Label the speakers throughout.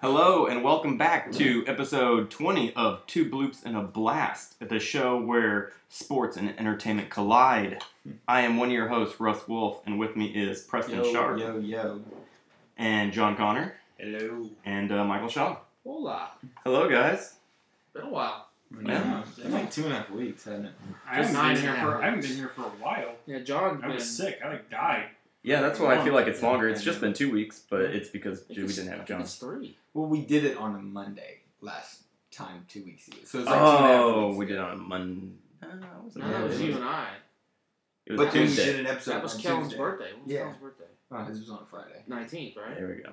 Speaker 1: Hello and welcome back to episode 20 of Two Bloops and a Blast, the show where sports and entertainment collide. I am one of your hosts, Russ Wolf, and with me is Preston Sharp
Speaker 2: yo, yo.
Speaker 1: and John Connor
Speaker 3: Hello.
Speaker 1: and uh, Michael Shaw.
Speaker 3: Hola.
Speaker 1: Hello, guys.
Speaker 3: Been a while.
Speaker 1: Yeah.
Speaker 2: It's been like two and a half weeks, hasn't it?
Speaker 4: I haven't,
Speaker 3: Just
Speaker 4: been
Speaker 3: nine
Speaker 4: here for, I haven't
Speaker 3: hours.
Speaker 4: been here for a while.
Speaker 3: Yeah, John.
Speaker 4: I was sick. I like died.
Speaker 1: Yeah, that's why I feel like it's longer. It's just been two weeks, but
Speaker 3: Yeah.
Speaker 1: it's because dude, we didn't have John.
Speaker 3: It's three.
Speaker 2: Well, we did it on a Monday last time, two weeks ago. So it's like two and a half
Speaker 1: Oh,
Speaker 2: weeks
Speaker 1: we
Speaker 2: ago.
Speaker 1: did on a Monday. it wasn't
Speaker 3: No, that was
Speaker 1: Monday.
Speaker 3: you and I.
Speaker 1: It was
Speaker 2: But then we
Speaker 1: Tuesday.
Speaker 2: did an episode
Speaker 3: That was
Speaker 2: on
Speaker 3: Kellen's
Speaker 2: Tuesday.
Speaker 3: birthday. What was
Speaker 2: Yeah.
Speaker 3: Kellen's birthday?
Speaker 2: Oh, his was on Friday.
Speaker 3: Nineteenth, right?
Speaker 1: There we go.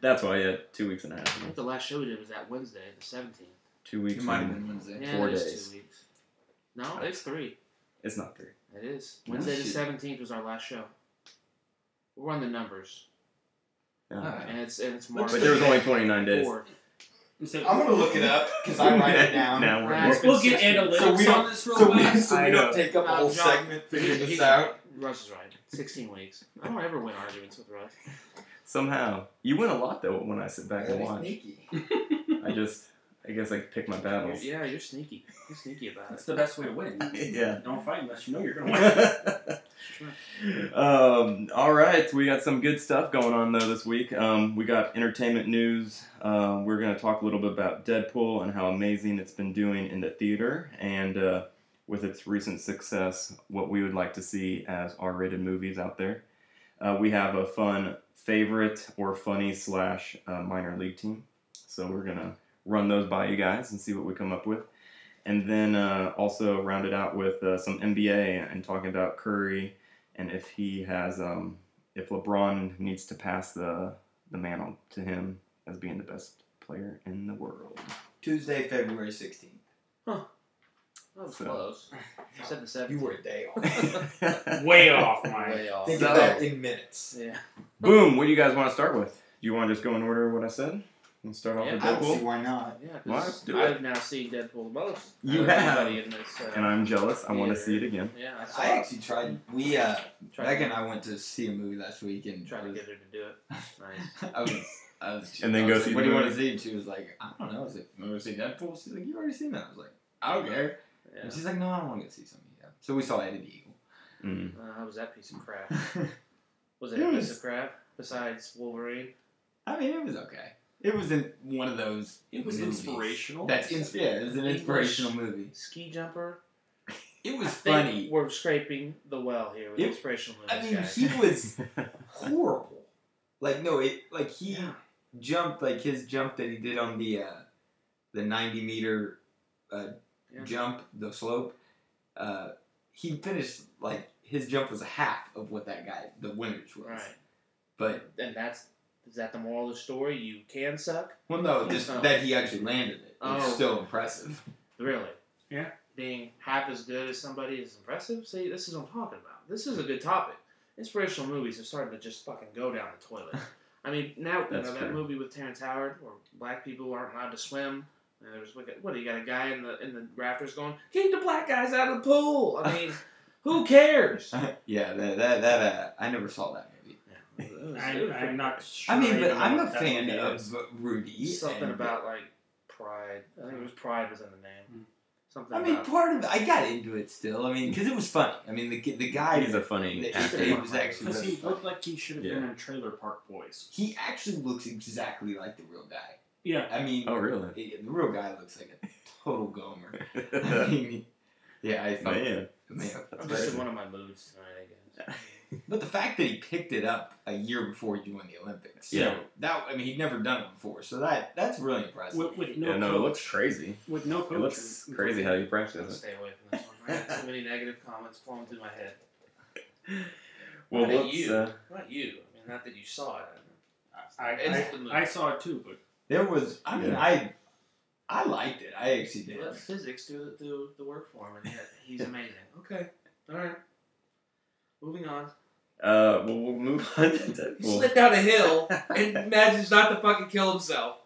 Speaker 1: That's why, yeah, two weeks and a
Speaker 3: I
Speaker 1: half.
Speaker 3: think the last show we did was that Wednesday, the seventeenth.
Speaker 1: Two
Speaker 2: It
Speaker 1: weeks.
Speaker 2: might have
Speaker 1: and-
Speaker 2: been Wednesday.
Speaker 3: Yeah,
Speaker 1: Four
Speaker 3: it is
Speaker 1: days.
Speaker 3: two weeks. No, it's three.
Speaker 1: It's not three.
Speaker 3: It is.
Speaker 1: No
Speaker 3: Wednesday the
Speaker 1: shit.
Speaker 3: seventeenth was our last show. We're on the numbers,
Speaker 1: Yeah.
Speaker 2: Alright.
Speaker 3: and it's and it's March.
Speaker 2: Looks
Speaker 1: But there was only 29 days.
Speaker 3: fourth.
Speaker 2: I'm gonna look it up because I write it down.
Speaker 1: Now we're-
Speaker 3: Right.
Speaker 4: We'll get
Speaker 3: Consistent.
Speaker 4: analytics
Speaker 2: So we
Speaker 4: on this real
Speaker 2: So we,
Speaker 4: fast.
Speaker 2: so
Speaker 1: I
Speaker 2: we
Speaker 1: know.
Speaker 2: don't take up a
Speaker 3: Uh,
Speaker 2: whole
Speaker 3: John,
Speaker 2: segment figuring
Speaker 3: He's
Speaker 2: this out.
Speaker 3: right. Russ is right. Sixteen weeks. I don't ever win arguments with Russ.
Speaker 1: Somehow. You win a lot, though, when I sit back and
Speaker 2: Very
Speaker 1: watch.
Speaker 2: sneaky.
Speaker 1: I just, I guess I pick my battles.
Speaker 3: Yeah, you're sneaky. You're sneaky about it.
Speaker 4: That's the best way to win.
Speaker 1: Yeah.
Speaker 4: Don't fight unless you know you're gonna win.
Speaker 1: um, all right, we got some good stuff going on though this week. Um, we got entertainment news. Uh, we're going to talk a little bit about Deadpool and how amazing it's been doing in the theater, and uh, with its recent success, what we would like to see as R-rated movies out there. Uh, we have a fun favorite or funny slash uh, minor league team, so we're gonna run those by you guys and see what we come up with and then uh, also round it out with uh, some NBA and talking about Curry and if he has um, if LeBron needs to pass the the mantle to him as being the best player in the world.
Speaker 2: Tuesday, February 16th.
Speaker 3: That was
Speaker 1: So-
Speaker 3: close. I said the
Speaker 2: You
Speaker 3: seventeenth.
Speaker 2: were a day off.
Speaker 4: Way off, Mike.
Speaker 3: Way off.
Speaker 2: Think
Speaker 1: So-
Speaker 2: of that in minutes.
Speaker 3: Yeah.
Speaker 1: Boom! What do you guys want to start with? Do you want to just go in order of what I said? And start off
Speaker 3: Yeah,
Speaker 1: with
Speaker 2: I don't see
Speaker 1: Deadpool.
Speaker 2: why not.
Speaker 3: Yeah, 'cause
Speaker 1: Well, let's do
Speaker 3: I've now seen Deadpool the most.
Speaker 1: You
Speaker 3: Out of
Speaker 1: have.
Speaker 3: anybody in this, uh,
Speaker 1: And I'm jealous. I want to see it again.
Speaker 3: yeah, I saw.
Speaker 2: I actually tried. We uh,
Speaker 3: tried,
Speaker 2: Megan and I went to see a movie last week and
Speaker 3: tried to get her to do it. Nice.
Speaker 2: I was, I was,
Speaker 1: And then
Speaker 2: I
Speaker 1: go
Speaker 2: was
Speaker 1: see
Speaker 2: like, What
Speaker 1: the
Speaker 2: do you want to
Speaker 1: movie.
Speaker 2: see? And she was like, I don't know. I was like, you want to see Deadpool? She's like, you already seen that. I was like, I don't care.
Speaker 3: Yeah.
Speaker 2: And she's like, no, I don't want to go see something. Yeah. So we saw Eddie the Eagle.
Speaker 1: Mm.
Speaker 3: Uh, how was that piece of crap? Was it
Speaker 2: It
Speaker 3: a
Speaker 2: was-
Speaker 3: piece of crap? Besides Wolverine,
Speaker 2: I mean, it was okay. It wasn't one of those.
Speaker 4: It was
Speaker 2: movies.
Speaker 4: inspirational.
Speaker 2: That's ins- yeah. It was an
Speaker 3: English.
Speaker 2: inspirational movie.
Speaker 3: ski jumper.
Speaker 2: It was
Speaker 3: I think
Speaker 2: funny.
Speaker 3: We're scraping the well here with
Speaker 2: It-
Speaker 3: inspirational
Speaker 2: I
Speaker 3: movies,
Speaker 2: mean,
Speaker 3: guys.
Speaker 2: he was horrible. Like no, it like he
Speaker 3: Yeah.
Speaker 2: jumped like his jump that he did on the uh, the ninety meter uh,
Speaker 3: Yeah.
Speaker 2: jump, the slope, uh, he finished like his jump was half of what that guy, the winner's was.
Speaker 3: Right.
Speaker 2: But
Speaker 3: And that's is that the moral of the story? You can suck.
Speaker 2: well, no, just
Speaker 3: Oh.
Speaker 2: that he actually landed it. It's
Speaker 3: Oh.
Speaker 2: still impressive.
Speaker 3: Really?
Speaker 4: Yeah.
Speaker 3: Being half as good as somebody is impressive. See, this is what I'm talking about. This is a good topic. Inspirational movies are starting to just fucking go down the toilet. I mean, now you know,
Speaker 1: That's
Speaker 3: that
Speaker 1: true.
Speaker 3: movie with Terrence Howard, where black people aren't allowed to swim. And there's like, a- what you got a guy in the in the rafters going, keep the black guys out of the pool. I mean, who cares?
Speaker 2: yeah, that that, that uh, I never saw that movie.
Speaker 3: Yeah, it was-
Speaker 4: I,
Speaker 3: it was
Speaker 4: I'm
Speaker 3: pretty
Speaker 4: not
Speaker 3: bad.
Speaker 4: sure.
Speaker 2: I mean, but
Speaker 4: even
Speaker 2: I'm
Speaker 4: what
Speaker 2: a
Speaker 4: that
Speaker 2: fan
Speaker 4: movie
Speaker 2: of
Speaker 4: is.
Speaker 2: Rudy.
Speaker 3: something
Speaker 2: and-
Speaker 3: about like pride. I think it was pride was in the
Speaker 4: Mm.
Speaker 3: name. Something.
Speaker 2: I mean,
Speaker 3: about,
Speaker 2: part of it, I got into it still. I mean, because it was funny. I mean, the ki- the guy
Speaker 1: He's a
Speaker 2: the,
Speaker 1: funny
Speaker 2: he
Speaker 1: actor.
Speaker 2: was actually
Speaker 4: Because
Speaker 2: really
Speaker 4: he looked
Speaker 2: funny.
Speaker 4: like he should have been in Trailer Park Boys.
Speaker 2: He actually looks exactly like the real guy.
Speaker 4: Yeah.
Speaker 2: I mean,
Speaker 1: Oh, really?
Speaker 2: it- the real guy looks like a total gomer. I mean, yeah, I felt
Speaker 1: Man.
Speaker 2: man.
Speaker 3: I'm just in one of my moods tonight, I guess.
Speaker 2: But the fact that he picked it up a year before he won the Olympics, so
Speaker 1: Yeah.
Speaker 2: that I mean, he'd never done it before, so that that's really impressive.
Speaker 4: With, with no
Speaker 1: Yeah, no, it
Speaker 4: coach.
Speaker 1: looks crazy.
Speaker 4: With no coach.
Speaker 1: It looks crazy how you
Speaker 3: I'm gonna
Speaker 1: practice it.
Speaker 3: stay away from this one. I got so many negative comments flowing through my head.
Speaker 1: Well,
Speaker 3: How about
Speaker 1: let's,
Speaker 3: you?
Speaker 1: uh,
Speaker 3: Not you. I mean, not that you saw it.
Speaker 4: I,
Speaker 3: It's
Speaker 4: I,
Speaker 3: the movie.
Speaker 4: I saw it too, but
Speaker 2: There was, I mean,
Speaker 1: Yeah.
Speaker 2: I I liked it. I actually did.
Speaker 3: Let physics do the, do the work for him, and yet he's amazing. Okay. All right. Moving on.
Speaker 1: Uh, well, we'll move on to Deadpool.
Speaker 3: down a hill and manages not to fucking kill himself.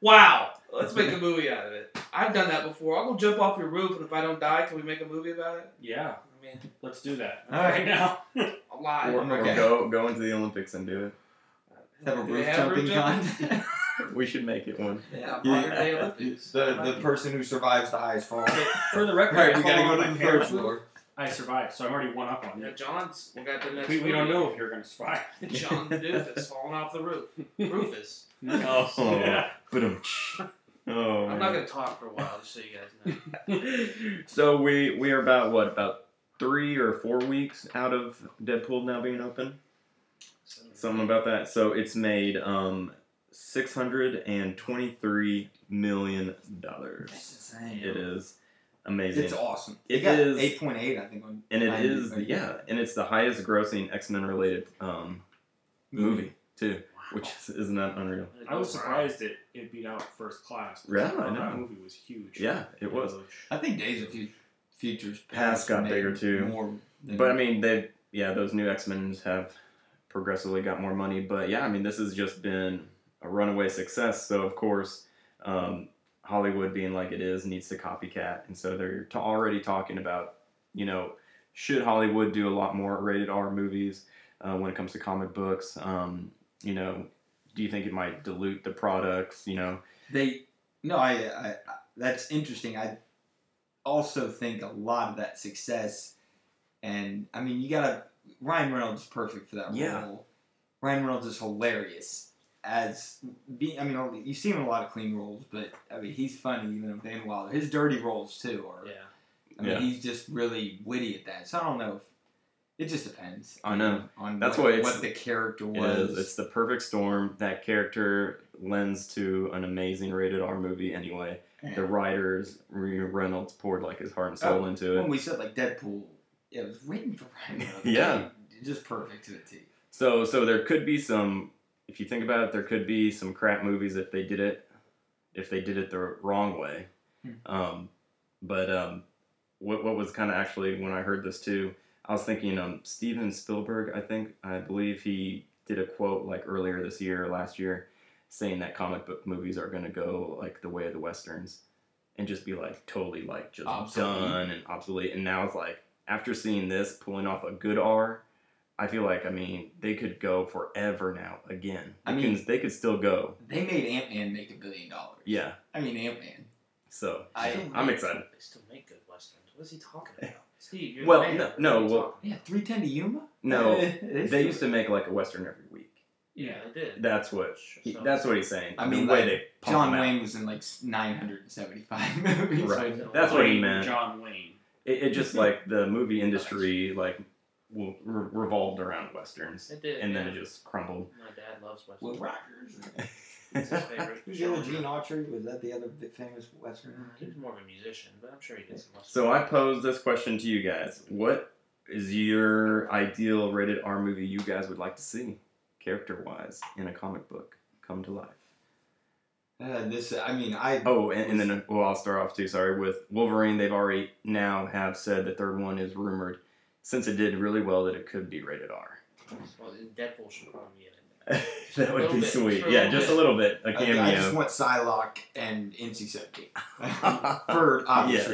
Speaker 3: Wow. Let's make a movie out of it. I've done that before. I'll go jump off your roof, and if I don't die, can we make a movie about it?
Speaker 4: yeah,
Speaker 3: I mean,
Speaker 4: let's do that
Speaker 2: All right.
Speaker 4: now.
Speaker 3: alive.
Speaker 1: Or, or
Speaker 2: Okay.
Speaker 1: go go into the Olympics and do it.
Speaker 2: Have a
Speaker 3: Do they
Speaker 2: roof
Speaker 3: have
Speaker 2: jumping
Speaker 3: roof jumping?
Speaker 2: contest.
Speaker 1: we should make it one.
Speaker 3: Yeah,
Speaker 1: Yeah.
Speaker 3: modern day Olympics.
Speaker 2: The, the person who survives the highest fall.
Speaker 4: For the record,
Speaker 2: Alright,
Speaker 4: I,
Speaker 2: we gotta
Speaker 4: fall
Speaker 2: go to
Speaker 4: on
Speaker 2: the
Speaker 4: my
Speaker 2: third
Speaker 4: parents.
Speaker 2: floor.
Speaker 4: I survived, so I'm already one up on
Speaker 3: Yeah,
Speaker 4: you.
Speaker 3: John's. We got the next.
Speaker 4: We, we don't
Speaker 3: movie.
Speaker 4: know if you're gonna survive.
Speaker 3: John Doofus falling off the roof. Rufus.
Speaker 1: Oh. But um, oh.
Speaker 3: I'm
Speaker 1: man.
Speaker 3: not gonna talk for a while, just so you guys know.
Speaker 1: so we we are about what about three or four weeks out of Deadpool now being open. Something about that. So it's made um six hundred and twenty three million dollars.
Speaker 2: insane.
Speaker 1: It is amazing.
Speaker 2: It's awesome.
Speaker 1: It
Speaker 2: got
Speaker 1: is-
Speaker 2: 8.8, I think. On
Speaker 1: and it is
Speaker 2: IMDb.
Speaker 1: yeah, and it's the highest grossing X Men related um movie too, which is, isn't that unreal?
Speaker 4: I was surprised it, it beat out First Class.
Speaker 1: Yeah, I
Speaker 4: That
Speaker 1: know.
Speaker 4: movie was huge.
Speaker 1: Yeah, it was.
Speaker 2: I think Days of Future, Futures
Speaker 1: Past got
Speaker 2: made
Speaker 1: bigger, too.
Speaker 2: More than
Speaker 1: But I mean, they yeah, those new X Men have progressively got more money. But yeah, I mean, this has just been a runaway success. So of course, um, Hollywood being like it is needs to copycat, and so they're t- already talking about you know should Hollywood do a lot more rated R movies uh, when it comes to comic books? Um, you know, do you think it might dilute the products? You know,
Speaker 2: they no, I, I, I that's interesting. I also think a lot of that success, and I mean, you gotta Ryan Reynolds is perfect for that
Speaker 1: Yeah.
Speaker 2: role. Ryan Reynolds is hilarious as being. I mean, you see him in a lot of clean roles, but I mean, he's funny even in Van Wilder. His dirty roles too are.
Speaker 3: Yeah.
Speaker 2: I mean,
Speaker 1: Yeah.
Speaker 2: he's just really witty at that. So I don't know. if It just depends.
Speaker 1: I know.
Speaker 2: on
Speaker 1: That's
Speaker 2: what,
Speaker 1: why it's-
Speaker 2: what the character
Speaker 1: It
Speaker 2: was.
Speaker 1: is. It's the perfect storm. That character lends to an amazing rated R movie anyway.
Speaker 2: Yeah.
Speaker 1: The writers, Re- Reynolds poured like his heart and soul
Speaker 2: Oh,
Speaker 1: into
Speaker 2: when
Speaker 1: it.
Speaker 2: we said like Deadpool, it was written for Ryan Reynolds.
Speaker 1: Yeah.
Speaker 2: just perfect to a T.
Speaker 1: So, so there could be some. If you think about it, there could be some crap movies if they did it, if they did it the wrong way.
Speaker 2: Hmm.
Speaker 1: Um, but um, what what was kind of actually when I heard this too, I was thinking um Steven Spielberg. I think I believe he did a quote like earlier this year, or last year, saying that comic book movies are going to go like the way of the westerns, and just be like totally like just
Speaker 2: Obsolete.
Speaker 1: done and obsolete. And now it's like after seeing this, pulling off a good R. I feel like I mean they could go forever now again.
Speaker 2: I
Speaker 1: They
Speaker 2: mean-
Speaker 1: can- they could still go.
Speaker 2: They made Ant Man make a billion dollars.
Speaker 1: Yeah.
Speaker 2: I mean Ant Man.
Speaker 1: So
Speaker 2: I
Speaker 1: I'm excited.
Speaker 3: They still make good westerns. What is he talking about? Steve, you're
Speaker 1: Well,
Speaker 3: the man.
Speaker 1: no- no,
Speaker 3: What are you
Speaker 1: well-
Speaker 3: talking
Speaker 2: yeah, three ten to Yuma.
Speaker 1: no,
Speaker 2: It's-
Speaker 1: they used to make like a western every week.
Speaker 3: Yeah, they did.
Speaker 1: That's what he,
Speaker 3: So-
Speaker 1: that's what he's saying.
Speaker 2: I mean,
Speaker 1: the way
Speaker 2: like,
Speaker 1: they pump
Speaker 2: John
Speaker 1: him out.
Speaker 2: Wayne was in like nine hundred and seventy five movies.
Speaker 1: Right.
Speaker 2: So-
Speaker 1: That's what he
Speaker 4: Wayne,
Speaker 1: meant.
Speaker 4: John Wayne.
Speaker 1: It, it just like the movie industry like w- re- revolved around westerns,
Speaker 3: They did.
Speaker 1: and then
Speaker 3: yeah.
Speaker 1: it just crumbled.
Speaker 3: My dad loves westerns.
Speaker 2: Will Rogers.
Speaker 3: It's his favorite.
Speaker 2: Who's the other Gene Autry? Was that the other bi- famous western?
Speaker 3: He was more of a musician, but I'm sure he did some westerns.
Speaker 1: so I pose this question to you guys: What is your ideal rated R movie you guys would like to see, character wise, in a comic book come to life?
Speaker 2: Uh, this, I mean, I
Speaker 1: Oh, and, and then well, I'll start off too. Sorry, with Wolverine, they've already now have said the third one is rumored, since it did really well, that it could be rated R.
Speaker 3: Well, Deadpool should probably be in it.
Speaker 1: that would
Speaker 3: little
Speaker 1: be
Speaker 3: bit,
Speaker 1: sweet.
Speaker 3: for a
Speaker 1: yeah,
Speaker 3: little
Speaker 1: just
Speaker 3: bit.
Speaker 1: a little bit, a
Speaker 2: I,
Speaker 1: cameo.
Speaker 2: I just want Psylocke and NC-17 for obvious
Speaker 1: Yes.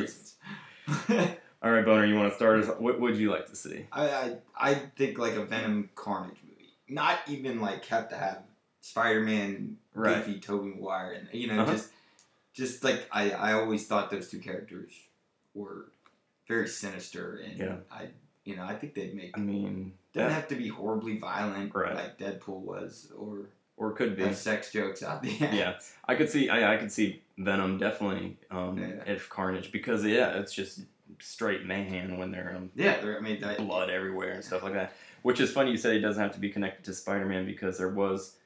Speaker 2: reasons.
Speaker 1: All right, Boner, you want to start us? What would you like to see?
Speaker 2: I, I I think like a Venom Carnage movie. Not even like have to have Spider-Man,
Speaker 1: Right.
Speaker 2: Goofy, Tobey Maguire, and you know
Speaker 1: Uh-huh.
Speaker 2: just just like I I always thought those two characters were very sinister and
Speaker 1: Yeah.
Speaker 2: I you know I think they'd make
Speaker 1: I mean,
Speaker 2: doesn't
Speaker 1: that,
Speaker 2: have to be horribly violent
Speaker 1: Right.
Speaker 2: like Deadpool was or
Speaker 1: or could be.
Speaker 2: have sex jokes out the end.
Speaker 1: Yeah, I could see. I, I could see Venom definitely. Um,
Speaker 2: Yeah.
Speaker 1: if Carnage, because yeah, it's just straight mayhem when they're um,
Speaker 2: Yeah, they're- I mean, I,
Speaker 1: blood everywhere and stuff like that. Which is funny you said it doesn't have to be connected to Spider Man because there was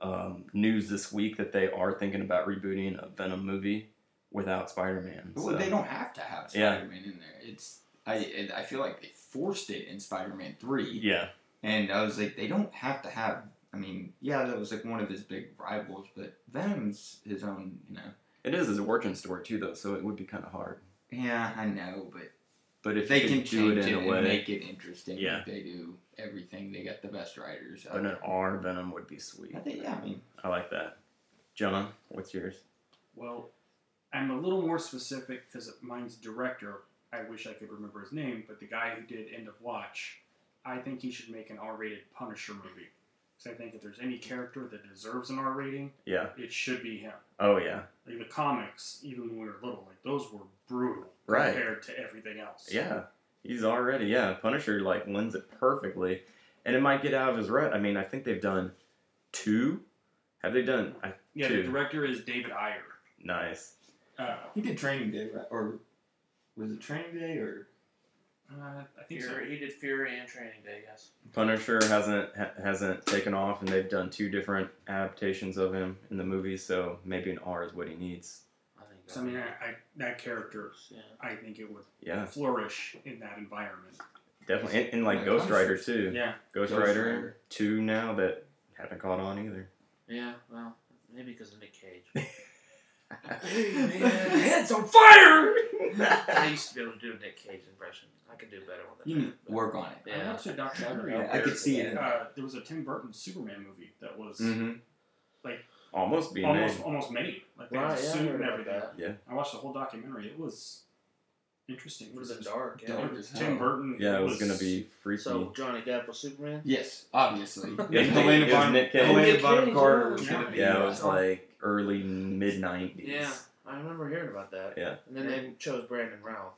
Speaker 1: um, news this week that they are thinking about rebooting a Venom movie without Spider Man.
Speaker 2: Well, they don't have to have
Speaker 1: Yeah.
Speaker 2: Spider-Man in there. It's I and I feel like they forced it in Spider-Man Three,
Speaker 1: Yeah,
Speaker 2: and I was like, they don't have to have. I mean, yeah, that was like one of his big rivals, but Venom's his own, you know.
Speaker 1: it is his origin story too, though, so it would be kind of hard.
Speaker 2: Yeah, I know, but
Speaker 1: But if
Speaker 2: they
Speaker 1: you
Speaker 2: can
Speaker 1: could do
Speaker 2: change
Speaker 1: it
Speaker 2: it,
Speaker 1: in a way,
Speaker 2: and make it interesting. like
Speaker 1: Yeah. Oh,
Speaker 2: they do everything. They got the best writers. out
Speaker 1: but an
Speaker 2: there.
Speaker 1: R Venom would be sweet.
Speaker 2: I think, yeah, I mean,
Speaker 1: I like that. John, what's yours?
Speaker 4: Well, I'm a little more specific because mine's director. I wish I could remember his name, but the guy who did End of Watch, I think he should make an R-rated Punisher movie. Because I think if there's any character that deserves an R rating,
Speaker 1: Yeah.
Speaker 4: it should be him.
Speaker 1: Oh yeah.
Speaker 4: Like the comics, even when we were little, like those were brutal
Speaker 1: Right.
Speaker 4: compared to everything else.
Speaker 1: Yeah. He's already yeah. Punisher like lends it perfectly, and it might get out of his rut. I mean, I think they've done two. Have they done? I,
Speaker 4: Yeah,
Speaker 1: Two.
Speaker 4: the director is David Ayer.
Speaker 1: nice.
Speaker 4: Uh,
Speaker 2: He did Training Day, right? Or was it Training Day or
Speaker 4: uh, I think so.
Speaker 3: Fury, he did Fury and Training Day, yes.
Speaker 1: Punisher hasn't ha- hasn't taken off, and they've done two different adaptations of him in the movies. So maybe an R is what he needs.
Speaker 3: I think.
Speaker 4: So, I mean, I, I, that character,
Speaker 3: yeah.
Speaker 4: I think it would
Speaker 1: Yeah,
Speaker 4: flourish in that environment.
Speaker 1: definitely. And, and like
Speaker 2: Yeah,
Speaker 1: Ghost
Speaker 2: Punisher.
Speaker 1: Rider too.
Speaker 4: Yeah.
Speaker 1: Ghost,
Speaker 2: Ghost
Speaker 1: Rider,
Speaker 2: Rider.
Speaker 1: two now that haven't caught on either.
Speaker 3: Yeah, well, maybe because of Nick Cage. Man,
Speaker 1: Man.
Speaker 3: head's on fire! I used to be able to do a Nick Cage impression. I could do better with
Speaker 2: you need
Speaker 3: it.
Speaker 2: to work on it?
Speaker 4: I
Speaker 3: Yeah.
Speaker 4: watched a documentary.
Speaker 2: Yeah,
Speaker 4: out
Speaker 2: I
Speaker 4: there.
Speaker 2: could see it.
Speaker 4: Uh, there was a Tim Burton Superman movie that was
Speaker 1: Mm-hmm.
Speaker 4: Like-
Speaker 1: almost being
Speaker 4: almost
Speaker 1: named.
Speaker 4: almost made. Like they
Speaker 3: Right,
Speaker 4: had a
Speaker 3: yeah, I
Speaker 4: suit
Speaker 3: heard
Speaker 4: and
Speaker 3: about
Speaker 4: everything.
Speaker 3: that.
Speaker 1: Yeah.
Speaker 4: I watched the whole documentary. It was interesting.
Speaker 3: It was
Speaker 4: It was
Speaker 3: dark. Yeah.
Speaker 2: dark.
Speaker 4: just Tim Burton.
Speaker 1: Yeah, it was gonna be freaky.
Speaker 3: So Johnny Depp was Superman.
Speaker 2: Yes, obviously.
Speaker 1: Yeah,
Speaker 2: And
Speaker 1: Nick-
Speaker 2: Helena
Speaker 1: it was
Speaker 2: Bonham-
Speaker 1: Nick Cage.
Speaker 2: Helena
Speaker 3: Nick
Speaker 2: Bonham
Speaker 3: Cage,
Speaker 2: Carter
Speaker 3: Oh, yeah. Oh,
Speaker 2: was gonna be.
Speaker 1: yeah, it was
Speaker 2: uh,
Speaker 1: like early mid nineties.
Speaker 3: Yeah, I remember hearing about that.
Speaker 1: Yeah.
Speaker 3: And then they chose Brandon Routh.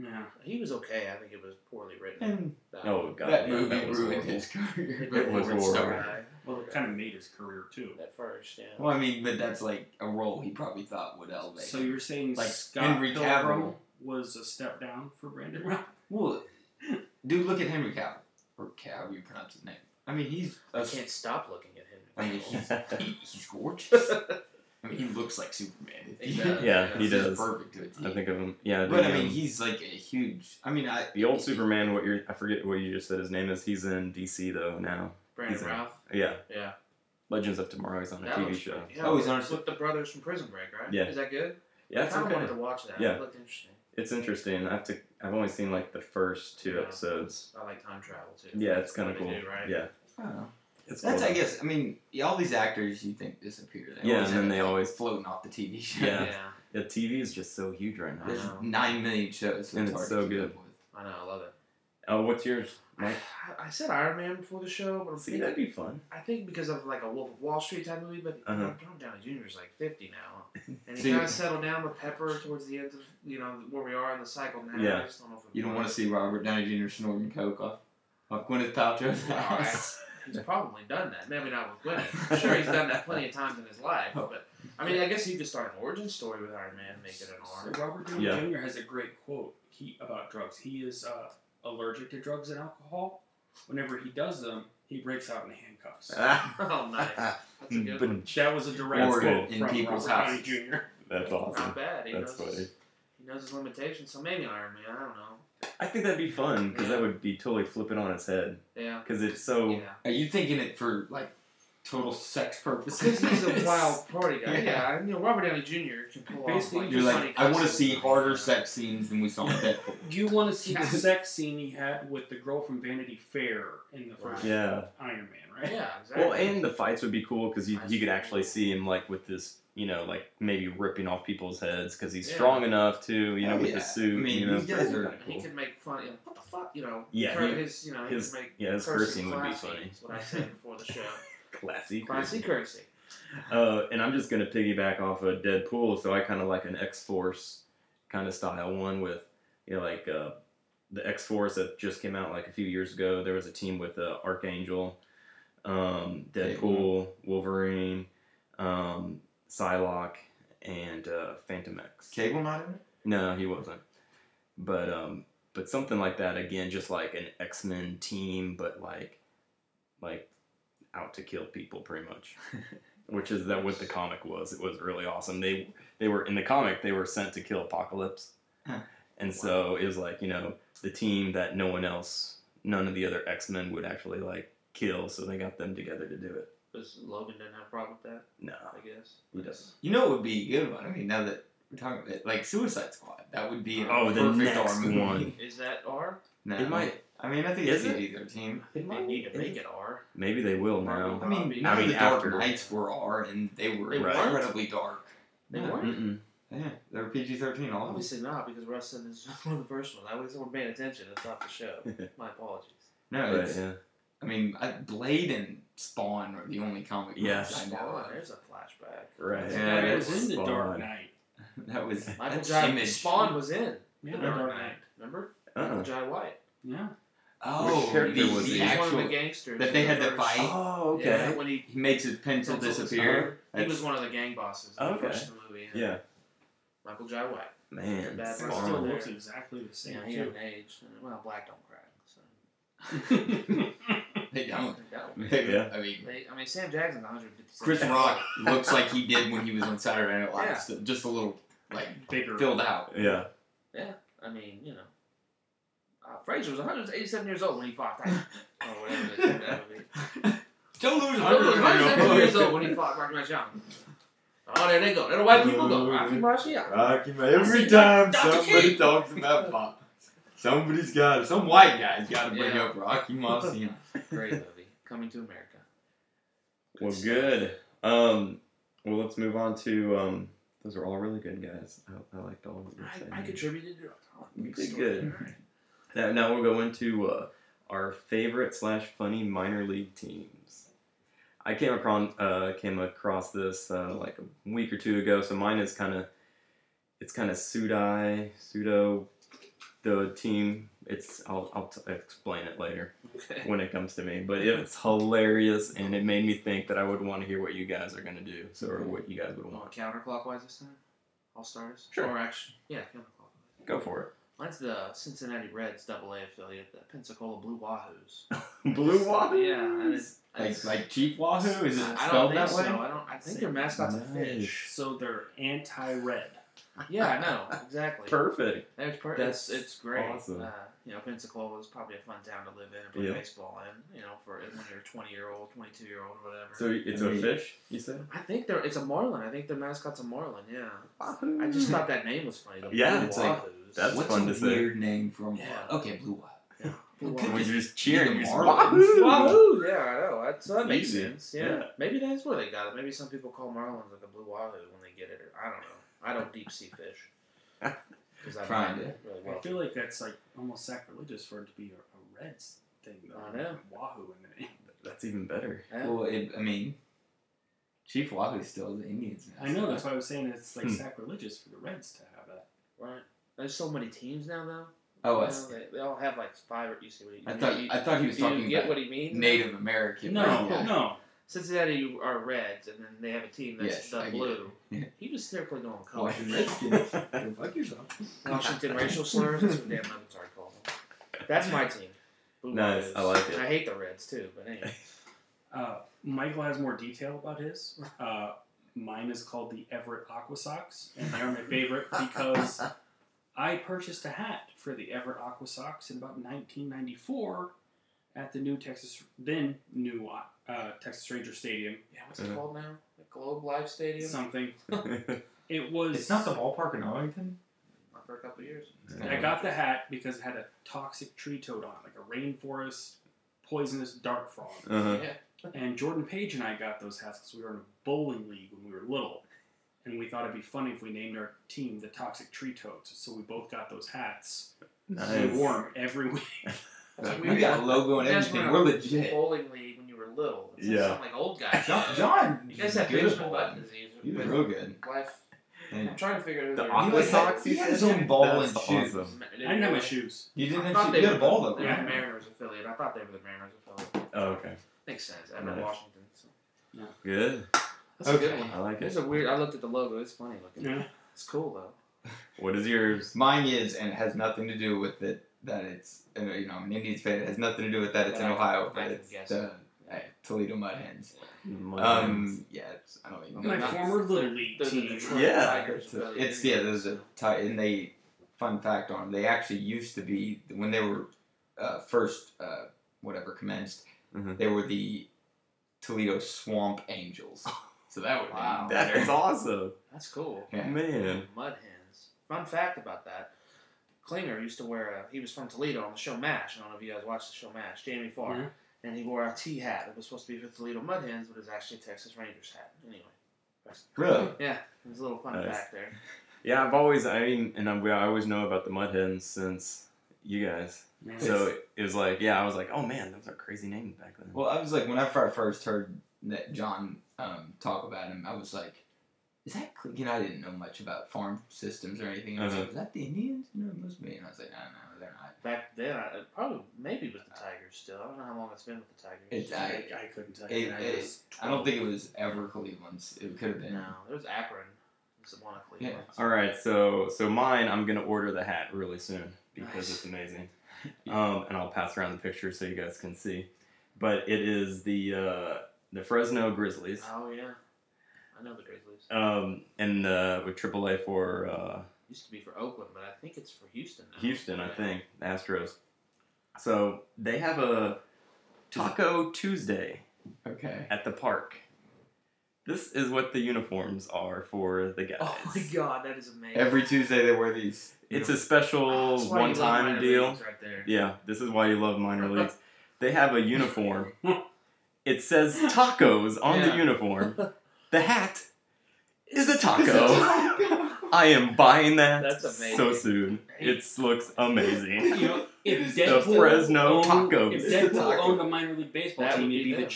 Speaker 4: Yeah.
Speaker 3: he was okay. I think it was poorly written.
Speaker 2: and
Speaker 3: That-
Speaker 1: Oh god,
Speaker 2: that
Speaker 1: yeah,
Speaker 2: movie
Speaker 1: that was
Speaker 2: ruined
Speaker 1: horrible.
Speaker 2: his career.
Speaker 3: It
Speaker 1: It was
Speaker 3: ruined Star
Speaker 1: horrible.
Speaker 3: Guy
Speaker 4: Well, it kind of made his career too.
Speaker 3: At first, yeah.
Speaker 2: Well, I mean, but that's like a role he probably thought would elevate.
Speaker 4: So you're saying
Speaker 2: Like
Speaker 4: Scott
Speaker 2: Henry
Speaker 4: Pilgrim
Speaker 2: Cavill.
Speaker 4: was a step down for Brandon Routh?
Speaker 2: well, dude, look at Henry Cavill or Cavill, you pronounce his name. I mean, he's
Speaker 3: I
Speaker 2: a,
Speaker 3: can't stop looking at him.
Speaker 2: I mean, he's he, he's gorgeous. I mean, he looks like Superman.
Speaker 3: He does.
Speaker 1: Yeah, he
Speaker 2: He's just
Speaker 1: does.
Speaker 2: perfect to a T.
Speaker 1: I think of him. Yeah,
Speaker 2: but
Speaker 1: the,
Speaker 2: I mean,
Speaker 1: um,
Speaker 2: he's like a huge. I mean, I
Speaker 1: the old Superman. What you're, I forget what you just said his name is. He's in DC though now.
Speaker 3: Brandon
Speaker 1: he's a-
Speaker 3: Routh.
Speaker 1: Yeah,
Speaker 3: Yeah.
Speaker 1: Legends of Tomorrow. He's on a
Speaker 3: That
Speaker 1: TV
Speaker 3: looks
Speaker 1: show.
Speaker 3: pretty- Yeah,
Speaker 2: Oh, he's on-
Speaker 3: with the brothers from Prison Break, right?
Speaker 1: Yeah.
Speaker 3: Is that good?
Speaker 1: Yeah, it's
Speaker 3: I kinda
Speaker 1: okay.
Speaker 3: wanted to watch that.
Speaker 1: Yeah.
Speaker 3: It looked interesting.
Speaker 1: It's interesting. I have to. I've only seen like the first two
Speaker 3: Yeah.
Speaker 1: episodes.
Speaker 3: I like time travel too.
Speaker 1: Yeah, it's kind of
Speaker 3: What
Speaker 1: cool.
Speaker 3: they do, right?
Speaker 1: Yeah,
Speaker 2: I don't know.
Speaker 1: it's
Speaker 2: That's
Speaker 1: cool.
Speaker 2: I guess. I mean, yeah, all these actors you think disappear. They
Speaker 1: Yeah,
Speaker 2: always
Speaker 1: and then
Speaker 2: end
Speaker 1: they
Speaker 2: up
Speaker 1: always-
Speaker 2: floating off the TV show.
Speaker 1: Yeah. Yeah, TV is just so huge right now.
Speaker 2: There's
Speaker 3: know.
Speaker 2: nine million shows, so
Speaker 1: And
Speaker 2: it's
Speaker 1: it's
Speaker 2: hard
Speaker 1: so
Speaker 2: to keep
Speaker 1: good.
Speaker 2: up with.
Speaker 3: I know. I love it.
Speaker 1: Oh, what's yours, Mike?
Speaker 3: I, I said Iron Man before the show, but I'm
Speaker 1: See, that'd
Speaker 3: thinking,
Speaker 1: be fun.
Speaker 3: I think because of like a Wolf of Wall Street type movie, but
Speaker 1: Uh-huh.
Speaker 3: Tom Downey Jr. is like 50 now, and he
Speaker 2: See-
Speaker 3: kind of settled down with Pepper towards the end of you know where we are in the cycle now.
Speaker 1: Yeah.
Speaker 3: I just don't know if
Speaker 2: You don't want to see Robert Downey Jr. snorting coke off, off Gwyneth Paltrow's
Speaker 3: All right.
Speaker 2: house.
Speaker 3: He's probably done that. Maybe not with women. I'm sure he's done that plenty of times in his life. But I mean, I guess you could start an origin story with Iron Man, make it an
Speaker 4: So
Speaker 3: R.
Speaker 4: Robert Downey
Speaker 1: Yeah.
Speaker 4: Jr. has a great quote he, about drugs. He is uh, allergic to drugs and alcohol. Whenever he does them, he breaks out in handcuffs.
Speaker 3: Oh, nice. That's a good one.
Speaker 1: Ba-dum.
Speaker 4: That was a direct
Speaker 1: Or
Speaker 4: quote
Speaker 2: in
Speaker 4: from
Speaker 2: people's
Speaker 4: Robert
Speaker 2: houses.
Speaker 4: Downey Jr.
Speaker 1: That's awesome.
Speaker 3: Not bad. He
Speaker 1: That's
Speaker 3: knows
Speaker 1: funny.
Speaker 3: His, he knows his limitations, so maybe Iron Man. I don't know.
Speaker 1: I think that'd be fun because that
Speaker 3: Yeah.
Speaker 1: would be totally flip it on its head
Speaker 3: Yeah.
Speaker 1: because it's so.
Speaker 3: Yeah.
Speaker 2: Are you thinking it for like total sex
Speaker 3: Because
Speaker 2: purposes?
Speaker 3: he's a wild party guy.
Speaker 2: Yeah.
Speaker 3: Yeah. I you know, Robert Downey Jr. can pull
Speaker 4: Basically,
Speaker 3: off like
Speaker 2: You're
Speaker 3: funny
Speaker 2: like, I want to
Speaker 3: cussing
Speaker 2: see
Speaker 3: and-
Speaker 2: harder sex scenes than we saw in Deadpool.
Speaker 4: You want to see
Speaker 3: Yeah.
Speaker 4: the sex scene he had with the girl from Vanity Fair in the first
Speaker 1: Yeah.
Speaker 4: Iron Man, right?
Speaker 3: Yeah, exactly.
Speaker 1: Well, and the fights would be cool because you, you could actually see him like with this, you know, like maybe ripping off people's heads because he's
Speaker 3: Yeah.
Speaker 1: strong enough to, you know,
Speaker 2: Oh,
Speaker 1: with
Speaker 2: yeah.
Speaker 1: the suit.
Speaker 2: I mean,
Speaker 1: you know,
Speaker 2: these guys
Speaker 1: that'd be
Speaker 2: are-
Speaker 1: kinda
Speaker 3: he
Speaker 1: cool.
Speaker 3: could make fun. You know, what the fuck? You know.
Speaker 1: Yeah,
Speaker 3: cur-
Speaker 1: he-
Speaker 3: his, you know,
Speaker 1: his-
Speaker 3: he could make
Speaker 1: Yeah, his cursing would be
Speaker 3: classy,
Speaker 1: funny.
Speaker 3: is What I said before the show.
Speaker 1: Classy.
Speaker 3: Classy cursing.
Speaker 1: Uh, and I'm just gonna piggyback off of Deadpool, so I kind of like an X Force kind of style one with, you know, like uh, the X Force that just came out like a few years ago. There was a team with uh, Archangel, um, Deadpool, Wolverine, um, Psylocke, and uh, Phantom X.
Speaker 2: Cable not in it?
Speaker 1: No, he wasn't. But um, but something like that again, just like an X Men team, but like, like out to kill people, pretty much. Which is that what the comic was? It was really awesome. They they were in the comic. They were sent to kill Apocalypse,
Speaker 2: Huh.
Speaker 1: and so it was like you know the team that no one else, none of the other X Men would actually like kill. So they got them together to do it.
Speaker 3: Because Logan didn't have a problem with that,
Speaker 1: No,
Speaker 3: I guess.
Speaker 1: he doesn't.
Speaker 2: You know, it would be a good one. I mean, now that we're talking about it, like Suicide Squad, that would be a
Speaker 1: Oh, the
Speaker 2: perfect
Speaker 1: next
Speaker 2: R movie.
Speaker 1: one.
Speaker 3: Is that R?
Speaker 2: No,
Speaker 1: It might-
Speaker 2: I mean, I think
Speaker 1: Is
Speaker 2: it's
Speaker 1: it?
Speaker 2: PG thirteen.
Speaker 3: I think they need to make it R.
Speaker 1: Maybe they will
Speaker 2: I
Speaker 1: now.
Speaker 2: mean,
Speaker 3: mean,
Speaker 2: none of the
Speaker 1: after-
Speaker 2: Dark Knights were R, and they were
Speaker 3: They
Speaker 1: weren't.
Speaker 2: incredibly dark.
Speaker 3: They
Speaker 2: Yeah.
Speaker 3: weren't.
Speaker 1: Mm-mm.
Speaker 2: Yeah, they were PG thirteen. All of them.
Speaker 3: Obviously not, because Russ said this was one of the first ones. I wasn't paying attention. It's not the show. My apologies.
Speaker 2: No,
Speaker 1: But
Speaker 2: it's,
Speaker 1: yeah,
Speaker 2: I mean, I, Blade and Spawn are the only comic books
Speaker 1: Yeah.
Speaker 2: I know.
Speaker 3: Spawn,
Speaker 2: of.
Speaker 3: there's a flashback.
Speaker 1: Right.
Speaker 2: Yeah,
Speaker 4: that
Speaker 2: that's
Speaker 4: was in the Dark
Speaker 1: Spawn.
Speaker 4: Knight.
Speaker 2: That was
Speaker 3: Michael
Speaker 2: that's
Speaker 3: Jai
Speaker 2: image.
Speaker 3: Spawn was in
Speaker 4: Yeah, the
Speaker 3: Dark
Speaker 4: Dark
Speaker 3: Knight.
Speaker 4: Knight.
Speaker 3: Remember?
Speaker 1: Uh-uh.
Speaker 3: Michael Jai White.
Speaker 4: Yeah.
Speaker 2: Oh,
Speaker 1: Which character
Speaker 2: the,
Speaker 1: was he?
Speaker 2: the
Speaker 3: He's one of
Speaker 2: actual.
Speaker 3: the gangsters.
Speaker 2: that they had that
Speaker 3: Remember?
Speaker 2: fight.
Speaker 1: Oh, okay.
Speaker 3: Yeah, when he
Speaker 2: He makes his pencil
Speaker 3: penciled his
Speaker 2: disappear.
Speaker 3: thumb. He
Speaker 2: That's-
Speaker 3: was one of the gang bosses. In
Speaker 1: Okay.
Speaker 3: The first movie.
Speaker 1: Yeah.
Speaker 3: Michael Jai White.
Speaker 1: Man,
Speaker 3: That
Speaker 4: That
Speaker 1: Spawn.
Speaker 4: still
Speaker 3: there.
Speaker 4: looks exactly the same
Speaker 3: Yeah, he had an age. Well, black don't crack. So.
Speaker 4: too.
Speaker 2: They don't.
Speaker 3: That would be-
Speaker 2: They-
Speaker 1: Yeah.
Speaker 2: I mean,
Speaker 3: They, I mean, Sam Jackson's 150.
Speaker 2: Chris Rock looks like he did when he was on Saturday Night Live. so- Just a little like
Speaker 4: Bigger.
Speaker 2: filled out.
Speaker 1: Yeah.
Speaker 3: I mean, you know. Uh, Frazier was 187 years old when he fought that. or Oh, whatever it is, that would be.
Speaker 2: Don't lose.
Speaker 3: He was 187 years old when he fought Rocky Marciano. Oh, there they go. There the white people go. Rocky Marciano.
Speaker 1: Rocky Ma-
Speaker 3: I
Speaker 1: Every
Speaker 3: see.
Speaker 1: time
Speaker 3: Dr.
Speaker 1: somebody
Speaker 3: King.
Speaker 1: talks about Bob,
Speaker 2: Somebody's got some white guy's got to bring
Speaker 3: Yeah.
Speaker 2: up Rocky Marciano.
Speaker 3: Great movie. Coming to America.
Speaker 1: Well, good. Um, well, let's move on to. Um, those are all really good guys. I, I liked all what you were saying.
Speaker 3: I, I contributed to Oh,
Speaker 1: You did good. Now, now we'll go into uh, our favorite slash funny minor league teams. I came across uh, came across this uh, like a week or two ago, so mine is kind of it's kind of Sudai pseudo the team. It's I'll I'll t- explain it later
Speaker 3: Okay.
Speaker 1: when it comes to me, but it's hilarious and it made me think that I would want to hear what you guys are gonna do, so or what you guys would
Speaker 3: Well,
Speaker 1: want.
Speaker 3: Oh, counterclockwise this time? All stars?
Speaker 1: Sure.
Speaker 3: Or action? Yeah, counterclockwise.
Speaker 1: Go for
Speaker 3: Mine's the Cincinnati Reds double A affiliate, the Pensacola Blue Wahoos.
Speaker 1: it. Blue Wahoos.
Speaker 3: Yeah, and it's,
Speaker 2: Like
Speaker 3: it's
Speaker 2: like Chief Wahoo? Is
Speaker 3: I-
Speaker 2: it
Speaker 3: I don't
Speaker 2: spelled
Speaker 3: think
Speaker 2: that
Speaker 3: so.
Speaker 2: way?
Speaker 3: I don't. I think their mascot's a fish.
Speaker 1: Nice.
Speaker 4: So they're anti-red.
Speaker 3: Yeah, I know exactly.
Speaker 1: Perfect.
Speaker 3: That's per-
Speaker 1: That's
Speaker 3: it's, it's great.
Speaker 1: awesome.
Speaker 3: Uh, you know, Pensacola is probably a fun town to live in and play
Speaker 1: Yeah.
Speaker 3: baseball in. You know, for when you're 20 year old, 22 year old, whatever.
Speaker 1: So it's a fish, you said?
Speaker 3: I think they're it's a marlin. I think their mascot's a marlin. Yeah. I
Speaker 2: Mm.
Speaker 3: just thought that name was funny. The
Speaker 1: Yeah,
Speaker 3: Blue
Speaker 1: it's like-
Speaker 3: Wahoos.
Speaker 1: that's
Speaker 2: What's
Speaker 1: fun
Speaker 2: a
Speaker 1: to say.
Speaker 2: weird name for a
Speaker 3: Yeah.
Speaker 2: Okay, Blue Wahoo.
Speaker 3: Yeah. Blue
Speaker 2: Well,
Speaker 1: When
Speaker 3: Wahoos.
Speaker 1: you're just
Speaker 2: Be
Speaker 1: cheering,
Speaker 2: the
Speaker 1: you're just
Speaker 2: Marlins.
Speaker 1: wahoo!
Speaker 3: Wahoo! Yeah, I know. That's, that
Speaker 1: It's
Speaker 3: makes
Speaker 1: easy.
Speaker 3: sense. Yeah.
Speaker 1: Yeah.
Speaker 3: maybe that's where they got it. Maybe some people call marlins like a blue wahoo when they get it. Or, I don't know. I don't deep sea fish. 'Cause I'm
Speaker 2: Trying
Speaker 3: not
Speaker 2: to.
Speaker 3: Really
Speaker 4: I
Speaker 3: well.
Speaker 4: feel like that's like almost sacrilegious for it to be a, a Reds thing. Though.
Speaker 3: I know.
Speaker 4: Wahoo in the name.
Speaker 1: That's even better.
Speaker 3: Yeah.
Speaker 2: Well, it, I mean, Chief Wahoo still the Indians.
Speaker 4: I know. That's why I was saying it's like
Speaker 1: Hmm.
Speaker 4: sacrilegious for the Reds to have that.
Speaker 3: Right. There's so many teams now, though.
Speaker 2: Oh,
Speaker 3: You
Speaker 2: I, see.
Speaker 3: know, they, they all have like five. Or, you see what he?
Speaker 2: I
Speaker 3: you-
Speaker 2: thought
Speaker 3: you,
Speaker 2: I thought he was
Speaker 3: you
Speaker 2: talking
Speaker 3: get
Speaker 2: about
Speaker 3: what he means.
Speaker 2: Native American.
Speaker 4: No,
Speaker 2: Yeah.
Speaker 4: no.
Speaker 3: Cincinnati are Reds, and then they have a team that's
Speaker 2: Yes,
Speaker 3: the
Speaker 2: I get
Speaker 3: blue.
Speaker 2: Yeah.
Speaker 3: He was hysterically going color.
Speaker 2: Washington Redskins. Go fuck yourself.
Speaker 3: Washington racial slurs. That's what Dan Levitard called them. That's my team. Blue
Speaker 1: Nice,
Speaker 3: Bloods.
Speaker 1: I like it.
Speaker 3: I hate the Reds too, but anyway.
Speaker 4: Uh, Michael has more detail about his. Uh, mine is called the Everett Aqua Sox, and they are my favorite because I purchased a hat for the Everett Aqua Sox in about 1994 at the new Texas, then new uh, Texas Ranger Stadium.
Speaker 3: Yeah, what's it
Speaker 1: Uh-huh.
Speaker 3: called now? The Globe Life Stadium.
Speaker 4: Something. It was.
Speaker 2: It's not the ballpark in Arlington.
Speaker 3: Not for a couple of years.
Speaker 4: I
Speaker 1: Um,
Speaker 4: got the hat because it had a toxic tree toad on, it, like a rainforest poisonous dart frog.
Speaker 2: Uh,
Speaker 1: Uh-huh.
Speaker 3: Yeah.
Speaker 4: And Jordan Page and I got those hats because we were in a bowling league when we were little. And we thought it'd be funny if we named our team the Toxic Tree Toads. So we both got those hats. So
Speaker 1: Nice.
Speaker 4: We wore 'em every week.
Speaker 3: That's like
Speaker 2: we got a logo and
Speaker 3: You guys were
Speaker 2: everything.
Speaker 3: in
Speaker 2: We're
Speaker 3: a
Speaker 2: legit.
Speaker 3: Bowling league when you were little. It's like
Speaker 1: Yeah.
Speaker 3: Something like old guy.
Speaker 2: John, John
Speaker 3: You guys have
Speaker 2: good at
Speaker 3: Benjamin
Speaker 2: bowling.
Speaker 3: Button disease.
Speaker 2: He was
Speaker 3: But
Speaker 2: real good.
Speaker 3: Life.
Speaker 2: And
Speaker 3: I'm trying to figure out who
Speaker 1: The
Speaker 3: they
Speaker 2: He
Speaker 1: Aqua
Speaker 2: was-
Speaker 1: Sox?
Speaker 2: he
Speaker 1: you
Speaker 2: had his
Speaker 1: said?
Speaker 2: own ball
Speaker 1: That's
Speaker 2: and shoes.
Speaker 1: awesome.
Speaker 4: I didn't have my shoes.
Speaker 2: you didn't
Speaker 3: I
Speaker 2: have
Speaker 3: thought
Speaker 2: to
Speaker 3: they
Speaker 2: get
Speaker 3: were
Speaker 2: a ball
Speaker 3: the
Speaker 2: though.
Speaker 4: Yeah.
Speaker 2: right?
Speaker 3: Mariners affiliate. I thought they were the Mariners affiliate.
Speaker 1: Oh, okay.
Speaker 3: Makes sense. I'm in
Speaker 1: Nice.
Speaker 3: Washington. So.
Speaker 1: Good.
Speaker 3: That's a good
Speaker 2: Okay.
Speaker 3: one.
Speaker 1: I like
Speaker 3: It's
Speaker 1: it.
Speaker 3: a weird. I looked at the logo. It's funny looking.
Speaker 4: Yeah.
Speaker 3: It's cool though.
Speaker 1: What is yours?
Speaker 2: Mine is, and it has nothing to do with it that it's uh, you know an Indians fan. It has nothing to do with that it's in
Speaker 3: But I-
Speaker 2: Ohio,
Speaker 3: I
Speaker 2: but
Speaker 3: can
Speaker 2: it's
Speaker 3: guess
Speaker 2: the uh, Toledo Mud Hens.
Speaker 1: Mine.
Speaker 2: Um, yeah, it's, I don't even
Speaker 4: My
Speaker 2: know.
Speaker 3: Not-
Speaker 4: former Little League
Speaker 3: Those are the
Speaker 4: team.
Speaker 3: Detroit
Speaker 1: Yeah.
Speaker 3: Tigers
Speaker 1: It's-
Speaker 3: affiliate.
Speaker 2: It's yeah, there's a tie, and they fun fact on 'em, they actually used to be when they were uh, first uh, whatever commenced,
Speaker 1: Mhm.
Speaker 2: they were the Toledo Swamp Angels. So that would
Speaker 3: Wow.
Speaker 2: be better.
Speaker 1: That's awesome.
Speaker 3: That's cool.
Speaker 2: Yeah.
Speaker 1: Man.
Speaker 3: Mud hens. Fun fact about that. Klinger used to wear a. He was from Toledo on the show Mash. I don't know if you guys watched the show Mash. Jamie Farr.
Speaker 4: Yeah.
Speaker 3: And he wore a T hat that was supposed to be for Toledo Mud Hens, but it was actually a Texas Rangers hat. Anyway,
Speaker 2: Really?
Speaker 3: yeah, there's a little fun
Speaker 1: Nice.
Speaker 3: fact there.
Speaker 1: Yeah, I've always, I mean, and I'm, I always know about the Mud Hens since you guys.
Speaker 4: Man,
Speaker 1: So it was like, yeah, I was like, oh man, those are crazy names back then.
Speaker 5: Well, I was like, whenever I first heard that John um, talk about him, I was like, is that, Cle- you know, I didn't know much about farm systems or anything. I was
Speaker 1: Uh-huh.
Speaker 5: like, is that the Indians? No, it must be. And I was like, no, no, they're not.
Speaker 3: Back then, I, it probably maybe with the Tigers still. I don't know how long it's been with the Tigers.
Speaker 5: It's,
Speaker 4: I,
Speaker 5: I,
Speaker 4: I couldn't tell
Speaker 5: it-
Speaker 4: you. I, was
Speaker 5: I don't think it was ever Cleveland's. It could have been.
Speaker 3: no, it was Akron. It was one of Cleveland.
Speaker 1: All right, so so mine, I'm gonna order the hat really soon because
Speaker 4: Nice.
Speaker 1: it's amazing, um, and I'll pass around the picture so you guys can see. But it is the uh, the Fresno Grizzlies,
Speaker 3: Oh yeah, I know the Grizzlies.
Speaker 1: um, and uh, with AAA for uh,
Speaker 3: Used to be for Oakland, but I think it's for Houston now.
Speaker 1: Houston, I
Speaker 3: Yeah.
Speaker 1: think Astros. So they have a Taco Tuesday
Speaker 5: Okay.
Speaker 1: at the park. This is what the uniforms are for the guys.
Speaker 3: Oh my god, that is amazing.
Speaker 5: Every Tuesday they wear these.
Speaker 1: It's a special
Speaker 3: That's why you love
Speaker 1: one-time
Speaker 3: minor
Speaker 1: deal.
Speaker 3: leagues right there.
Speaker 1: Yeah, this is why you love minor leagues. They have a uniform. It says tacos on the
Speaker 6: Yeah.
Speaker 1: uniform. The hat is a taco.
Speaker 5: Go.
Speaker 1: I am buying that
Speaker 3: That's
Speaker 1: so
Speaker 3: amazing.
Speaker 1: soon. It looks amazing.
Speaker 4: you know, if
Speaker 1: The
Speaker 4: Deadpool
Speaker 1: Fresno
Speaker 4: owned,
Speaker 1: Tacos.
Speaker 4: If
Speaker 5: It's the
Speaker 4: Deadpool
Speaker 5: taco.
Speaker 4: owned the minor league baseball
Speaker 3: That
Speaker 4: team,
Speaker 3: would
Speaker 4: it'd
Speaker 3: be
Speaker 4: be the
Speaker 3: them.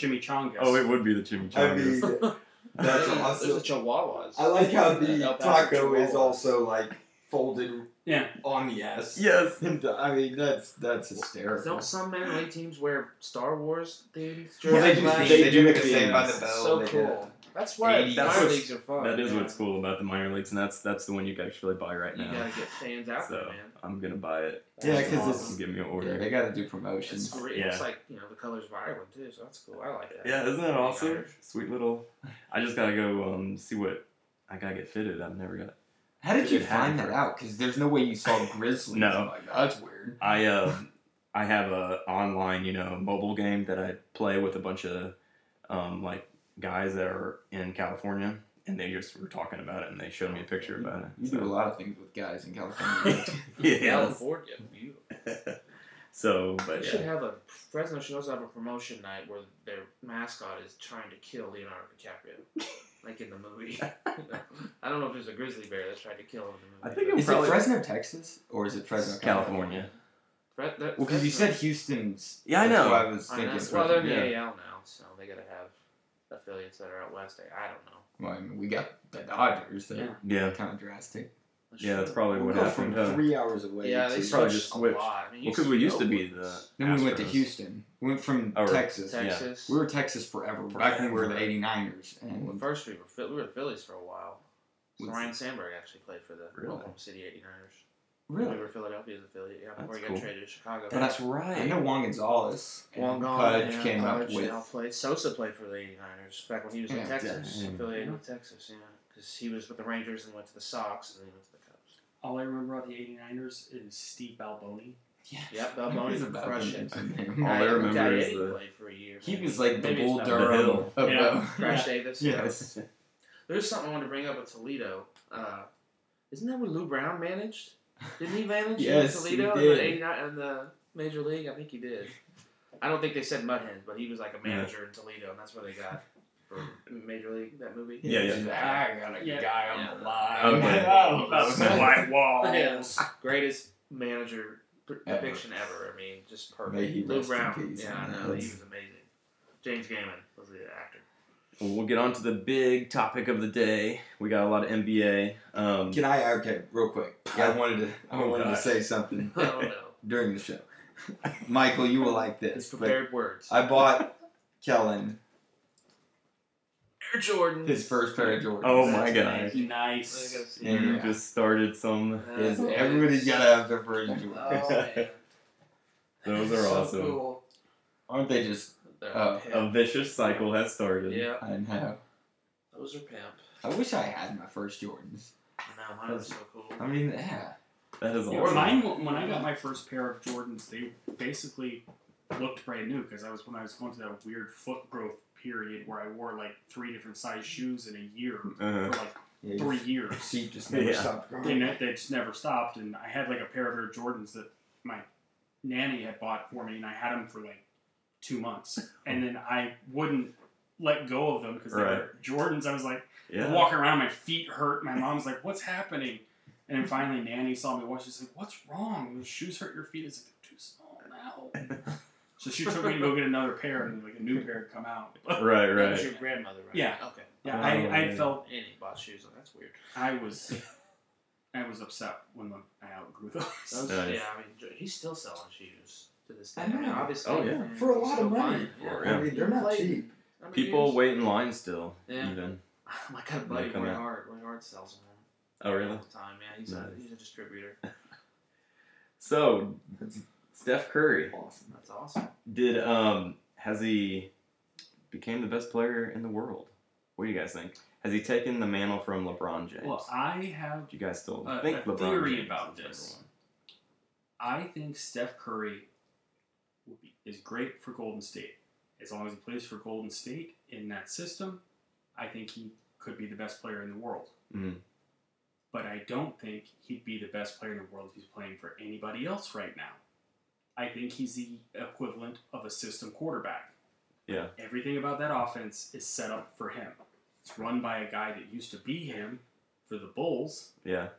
Speaker 4: chimichangas.
Speaker 1: Oh, it would be the
Speaker 2: I
Speaker 1: chimichangas.
Speaker 2: mean, that's
Speaker 3: Those are-
Speaker 2: awesome.
Speaker 3: Those are Chihuahuas.
Speaker 2: I like how the
Speaker 3: El Paso
Speaker 2: taco is
Speaker 3: Chihuahuas.
Speaker 2: also like folded
Speaker 4: Yeah.
Speaker 2: on the ass.
Speaker 1: yes.
Speaker 2: And, uh, I mean, that's
Speaker 5: That's hysterical.
Speaker 3: Don't some minor league teams wear Star Wars themed
Speaker 2: Well, they
Speaker 3: jerseys?
Speaker 2: do-
Speaker 3: Like,
Speaker 2: they
Speaker 5: They
Speaker 2: do
Speaker 5: do
Speaker 2: make a
Speaker 5: the
Speaker 2: save by
Speaker 5: things.
Speaker 2: the bell.
Speaker 3: so
Speaker 2: they do.
Speaker 3: cool. That's why
Speaker 5: Eighties.
Speaker 3: minor
Speaker 1: That's-
Speaker 3: leagues are fun.
Speaker 1: That is
Speaker 3: yeah.
Speaker 1: what's cool about the minor leagues, and that's that's the one you can actually buy right
Speaker 3: You
Speaker 1: now.
Speaker 3: gotta get fans out there,
Speaker 1: So
Speaker 3: man.
Speaker 1: I'm gonna buy it.
Speaker 2: Yeah,
Speaker 3: That's
Speaker 2: 'cause
Speaker 3: awesome.
Speaker 2: it's-
Speaker 1: give me an
Speaker 5: Yeah,
Speaker 1: order.
Speaker 5: they got to do
Speaker 3: It's
Speaker 5: promotions.
Speaker 3: great.
Speaker 1: Yeah.
Speaker 3: It's like you know the colors of Ireland too, so that's cool. I like that.
Speaker 1: Yeah, isn't that
Speaker 3: Being
Speaker 1: awesome?
Speaker 3: Irish.
Speaker 1: Sweet little. I just gotta go um, see what I gotta get fitted. I've never got.
Speaker 5: How did
Speaker 1: Dude,
Speaker 5: you
Speaker 1: it had
Speaker 5: find
Speaker 1: to
Speaker 5: that
Speaker 1: hurt.
Speaker 5: out? Because there's no way you saw Grizzlies.
Speaker 1: No.
Speaker 5: Like, that's weird.
Speaker 1: I uh, I have a online, you know, mobile game that I play with a bunch of um, like guys that are in California, and they just were talking about it, and they showed me a picture about
Speaker 5: You
Speaker 1: it.
Speaker 5: do a
Speaker 1: So,
Speaker 5: lot of things with guys in California.
Speaker 1: yeah.
Speaker 3: California. You
Speaker 1: So, but
Speaker 3: They should
Speaker 1: yeah.
Speaker 3: have a Fresno should also have a promotion night where their mascot is trying to kill Leonardo DiCaprio, like in the movie. I don't know if there's a grizzly bear that's trying to kill him. In the movie,
Speaker 1: I think it
Speaker 3: but-
Speaker 5: is
Speaker 1: Probably-
Speaker 5: it Fresno, Texas, or is it Fresno,
Speaker 1: California.
Speaker 3: Fre- that-
Speaker 5: Well, because you
Speaker 3: Fresno-
Speaker 5: said Houston's.
Speaker 1: Yeah, I
Speaker 5: that's
Speaker 1: know.
Speaker 5: why I was
Speaker 3: I
Speaker 5: thinking.
Speaker 3: know,
Speaker 5: Fresno.
Speaker 3: well, they're in the
Speaker 1: yeah.
Speaker 3: AL now, so they gotta have affiliates that are out west. I- I don't know.
Speaker 5: Well, I mean, we got the Dodgers. They're
Speaker 4: Yeah.
Speaker 1: Yeah,
Speaker 5: kind of drastic.
Speaker 1: yeah, that's
Speaker 3: Sure.
Speaker 1: probably
Speaker 2: We'll
Speaker 1: what
Speaker 2: go from
Speaker 1: happened. huh?
Speaker 2: three hours away.
Speaker 3: yeah.
Speaker 2: to
Speaker 3: They
Speaker 1: probably
Speaker 3: switched
Speaker 1: just
Speaker 3: a
Speaker 1: switched.
Speaker 3: lot. I mean,
Speaker 1: Well, because we used to be
Speaker 3: Oakland,
Speaker 1: the.
Speaker 5: Then we went to
Speaker 1: Astros.
Speaker 5: Houston. We went from
Speaker 1: Oh, right.
Speaker 5: Texas.
Speaker 3: Texas.
Speaker 5: We were Texas forever. Back when we were the 89ers.
Speaker 3: Well,
Speaker 5: And
Speaker 3: first we were Phil- we were Phillies for a while. So
Speaker 5: What's-
Speaker 3: Ryan Sandberg actually played for the
Speaker 1: Really?
Speaker 3: Oklahoma City 89ers.
Speaker 5: really,
Speaker 3: We were Philadelphia's affiliate. Yeah, before
Speaker 1: That's
Speaker 3: he got
Speaker 1: cool.
Speaker 3: traded to Chicago.
Speaker 5: But
Speaker 1: That's
Speaker 5: I
Speaker 1: right.
Speaker 5: know Juan Gonzalez. and
Speaker 3: Long gone.
Speaker 5: Pudge
Speaker 3: yeah,
Speaker 5: came up
Speaker 3: Pudge
Speaker 5: with.
Speaker 3: now played. Sosa played for the 89ers back when he was
Speaker 5: Yeah.
Speaker 3: in Texas,
Speaker 1: Dang.
Speaker 3: affiliated with Texas. Yeah, because he was with the Rangers and went to the Sox and then he went to the Cubs.
Speaker 4: All I remember about the 89ers is Steve Balboni.
Speaker 3: Yep,
Speaker 5: That
Speaker 3: Balboni
Speaker 5: was a bad
Speaker 3: crushed
Speaker 5: name.
Speaker 3: it.
Speaker 1: All I
Speaker 3: Yeah,
Speaker 1: remember
Speaker 3: Guy
Speaker 1: is
Speaker 3: Eddie
Speaker 1: the-
Speaker 3: played for a year.
Speaker 5: He
Speaker 3: maybe.
Speaker 5: was like the
Speaker 3: Maybe
Speaker 5: Bull
Speaker 3: it's not
Speaker 1: The
Speaker 5: Durham
Speaker 1: Hill.
Speaker 5: of the-
Speaker 4: Yeah.
Speaker 3: Crash Davis. yeah.
Speaker 5: Yes.
Speaker 3: There's something I wanted to bring up with Toledo. Uh, isn't that where Lou Brown managed? Didn't he manage
Speaker 5: Yes,
Speaker 3: Toledo
Speaker 5: he
Speaker 3: in
Speaker 5: did.
Speaker 3: the 89 in the Major League? I think he did. I don't think they said Mudhens, but he was like a manager in Toledo, and that's where they got for Major League that movie.
Speaker 1: Yeah, yeah.
Speaker 5: I got
Speaker 4: Yeah. Oh,
Speaker 5: guy
Speaker 3: Yeah.
Speaker 5: line. Oh,
Speaker 1: Okay.
Speaker 5: I don't
Speaker 4: About
Speaker 5: know.
Speaker 4: the white
Speaker 3: Yes.
Speaker 4: walls.
Speaker 3: Greatest manager pr-
Speaker 5: Ever.
Speaker 3: depiction ever. I mean, just perfect.
Speaker 5: May he
Speaker 3: Lou
Speaker 5: rest in
Speaker 3: Brown.
Speaker 5: peace,
Speaker 3: yeah, I
Speaker 5: man.
Speaker 3: know. He
Speaker 5: That's-
Speaker 3: was amazing. James Gammon was the actor.
Speaker 1: Well, we'll get on to the big topic of the day. We got a lot of NBA. Um,
Speaker 2: Can I? Okay, real quick. I wanted to. I
Speaker 1: Oh,
Speaker 2: wanted to
Speaker 1: gosh.
Speaker 2: say something
Speaker 3: I don't know.
Speaker 2: during the show. Michael, you will like
Speaker 3: His
Speaker 2: this. But
Speaker 3: prepared words.
Speaker 2: I bought Kellen
Speaker 3: Air Jordan.
Speaker 2: his first pair of Jordans.
Speaker 1: oh my
Speaker 3: That's
Speaker 1: god.
Speaker 3: amazing. I gotta
Speaker 4: Nice.
Speaker 3: see
Speaker 2: Yeah.
Speaker 1: You just started some.
Speaker 3: that.
Speaker 2: Is
Speaker 3: That's
Speaker 2: everybody's gotta have their first Jordan.
Speaker 3: Oh, man.
Speaker 1: Those are
Speaker 3: so
Speaker 1: awesome. Uh, um,
Speaker 3: Cool.
Speaker 2: Aren't they just?
Speaker 3: They're
Speaker 5: Oh,
Speaker 3: pimp.
Speaker 1: A vicious cycle has started.
Speaker 3: yeah,
Speaker 5: I know.
Speaker 3: those are pimp.
Speaker 5: I wish I had my first Jordans.
Speaker 3: I know, mine was so cool.
Speaker 5: I mean, yeah.
Speaker 1: That is
Speaker 4: Yeah,
Speaker 1: awesome.
Speaker 4: mine, when I got my first pair of Jordans, they basically looked brand new because I was when I was going through that weird foot growth period where I wore like three different size shoes in a year for
Speaker 1: Uh,
Speaker 4: like
Speaker 2: yeah
Speaker 4: three
Speaker 2: your
Speaker 4: years.
Speaker 2: feet just never
Speaker 1: Yeah.
Speaker 2: stopped growing.
Speaker 4: and that, that just never stopped. And I had like a pair of Air Jordans that my nanny had bought for me, and I had them for like two months, and then I wouldn't let go of them because they
Speaker 1: Right.
Speaker 4: were Jordans. I was like
Speaker 1: yeah.
Speaker 4: walking around, my feet hurt. My mom's like, "What's happening?" And then finally, Nanny saw me watch. She's like, "What's wrong? Your shoes hurt your feet." It's like they're too small now. so she took me to go get another pair, and like a new pair had come out.
Speaker 1: Right,
Speaker 3: That
Speaker 1: right.
Speaker 3: was your grandmother, right?
Speaker 4: Yeah.
Speaker 3: Okay.
Speaker 4: Yeah, I, I
Speaker 1: Oh,
Speaker 4: felt
Speaker 3: And he bought shoes. Like, that's weird.
Speaker 4: I was I was upset when the, I outgrew those.
Speaker 3: Those,
Speaker 1: Nice.
Speaker 3: Yeah, I mean, j- he's still selling shoes to this day.
Speaker 5: I
Speaker 3: I mean,
Speaker 5: know.
Speaker 3: obviously.
Speaker 1: Oh, yeah.
Speaker 3: and
Speaker 5: For a
Speaker 3: he's
Speaker 5: lot
Speaker 3: still
Speaker 5: of money.
Speaker 3: buying them,
Speaker 1: Yeah.
Speaker 2: I mean, they're not
Speaker 3: Like-
Speaker 2: cheap.
Speaker 3: yeah. I mean,
Speaker 1: People
Speaker 3: he's-
Speaker 1: wait in line still,
Speaker 3: Yeah.
Speaker 1: even.
Speaker 3: My god, buddy,
Speaker 1: They come
Speaker 3: Roy
Speaker 1: out.
Speaker 3: Hart. Roy Hart sells them.
Speaker 1: Oh, really?
Speaker 3: All the time, yeah. He's, a,
Speaker 1: Nice.
Speaker 3: he's a distributor.
Speaker 1: So, Steph Curry
Speaker 2: Awesome.
Speaker 3: That's awesome.
Speaker 1: did um has he became the best player in the world? What do you guys think? Has he taken the mantle from LeBron James?
Speaker 4: Well, I have
Speaker 1: do you guys still
Speaker 4: a-
Speaker 1: think
Speaker 4: a
Speaker 1: LeBron
Speaker 4: theory
Speaker 1: James
Speaker 4: about
Speaker 1: is number
Speaker 4: this.
Speaker 1: one?
Speaker 4: I think Steph Curry would be, is great for Golden State as long as he plays for Golden State in that system. I think he could be the best player in the world.
Speaker 1: Mhm.
Speaker 4: But I don't think he'd be the best player in the world if he's playing for anybody else right now. I think he's the equivalent of a system quarterback.
Speaker 1: Yeah.
Speaker 4: Everything about that offense is set up for him. It's run by a guy that used to be him for the Bulls.
Speaker 1: Yeah.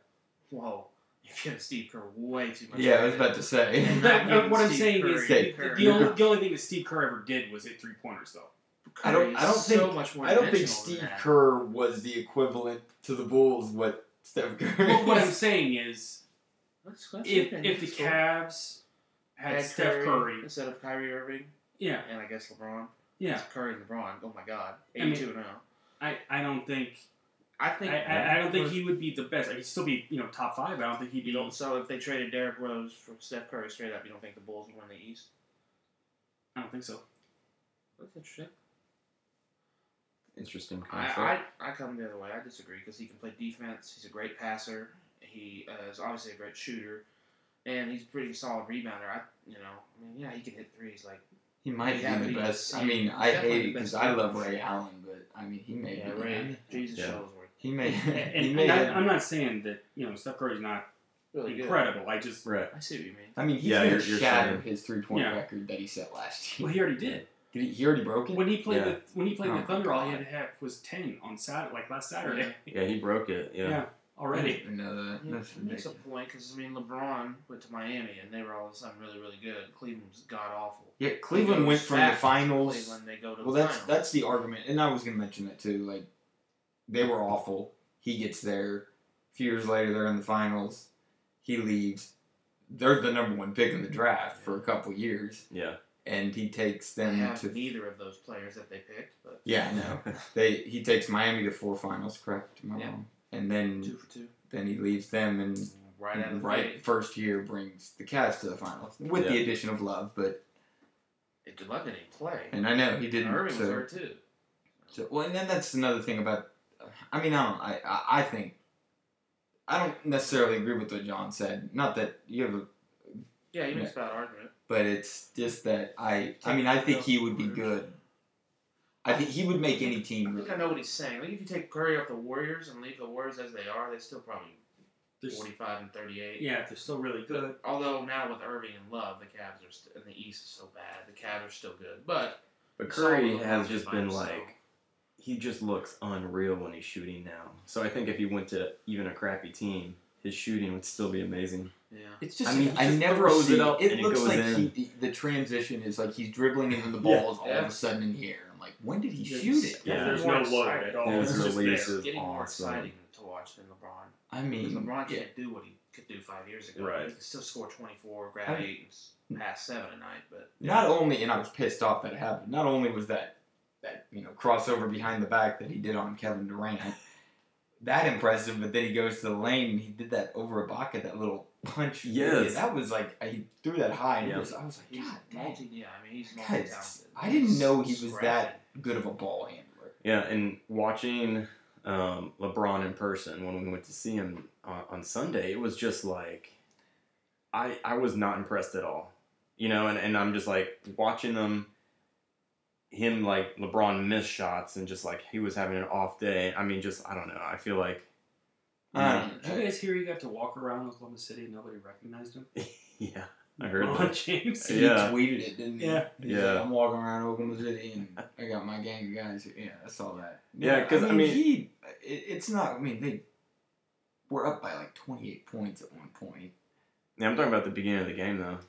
Speaker 3: Whoa. You're giving Steve Kerr way too much.
Speaker 2: Yeah, I was
Speaker 3: credit.
Speaker 2: about to say.
Speaker 3: You're not
Speaker 4: But
Speaker 3: giving
Speaker 4: what I'm
Speaker 3: Steve
Speaker 4: saying is,
Speaker 3: Curry-
Speaker 2: Okay.
Speaker 4: the,
Speaker 3: Curry-
Speaker 4: the only, the only thing that Steve Kerr ever did was hit three pointers, though.
Speaker 2: I don't-
Speaker 3: Curry
Speaker 2: I don't
Speaker 3: is
Speaker 2: think-
Speaker 3: so much more
Speaker 2: I don't think
Speaker 3: dimensional than
Speaker 2: Steve
Speaker 3: that.
Speaker 2: Kerr was the equivalent to the Bulls what Steph Curry.
Speaker 4: But what I'm
Speaker 2: is.
Speaker 4: saying is,
Speaker 3: Let's- let's
Speaker 4: if
Speaker 3: look at
Speaker 4: if the
Speaker 3: this.
Speaker 4: Cavs had
Speaker 3: Had
Speaker 4: Steph Curry,
Speaker 3: instead of Kyrie Irving,
Speaker 4: yeah,
Speaker 3: and I guess LeBron.
Speaker 4: yeah,
Speaker 3: It's Curry and LeBron. Oh my God,
Speaker 4: I mean-
Speaker 3: eighty-two and zero.
Speaker 4: I, I don't think
Speaker 3: I
Speaker 4: I,
Speaker 3: think.
Speaker 4: I, I don't think he would be the best. He'd still be you know top five. but I don't think he'd be.
Speaker 3: You don't. So if they traded Derrick Rose for Steph Curry straight up, you don't think the Bulls would win the East?
Speaker 4: I don't think so.
Speaker 3: That's interesting.
Speaker 1: Interesting concept.
Speaker 3: I, I, I come the other way. I disagree because he can play defense. He's a great passer. He uh, is obviously a great shooter, and he's a pretty solid rebounder. I you know I mean yeah he can hit threes like
Speaker 2: He might be
Speaker 3: Yeah, but
Speaker 2: the
Speaker 3: he's-
Speaker 2: best. I mean, I
Speaker 3: definitely
Speaker 2: hate it
Speaker 3: the best
Speaker 2: because I love
Speaker 3: player.
Speaker 2: Ray Allen, but I mean, he may
Speaker 3: yeah
Speaker 2: be.
Speaker 3: Ray Jesus
Speaker 1: Yeah.
Speaker 3: Shuttlesworth
Speaker 2: He may.
Speaker 4: And,
Speaker 2: He
Speaker 4: and
Speaker 2: may.
Speaker 4: I,
Speaker 2: have-
Speaker 4: I'm not saying that you know Steph Curry's not
Speaker 3: really good.
Speaker 4: incredible. I just
Speaker 1: right.
Speaker 3: I see what you mean.
Speaker 2: I mean, he's
Speaker 1: Yeah,
Speaker 2: gonna
Speaker 1: you're- you're
Speaker 2: shatter
Speaker 1: saying-
Speaker 2: his three-point
Speaker 4: Yeah.
Speaker 2: record that he set last year.
Speaker 4: well, he already did
Speaker 2: Did he, he already broke it?
Speaker 4: when he played
Speaker 1: Yeah.
Speaker 4: the when he played
Speaker 2: Oh,
Speaker 4: the Thunder. All he
Speaker 2: God.
Speaker 4: had to have was ten on Saturday, like last Saturday
Speaker 1: Yeah, he broke it. Yeah.
Speaker 4: already.
Speaker 2: I didn't know that.
Speaker 3: Yeah,
Speaker 2: That's
Speaker 3: it makes a
Speaker 2: ridiculous.
Speaker 3: point because I mean LeBron went to Miami and they were all of a sudden really really good. Cleveland's god awful.
Speaker 2: Yeah, Cleveland went from the finals.
Speaker 3: Cleveland, they go to
Speaker 2: Well,
Speaker 3: the
Speaker 2: that's
Speaker 3: finals.
Speaker 2: that's the argument, and I was gonna mention that too. Like, they were awful. He gets there. A few years later, they're in the finals. He leaves. They're the number one pick in the draft for a couple years,
Speaker 1: Yeah.
Speaker 2: and he takes
Speaker 3: I
Speaker 2: them
Speaker 3: have
Speaker 2: to
Speaker 3: neither of those players that they picked, but
Speaker 2: yeah, no. They he takes Miami to four finals, correct? Am I
Speaker 3: Yeah.
Speaker 2: wrong? And then
Speaker 3: two for two,
Speaker 2: then he leaves them and
Speaker 3: right out of the
Speaker 2: right
Speaker 3: gate.
Speaker 2: first year brings the Cavs to the finals with the
Speaker 1: Yeah.
Speaker 2: addition of Love, but
Speaker 3: It did not even play.
Speaker 2: and I know he didn't.
Speaker 3: Irving
Speaker 2: so,
Speaker 3: was hurt too.
Speaker 2: So, well, and then that's another thing about. I mean, I don't. I, I I think. I don't necessarily agree with what John said. Not that you have, a,
Speaker 3: Yeah,
Speaker 2: Yeah.
Speaker 3: you makes a bad argument.
Speaker 2: but it's just that I. I mean, I think he would be good. I think he would make any
Speaker 3: I
Speaker 2: team.
Speaker 3: think I know what he's saying. Like if you take Curry off the Warriors and leave the Warriors as they are, they still probably
Speaker 4: There's-
Speaker 3: forty-five and thirty-eight.
Speaker 4: yeah, they're still really good.
Speaker 3: Although now with Irving and Love, the Cavs are st- and the East is so bad. The Cavs are still good, but
Speaker 1: But
Speaker 3: Solid
Speaker 1: Curry
Speaker 3: LeBron
Speaker 1: has just
Speaker 3: by
Speaker 1: been
Speaker 3: himself.
Speaker 1: like he just looks unreal when he's shooting now. So I think if he went to even a crappy team, his shooting would still be amazing.
Speaker 3: yeah.
Speaker 2: It's just.
Speaker 1: I mean,
Speaker 2: I
Speaker 1: he just
Speaker 2: never
Speaker 1: throws
Speaker 2: see
Speaker 1: it up
Speaker 2: It
Speaker 1: and it
Speaker 2: looks
Speaker 1: goes
Speaker 2: like
Speaker 1: in.
Speaker 2: he. The transition is like he's dribbling into the balls all
Speaker 3: Yeah.
Speaker 2: of a sudden in here. I'm like, when did he
Speaker 3: Yes.
Speaker 2: shoot it?
Speaker 1: Yeah.
Speaker 4: There's
Speaker 3: More
Speaker 4: no load
Speaker 3: exciting.
Speaker 4: at all.
Speaker 1: There's
Speaker 4: it's just
Speaker 1: release.
Speaker 4: there.
Speaker 1: is
Speaker 3: getting more
Speaker 1: awesome.
Speaker 3: exciting to watch than LeBron.
Speaker 2: I
Speaker 3: Because
Speaker 2: mean,
Speaker 3: LeBron
Speaker 2: yeah.
Speaker 3: can't do what he could do five years ago.
Speaker 1: Right.
Speaker 3: He can still score 24, grab
Speaker 2: I-
Speaker 3: eight, and s- pass seven a night. But
Speaker 2: not only and I was pissed off that it happened. Not only was that that you know crossover behind the back that he did on Kevin Durant that impressive, but then he goes to the lane and he did that over Ibaka that little punch.
Speaker 1: Yes.
Speaker 2: that was like I- he threw that high and it
Speaker 1: Yeah.
Speaker 2: was, I was like,
Speaker 3: he's
Speaker 2: God damn,
Speaker 3: multi. Yeah, I mean he's
Speaker 2: That
Speaker 3: multi
Speaker 2: guy's-
Speaker 3: talented.
Speaker 2: I didn't know he was that- good of a ball handler.
Speaker 1: Yeah, and watching um, LeBron in person when we went to see him on, on Sunday, it was just like I I was not impressed at all. You know, and, and I'm just like watching them him like LeBron miss shots and just like he was having an off day. I mean just I don't know. I feel like Uh,
Speaker 2: I don't
Speaker 4: Did
Speaker 2: know.
Speaker 4: you guys hear he got to walk around Oklahoma City and nobody recognized him?
Speaker 1: Yeah. I heard
Speaker 4: LeBron
Speaker 1: that.
Speaker 4: James.
Speaker 2: He
Speaker 1: Yeah.
Speaker 2: tweeted it, didn't he?
Speaker 4: Yeah.
Speaker 2: He's
Speaker 1: Yeah.
Speaker 2: Like, I'm walking around Oklahoma City and I got my gang of guys. here." Yeah, I saw that.
Speaker 1: Yeah, 'cause, I mean-
Speaker 2: he, it, it's not. I mean, they we're up by like 28 points at one point.
Speaker 1: Yeah, I'm talking about the beginning of the game though.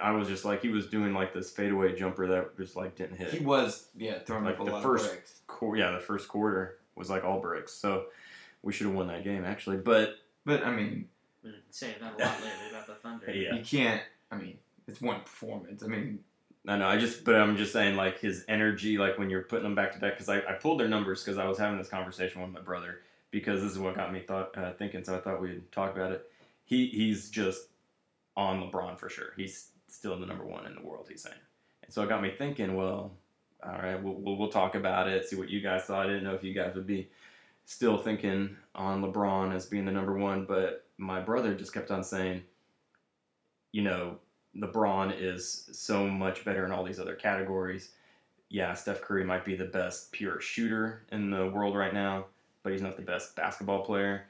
Speaker 1: I was just like he was doing like this fadeaway jumper that just like didn't hit.
Speaker 2: He was, yeah, throwing
Speaker 1: Like
Speaker 2: up a
Speaker 1: the
Speaker 2: lot
Speaker 1: first-
Speaker 2: of bricks.
Speaker 1: Qu- yeah, the first quarter was like all bricks, so we should have won that game actually. But
Speaker 2: But I mean,
Speaker 3: Been saying that a lot lately about the Thunder.
Speaker 1: yeah,
Speaker 2: you can't. I mean, it's one performance. I mean,
Speaker 1: I know. I just, but I'm just saying, like his energy, like when you're putting them back to back, because I, I pulled their numbers because I was having this conversation with my brother because this is what got me thought uh, thinking. So I thought we'd talk about it. He he's just on LeBron for sure. He's still the number one in the world. He's saying, and so it got me thinking. Well, all right, we'll we'll, we'll talk about it. See what you guys thought. I didn't know if you guys would be still thinking on LeBron as being the number one, but my brother just kept on saying, you know, LeBron is so much better in all these other categories. Yeah, Steph Curry might be the best pure shooter in the world right now, but he's not the best basketball player.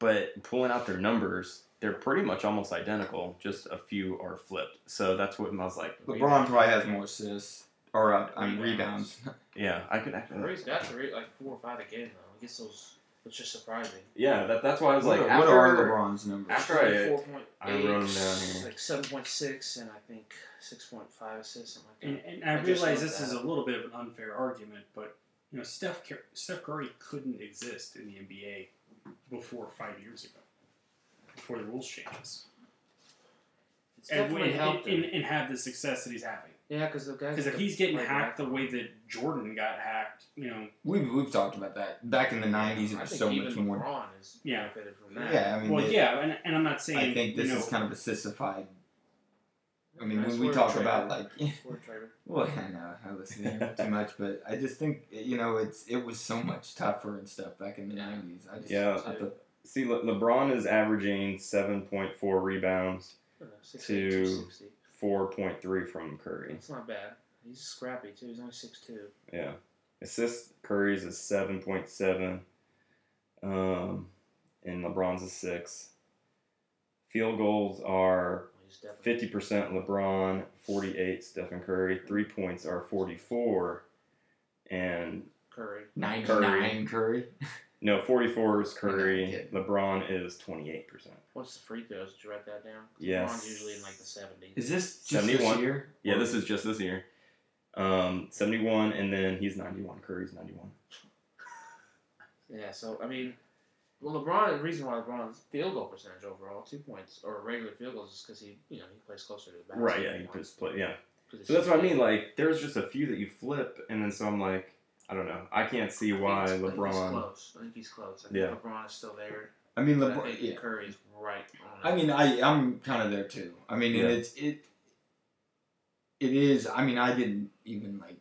Speaker 1: But pulling out their numbers, they're pretty much almost identical, just a few are flipped. So that's what I was like.
Speaker 2: LeBron probably has more assists or uh, I mean,
Speaker 3: Rebounds.
Speaker 2: rebounds.
Speaker 1: Yeah, I could actually.
Speaker 3: Curry's got three, like four or five a game though. I guess those, which is surprising.
Speaker 1: Yeah, that, that's why I was
Speaker 2: what,
Speaker 1: like,
Speaker 2: are- what are
Speaker 1: after-
Speaker 2: LeBron's numbers?
Speaker 1: after I-
Speaker 3: Four point
Speaker 1: I wrote 'em down here.
Speaker 3: like seven point six, and I think six point five assists, something
Speaker 4: And,
Speaker 3: like
Speaker 4: and I,
Speaker 3: I just
Speaker 4: realize
Speaker 3: love
Speaker 4: this
Speaker 3: that.
Speaker 4: is a little bit of an unfair argument, but you know, Steph Cur- Steph Curry couldn't exist in the NBA before five years ago, before the rules changes,
Speaker 3: that. It's
Speaker 4: and,
Speaker 3: definitely
Speaker 4: and,
Speaker 3: helped.
Speaker 4: and,
Speaker 3: him.
Speaker 4: and have the success that he's having.
Speaker 3: yeah, because the guys.
Speaker 4: Because if he's getting hacked the way that Jordan got hacked, you know,
Speaker 2: We've, we've talked about that. Back in the 90s, it
Speaker 3: I
Speaker 2: was
Speaker 3: think
Speaker 2: so
Speaker 3: even
Speaker 2: much more.
Speaker 3: LeBron is
Speaker 4: Yeah.
Speaker 3: benefited from that.
Speaker 2: Yeah, I mean,
Speaker 4: well,
Speaker 2: it-
Speaker 4: yeah, and, and I'm not saying
Speaker 2: I think this
Speaker 4: you know,
Speaker 2: is kind of a sissified. I mean,
Speaker 3: I
Speaker 2: when we
Speaker 3: swear,
Speaker 2: talk
Speaker 3: Trevor.
Speaker 2: about like,
Speaker 3: Swear, Trevor.
Speaker 2: well, I know I listen to him too much, but I just think you know it's it was so much tougher and stuff back in the
Speaker 3: Yeah.
Speaker 2: nineties. I just
Speaker 1: Yeah.
Speaker 2: I thought-
Speaker 1: See, Le- LeBron is averaging 7.4 rebounds,
Speaker 3: I don't know, 6'8",
Speaker 1: To-
Speaker 3: 260.
Speaker 1: 4.3 from Curry.
Speaker 3: It's not bad. He's scrappy too. He's only six two.
Speaker 1: Yeah. Assist Curry's is 7.7. Um, and LeBron's is 6. Field goals are
Speaker 3: He's definitely
Speaker 1: 50% LeBron, 48 Stephen Curry. Three points are 44. And
Speaker 3: Curry.
Speaker 2: 99 Curry.
Speaker 1: no, 44 is
Speaker 2: Yeah,
Speaker 1: Curry.
Speaker 2: yeah.
Speaker 1: LeBron is 28%.
Speaker 3: What's the free throws? Did you write that down? 'Cause
Speaker 1: Yes.
Speaker 3: LeBron's usually in like the seventies.
Speaker 2: Is this just this
Speaker 1: 71?
Speaker 2: year?
Speaker 1: Yeah, this is just this year. Um, 71, and then he's 91. Curry's 91.
Speaker 3: Yeah, so I mean, well, LeBron. The reason why LeBron's field goal percentage overall, two points or regular field goals, is because he, you know, he plays closer to the basket.
Speaker 1: Right, yeah, he just play. Yeah, So that's what I mean. Like, there's just a few that you flip, and then so I'm like, I don't know. I can't see why
Speaker 3: I think he's
Speaker 1: LeBron.
Speaker 3: close. I think he's close. I think
Speaker 1: Yeah.
Speaker 3: LeBron is still there.
Speaker 2: I mean,
Speaker 3: but I
Speaker 2: LeBron.
Speaker 3: think
Speaker 2: Yeah.
Speaker 3: Curry's right on.
Speaker 2: I
Speaker 3: it.
Speaker 2: mean, I I'm kind of there too. I mean,
Speaker 1: Yeah.
Speaker 2: and it's it. It is. I mean, I didn't even like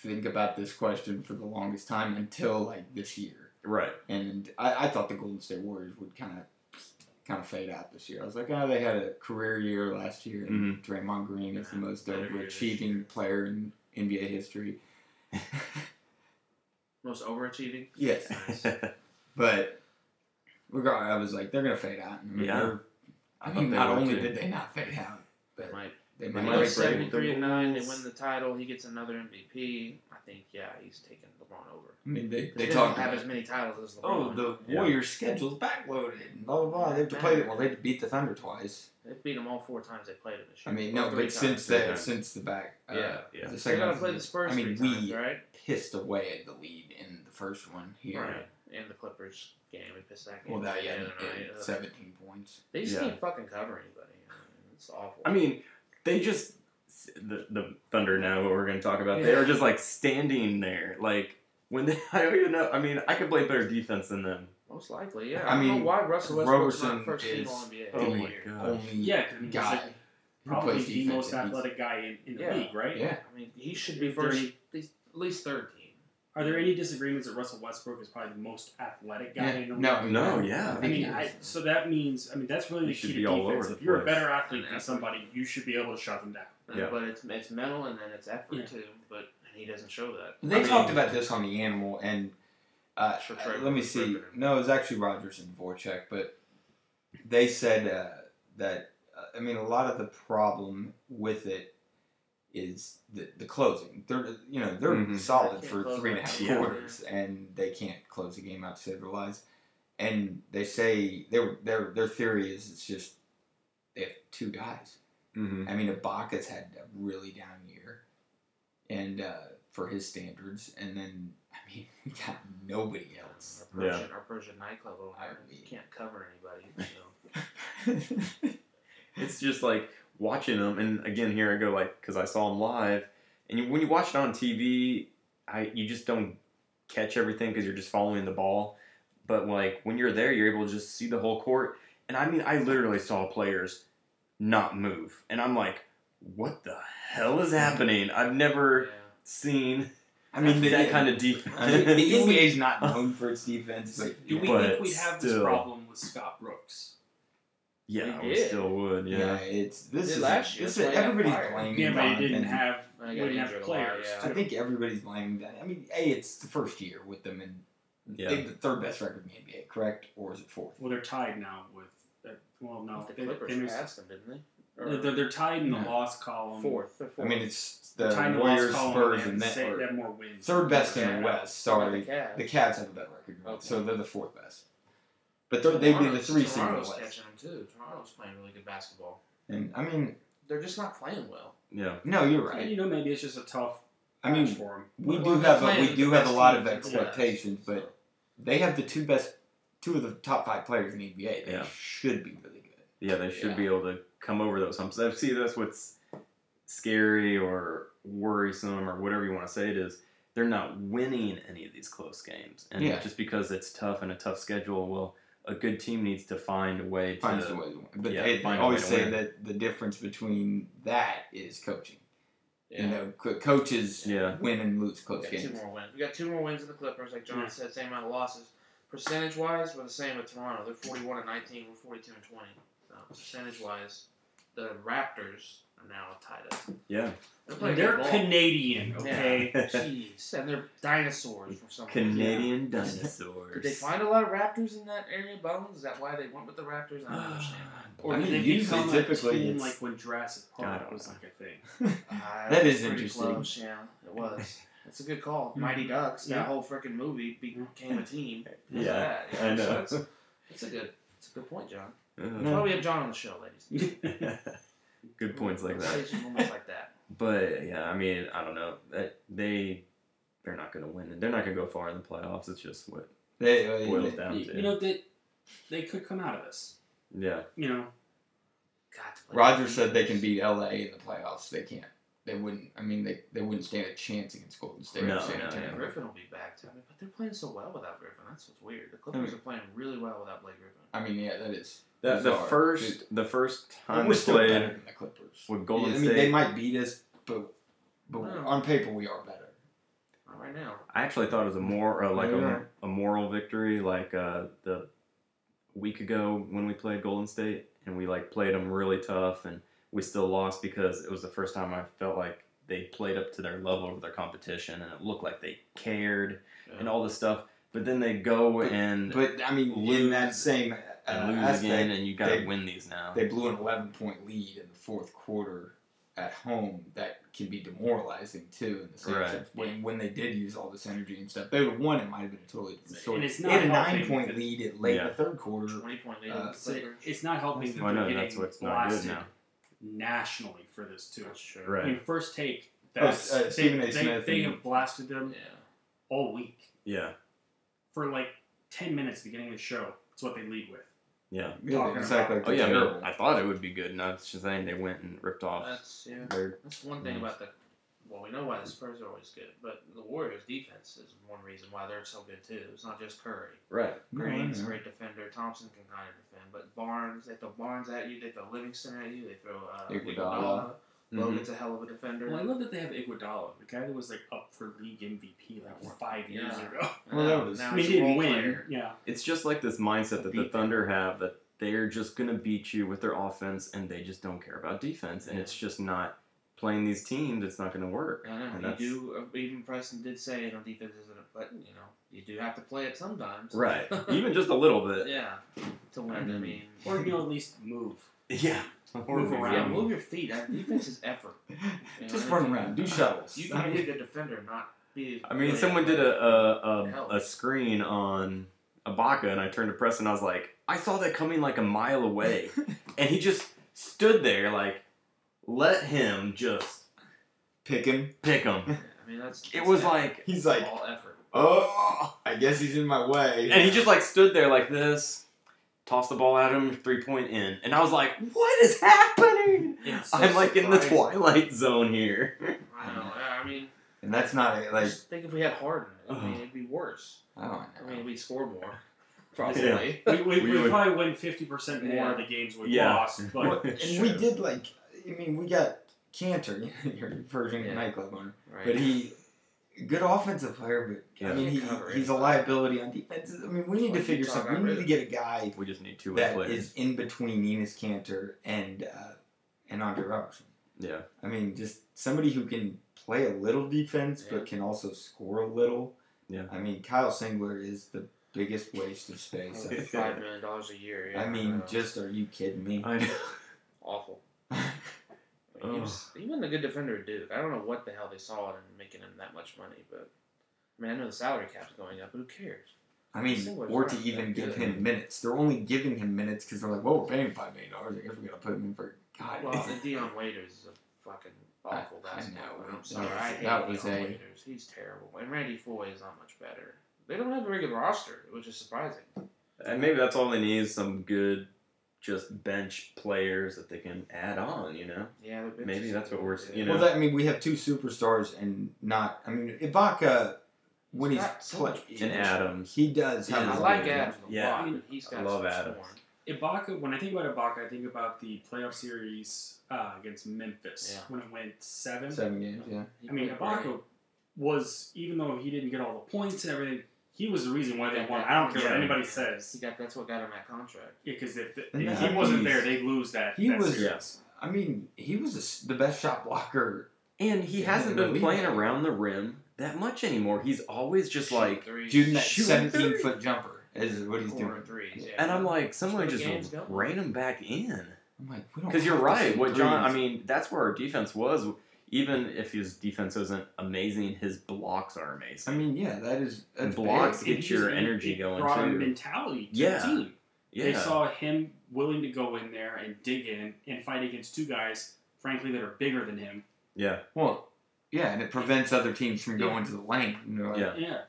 Speaker 2: think about this question for the longest time until like this year,
Speaker 1: Right.
Speaker 2: and I, I thought the Golden State Warriors would kind of kind of fade out this year. I was like, oh, they had a career year last year,
Speaker 1: Mm-hmm. Mm.
Speaker 2: and Draymond Green is the most
Speaker 3: Better year this year.
Speaker 2: overachieving player in NBA history.
Speaker 3: most overachieving.
Speaker 2: Yes.
Speaker 3: Nice.
Speaker 2: But regardless, I was like, they're gonna fade out. And I mean,
Speaker 1: Yeah.
Speaker 2: they're-
Speaker 1: I
Speaker 2: I
Speaker 1: thought
Speaker 2: mean,
Speaker 1: they
Speaker 2: not
Speaker 1: were,
Speaker 2: only
Speaker 1: too.
Speaker 2: did they not fade out, but
Speaker 3: Right.
Speaker 2: they
Speaker 1: They might
Speaker 2: might
Speaker 3: He
Speaker 1: have
Speaker 2: have
Speaker 3: goes
Speaker 1: break
Speaker 2: faded.
Speaker 1: with the
Speaker 3: seventy-three and nine. They
Speaker 1: Bulls.
Speaker 3: win the title. He gets another MVP. I think yeah, he's taking LeBron over.
Speaker 2: I mean, they, they
Speaker 3: he
Speaker 2: talk
Speaker 3: doesn't have
Speaker 2: about,
Speaker 3: as many titles as LeBron.
Speaker 2: oh, the
Speaker 1: Yeah.
Speaker 2: Warriors' schedule's backloaded, and blah, blah, blah. They have to play, well, they had to beat the Thunder twice.
Speaker 3: They beat him all four times they played him this
Speaker 2: I
Speaker 3: year.
Speaker 2: mean,
Speaker 3: Or
Speaker 2: no,
Speaker 3: three
Speaker 2: but
Speaker 3: times.
Speaker 2: since
Speaker 1: Three
Speaker 2: the,
Speaker 1: times.
Speaker 2: since the back, uh,
Speaker 3: Yeah.
Speaker 1: Yeah.
Speaker 2: the
Speaker 3: They
Speaker 2: second
Speaker 3: gotta
Speaker 2: round,
Speaker 3: play the Spurs
Speaker 2: I mean,
Speaker 3: three
Speaker 2: we
Speaker 3: times, right?
Speaker 2: pissed away at the lead in the first one here.
Speaker 3: Right. And the Clippers game, we pissed that game.
Speaker 2: Well, that, yeah,
Speaker 3: away,
Speaker 2: yeah,
Speaker 3: and, uh,
Speaker 2: 17 points.
Speaker 3: They just
Speaker 1: Yeah.
Speaker 3: can't fucking cover anybody. I mean, It's awful.
Speaker 1: I mean, they just the the Thunder. Now, what we're going to talk about, they are just like standing there, like when they. I don't even know. I mean, I could play better defense than them.
Speaker 3: most likely, yeah.
Speaker 2: I
Speaker 3: I, don't
Speaker 2: mean,
Speaker 3: know why Russell Westbrook's not
Speaker 2: Roberson
Speaker 3: first team
Speaker 2: is
Speaker 3: All NBA.
Speaker 1: Oh
Speaker 3: every
Speaker 1: my
Speaker 3: year.
Speaker 1: God.
Speaker 2: Only
Speaker 4: yeah, 'cause he's
Speaker 2: guy
Speaker 4: like
Speaker 2: who
Speaker 4: probably
Speaker 2: plays
Speaker 4: the
Speaker 2: defense,
Speaker 4: most
Speaker 2: and he's-
Speaker 4: athletic guy in, in the
Speaker 3: Yeah.
Speaker 4: league, right?
Speaker 2: Yeah.
Speaker 3: I mean, he should be
Speaker 4: Thirty-
Speaker 3: first, at least third team.
Speaker 4: Are there any disagreements that Russell Westbrook is probably the most athletic guy
Speaker 2: Yeah.
Speaker 4: in the league?
Speaker 2: No,
Speaker 1: No, yeah.
Speaker 4: I mean, I, so that means I mean that's really
Speaker 1: You
Speaker 4: the
Speaker 1: should
Speaker 4: key
Speaker 1: be
Speaker 4: to
Speaker 1: all over
Speaker 4: defense.
Speaker 1: the
Speaker 4: If you're a
Speaker 1: place.
Speaker 4: better athlete than
Speaker 3: And
Speaker 4: somebody, you should be able to shut them down.
Speaker 3: Uh,
Speaker 1: Yeah.
Speaker 3: But it's it's mental and then it's effort
Speaker 4: Yeah.
Speaker 3: too. But he doesn't show that.
Speaker 2: They
Speaker 1: I mean-
Speaker 2: talked about this on the animal, and uh,
Speaker 3: Sure, Trevor
Speaker 2: let me
Speaker 3: was
Speaker 2: see.
Speaker 3: ripping him.
Speaker 2: No, it was actually Rogers and Voracek, but they said uh, that uh, I mean a lot of the problem with it is the, the closing. They're you know they're
Speaker 1: Mhm.
Speaker 2: solid
Speaker 3: Can't
Speaker 2: for
Speaker 3: close
Speaker 2: three and a
Speaker 3: out.
Speaker 2: half
Speaker 1: Yeah.
Speaker 2: quarters, and they can't close the game out to save their lives. and they say their their their theory is it's just they have two guys.
Speaker 5: Mm-hmm.
Speaker 2: I mean, Ibaka's had a really down year, and uh, for his standards, and then I mean, we got nobody else.
Speaker 3: Our Persian, our Persian nightclub over
Speaker 2: I
Speaker 3: there.
Speaker 2: mean-
Speaker 3: You can't cover anybody. So.
Speaker 1: It's just like watching them, and again, here I go, like because I saw them live, and you, when you watch it on TV, I you just don't catch everything because you're just following the ball. But like when you're there, you're able to just see the whole court, and I mean, I literally saw players not move, and I'm like, what the hell is happening? I've never
Speaker 3: yeah.
Speaker 1: seen
Speaker 2: I mean, the,
Speaker 1: that kind of defense.
Speaker 2: I mean, the NBA is not known for its defense. But
Speaker 4: Do we
Speaker 1: But
Speaker 4: think we'd have this
Speaker 1: still.
Speaker 4: problem with Scott Brooks?
Speaker 1: yeah,
Speaker 3: We
Speaker 1: we
Speaker 3: did.
Speaker 1: still would.
Speaker 2: yeah,
Speaker 1: Yeah,
Speaker 2: it's this
Speaker 3: Did
Speaker 2: is
Speaker 3: last year,
Speaker 2: this
Speaker 3: so
Speaker 2: is
Speaker 3: I got
Speaker 2: everybody's
Speaker 3: fired.
Speaker 2: blaming.
Speaker 4: Yeah, but he
Speaker 2: Donovan.
Speaker 4: didn't have
Speaker 3: I got
Speaker 4: wouldn't
Speaker 3: injured
Speaker 4: have
Speaker 3: a lot,
Speaker 4: players.
Speaker 3: yeah.
Speaker 4: too.
Speaker 2: I think everybody's blaming that. I mean, hey, it's the first year with them, and they
Speaker 1: yeah.
Speaker 2: have the third best record in the NBA, correct? Or is it fourth?
Speaker 4: Well, they're tied now with. Uh, well, no,
Speaker 3: the
Speaker 4: they,
Speaker 3: Clippers
Speaker 4: they missed-
Speaker 3: passed them, didn't they? Or
Speaker 4: they're, they're tied in the
Speaker 2: No.
Speaker 4: loss column.
Speaker 3: fourth. They're
Speaker 2: I
Speaker 3: fourth.
Speaker 2: mean, it's
Speaker 4: They're
Speaker 2: the
Speaker 4: tied in the loss
Speaker 2: Warriors,
Speaker 4: column.
Speaker 2: Spurs,
Speaker 4: they
Speaker 2: and
Speaker 4: have,
Speaker 2: that.
Speaker 4: the sa-
Speaker 2: or
Speaker 4: they have more wins.
Speaker 2: Third best in
Speaker 3: Yeah.
Speaker 2: the West.
Speaker 3: What about
Speaker 2: Sorry,
Speaker 3: the Cavs.
Speaker 2: the Cavs have a better record, right?
Speaker 3: Okay.
Speaker 2: so they're the fourth best. But they're, they'd be the
Speaker 3: Toronto's-
Speaker 2: three seed in the
Speaker 3: Toronto's
Speaker 2: West.
Speaker 3: catching them too. Toronto's playing really good basketball.
Speaker 2: And I mean,
Speaker 3: They're just not playing well.
Speaker 1: yeah.
Speaker 2: no, you're
Speaker 4: And,
Speaker 2: right.
Speaker 4: you know, maybe it's just a tough
Speaker 2: I
Speaker 4: match
Speaker 2: mean,
Speaker 4: for him.
Speaker 2: we
Speaker 3: Well,
Speaker 2: do
Speaker 3: they're
Speaker 2: have a,
Speaker 3: playing
Speaker 2: we do
Speaker 3: the
Speaker 2: have a
Speaker 3: best
Speaker 2: lot of
Speaker 3: teams in the West,
Speaker 2: expectations, but
Speaker 3: so.
Speaker 2: they have the two best, two of the top five players in the NBA. They
Speaker 1: Yeah.
Speaker 2: should be really good.
Speaker 1: Yeah, they should
Speaker 3: Yeah.
Speaker 1: be able to come over those humps. I see that's what's scary or worrisome or whatever you want to say it is. They're not winning any of these close games, and
Speaker 2: Yeah.
Speaker 1: just because it's tough and a tough schedule, well, a good team needs to find a way to.
Speaker 2: Finds a way to win. But
Speaker 1: yeah,
Speaker 2: they, they
Speaker 1: find a way
Speaker 2: always
Speaker 1: to
Speaker 2: say
Speaker 1: win.
Speaker 2: that the difference between that is coaching.
Speaker 3: Yeah.
Speaker 2: You know, co- coaches
Speaker 1: Yeah.
Speaker 2: win and lose
Speaker 3: We
Speaker 2: close
Speaker 3: got two
Speaker 2: games.
Speaker 3: more wins. We got two more wins in the Clippers, like John
Speaker 4: Yeah.
Speaker 3: said, same amount of losses. Percentage wise, we're the same with Toronto. They're forty one and nineteen, we're forty two and twenty. So percentage wise, the Raptors are now tied up.
Speaker 1: Yeah,
Speaker 3: They're playing
Speaker 4: They're
Speaker 3: good ball.
Speaker 4: Canadian, okay?
Speaker 3: Jeez, and they're dinosaurs from somewhere.
Speaker 1: Canadian
Speaker 3: Yeah.
Speaker 1: dinosaurs.
Speaker 3: Did they find a lot of raptors in that area, Bones? Is that why they went with the raptors? I don't
Speaker 1: Oh,
Speaker 3: understand.
Speaker 4: Or
Speaker 2: I
Speaker 4: did
Speaker 2: mean,
Speaker 4: they
Speaker 2: usually,
Speaker 4: become a
Speaker 2: typically,
Speaker 4: team
Speaker 2: it's-
Speaker 4: like when Jurassic
Speaker 1: I
Speaker 4: Park
Speaker 1: don't
Speaker 4: was
Speaker 1: know.
Speaker 4: like a thing?
Speaker 3: Ah,
Speaker 2: That
Speaker 3: was
Speaker 2: is
Speaker 3: pretty
Speaker 2: interesting.
Speaker 3: Close, yeah, it was. That's a good call. Mighty Ducks, that
Speaker 4: Yeah.
Speaker 3: whole freaking movie became a team. Look
Speaker 1: Mm. Yeah,
Speaker 3: at that,
Speaker 1: I
Speaker 3: you
Speaker 1: know.
Speaker 3: So that's, that's a good. That's a good point, John. That's
Speaker 1: Ugh.
Speaker 3: why we have John on the show, ladies.
Speaker 1: good points like that.
Speaker 3: Conversations Moments like that.
Speaker 1: But yeah, I mean, I don't know. That they they're not going to win. They're not going to go far in the playoffs. It's just what.
Speaker 2: They,
Speaker 1: Boils
Speaker 2: they-
Speaker 1: down to-
Speaker 4: You know, they, they could come out of this.
Speaker 1: Yeah,
Speaker 4: You know,
Speaker 3: God, to play
Speaker 2: Roger
Speaker 3: the
Speaker 2: said they can
Speaker 3: Eagles.
Speaker 2: beat LA in the playoffs. They can't. They wouldn't. I mean, they, they wouldn't stand a chance against Golden State. or
Speaker 1: No,
Speaker 2: San
Speaker 1: no,
Speaker 2: Antonio.
Speaker 1: yeah.
Speaker 3: Griffin will be back to me, but they're playing so well without Griffin. That's what's weird. The Clippers are playing really well without Blake Griffin.
Speaker 2: I mean, yeah, that is.
Speaker 1: the, the
Speaker 2: Bizarre.
Speaker 1: first the first time
Speaker 2: we're
Speaker 1: they
Speaker 2: still better
Speaker 1: played
Speaker 2: than the Clippers.
Speaker 1: with Golden
Speaker 2: Yeah, I mean,
Speaker 1: State.
Speaker 2: they might beat us, but but
Speaker 3: No.
Speaker 2: on paper we are better.
Speaker 3: Not right now.
Speaker 1: I actually thought it was a more uh, like
Speaker 2: Yeah.
Speaker 1: a, a moral victory, like uh, the week ago when we played Golden State and we like played them really tough and we still lost because it was the first time I felt like they played up to their level of their competition and it looked like they cared and all this stuff. But then they go
Speaker 2: But-
Speaker 1: and
Speaker 2: But I mean, in that
Speaker 1: Lose-
Speaker 2: same uh,
Speaker 1: and lose
Speaker 2: aspect,
Speaker 1: again, and you gotta
Speaker 2: they-
Speaker 1: win these now.
Speaker 2: they blew an 11 point lead in the fourth quarter at home. That can be demoralizing too. In the same
Speaker 1: Right.
Speaker 2: sense, when when they did use all this energy and stuff, they would have won. It might have been a totally different story.
Speaker 4: And it's
Speaker 2: they had a
Speaker 4: not helping
Speaker 2: nine point
Speaker 4: that-
Speaker 2: lead at late in
Speaker 1: Yeah.
Speaker 2: the third quarter.
Speaker 3: Twenty point lead.
Speaker 2: Uh,
Speaker 3: on the
Speaker 4: it's,
Speaker 3: Clippers.
Speaker 4: it's not helping that
Speaker 1: I know
Speaker 4: they're getting
Speaker 1: that's what's not good
Speaker 4: blasted
Speaker 1: now.
Speaker 4: nationally for this too.
Speaker 3: That's true.
Speaker 4: I mean,
Speaker 1: Right?
Speaker 4: first take.
Speaker 2: Oh,
Speaker 4: That's,
Speaker 2: uh,
Speaker 4: they,
Speaker 2: Stephen A.
Speaker 4: they,
Speaker 2: Smith
Speaker 4: they
Speaker 2: and-
Speaker 4: have blasted
Speaker 3: Yeah.
Speaker 4: them all week
Speaker 1: Yeah,
Speaker 4: for like ten minutes beginning of the show. That's what they lead with.
Speaker 1: yeah.
Speaker 2: Yeah,
Speaker 4: Talking
Speaker 2: exactly.
Speaker 4: about-
Speaker 1: Oh yeah, I, mean,
Speaker 2: Terrible.
Speaker 1: I thought it would be good. Not just saying they went and ripped off.
Speaker 3: That's yeah.
Speaker 1: their
Speaker 3: That's one thing about the. Well, we know why the Spurs are always good, but the Warriors' defense is one reason why they're so good too. It's not just Curry.
Speaker 1: Right.
Speaker 2: No, I
Speaker 3: Green's a
Speaker 2: know.
Speaker 3: great defender. Thompson can kind of defend, but Barnes, they throw Barnes at you, they throw Livingston at you, they throw uh,
Speaker 2: Iguodala. Mm-hmm.
Speaker 3: Iguodala.
Speaker 1: Mhm.
Speaker 3: Logan's a hell of a defender.
Speaker 4: Well, I love that they have Iguodala, the guy that was like up for league MVP like five years
Speaker 3: Yeah.
Speaker 4: ago.
Speaker 2: Well, that was-
Speaker 3: Uh, now
Speaker 4: I mean,
Speaker 3: he's
Speaker 4: he
Speaker 3: a role
Speaker 4: didn't win.
Speaker 3: player.
Speaker 4: Yeah,
Speaker 1: It's just like this mindset that the
Speaker 3: Beat them.
Speaker 1: Thunder have that they're just going to beat you with their offense and they just don't care about defense. And it's just not playing these teams, it's not going to work.
Speaker 3: I know
Speaker 1: And
Speaker 3: you
Speaker 1: that's-
Speaker 3: do. uh, Even Preston did say, you know, defense isn't a but you know you do have to play it sometimes.
Speaker 1: Right. Even just a little bit.
Speaker 3: Yeah. To win,
Speaker 2: Mm-hmm.
Speaker 3: I mean,
Speaker 4: or you know at least move.
Speaker 1: Yeah.
Speaker 4: Move
Speaker 1: Yeah,
Speaker 3: yeah,
Speaker 4: around.
Speaker 3: move your feet. That defense is effort. You know,
Speaker 2: Just
Speaker 3: it-
Speaker 2: run around, do shuttles.
Speaker 3: Uh, You can be a good defender, not be.
Speaker 1: I mean,
Speaker 3: really
Speaker 2: uh,
Speaker 1: someone did
Speaker 3: athletic.
Speaker 1: a a, a,
Speaker 3: Help.
Speaker 1: a screen on Ibaka, and I turned to Preston. I was like, I saw that coming like a mile away, and he just stood there like, let him just
Speaker 2: Pick him.
Speaker 1: pick him.
Speaker 3: I mean, that's.
Speaker 1: It
Speaker 3: that's
Speaker 1: was
Speaker 3: effort.
Speaker 1: like,
Speaker 2: He's like,
Speaker 3: all effort.
Speaker 2: oh, I guess he's in my way.
Speaker 1: and he just like stood there like this, tossed the ball at him, three point in, and I was like, what is happening?
Speaker 3: It's so
Speaker 1: I'm like in the
Speaker 3: surprising.
Speaker 1: twilight zone here.
Speaker 3: I don't know. I mean,
Speaker 2: and that's not it. um, Like, uh-huh.
Speaker 3: just think if we had Harden, I mean, it'd be worse.
Speaker 2: I don't know.
Speaker 3: I mean, we'd score more, probably.
Speaker 4: We, we,
Speaker 1: We
Speaker 4: we
Speaker 1: would-
Speaker 4: probably win 50% more
Speaker 3: Yeah.
Speaker 4: of the games we
Speaker 1: Yeah.
Speaker 4: lost. But
Speaker 2: Well, and we did like, I mean, we got Cantor, your Persian
Speaker 3: Yeah.
Speaker 2: nightclub owner,
Speaker 3: Right.
Speaker 2: but he, good offensive player, but
Speaker 1: Yeah.
Speaker 2: I mean, he,
Speaker 3: Can't cover
Speaker 2: he's a
Speaker 3: anybody.
Speaker 2: liability on defense. I mean, we need
Speaker 3: Well,
Speaker 2: to
Speaker 3: you
Speaker 2: figure
Speaker 3: talk
Speaker 2: something.
Speaker 3: about
Speaker 2: We need
Speaker 3: Ritter.
Speaker 2: to get a guy
Speaker 1: We just need two way
Speaker 2: that
Speaker 1: players.
Speaker 2: is in between Enos Cantor and uh, and Andre Robertson.
Speaker 1: Yeah.
Speaker 2: I mean, just somebody who can play a little defense but can also score a little.
Speaker 1: Yeah.
Speaker 2: I mean, Kyle Singler is the biggest waste of space.
Speaker 3: Probably Five million dollars a year. Yeah,
Speaker 2: I mean,
Speaker 3: know.
Speaker 2: just are you kidding me?
Speaker 1: I know.
Speaker 3: awful. I mean,
Speaker 1: Ugh.
Speaker 3: he, was, he wasn't a good defender at Duke. I don't know what the hell they saw in him making him that much money, but I mean, I know the salary cap's going up. But who cares?
Speaker 2: I mean,
Speaker 3: Singler's
Speaker 2: or
Speaker 3: not
Speaker 2: to
Speaker 3: that
Speaker 2: even give
Speaker 3: good.
Speaker 2: him minutes. They're only giving him minutes because they're like, well, we're paying $5 million. I guess we're going to put him in for. God,
Speaker 3: Well, and Deion Waiters is a fucking awful
Speaker 2: I- I
Speaker 3: basketball
Speaker 2: know.
Speaker 3: player.
Speaker 2: That
Speaker 3: I'm sorry,
Speaker 2: was-
Speaker 3: I hate
Speaker 2: that was
Speaker 3: Deion
Speaker 2: a-
Speaker 3: Waiters. He's terrible. And Randy Foy is not much better. They don't have a regular roster, which is surprising.
Speaker 1: And maybe that's all they need is some good, just bench players that they can add on. You know.
Speaker 3: Yeah, the bench
Speaker 1: Maybe
Speaker 3: is-
Speaker 1: that's what we're s- you know.
Speaker 2: well, that, I mean, we have two superstars and not. I mean, Ibaka, when he's
Speaker 3: got so
Speaker 2: playing,
Speaker 3: much
Speaker 1: And Adams.
Speaker 2: he does
Speaker 1: Yeah,
Speaker 2: have
Speaker 3: I
Speaker 2: his
Speaker 3: like
Speaker 2: own-
Speaker 3: Adams a
Speaker 1: Yeah.
Speaker 3: lot, but he's got
Speaker 1: I love
Speaker 3: some
Speaker 1: Adams.
Speaker 3: scorn.
Speaker 4: Ibaka, when I think about Ibaka, I think about the playoff series uh, against Memphis
Speaker 3: Yeah.
Speaker 4: when it went seven.
Speaker 2: seven games. Yeah,
Speaker 3: He
Speaker 4: I mean,
Speaker 3: played
Speaker 4: Ibaka
Speaker 3: great.
Speaker 4: was, even though he didn't get all the points and everything, he was the reason why they won. I don't care what
Speaker 1: Yeah.
Speaker 4: anybody
Speaker 3: He
Speaker 4: says.
Speaker 3: got that's what got him that contract.
Speaker 4: Because if,
Speaker 2: And
Speaker 4: if
Speaker 2: that
Speaker 4: he wasn't
Speaker 2: piece-
Speaker 4: there, they'd lose that.
Speaker 2: he
Speaker 4: that
Speaker 2: was-
Speaker 4: series.
Speaker 1: Yes.
Speaker 2: I mean, he was a s the best shot blocker.
Speaker 1: And he
Speaker 2: Yeah,
Speaker 1: hasn't been
Speaker 2: really.
Speaker 1: playing around the rim that much anymore. He's always just like,
Speaker 3: three,
Speaker 2: Dude, that
Speaker 1: Shooting
Speaker 2: seventeen
Speaker 1: thirty.
Speaker 2: foot jumper is what he's
Speaker 3: four
Speaker 2: doing.
Speaker 3: and threes. Yeah.
Speaker 1: and I'm like, someone
Speaker 3: the
Speaker 1: just
Speaker 3: game's going.
Speaker 1: rein him back in.
Speaker 2: I'm like, we don't.
Speaker 1: Because you're
Speaker 2: have to
Speaker 1: right.
Speaker 2: shoot
Speaker 1: What John, I
Speaker 2: threes.
Speaker 1: mean, that's where our defense was. Even if his defense isn't amazing, his blocks are
Speaker 2: I
Speaker 1: amazing.
Speaker 2: mean, yeah, that is that's
Speaker 1: Blocks
Speaker 2: big.
Speaker 4: And
Speaker 1: get
Speaker 4: he
Speaker 1: your
Speaker 4: just- he-
Speaker 1: energy
Speaker 4: he
Speaker 1: going,
Speaker 4: Brought a
Speaker 1: too.
Speaker 4: mentality to
Speaker 1: Yeah.
Speaker 4: the team.
Speaker 1: Yeah.
Speaker 4: They saw him willing to go in there and dig in and fight against two guys, frankly, that are bigger than him.
Speaker 1: yeah.
Speaker 2: Well, yeah, and it prevents other teams from
Speaker 4: Yeah.
Speaker 2: going to the lane. You know, like,
Speaker 1: Yeah.
Speaker 4: Yeah.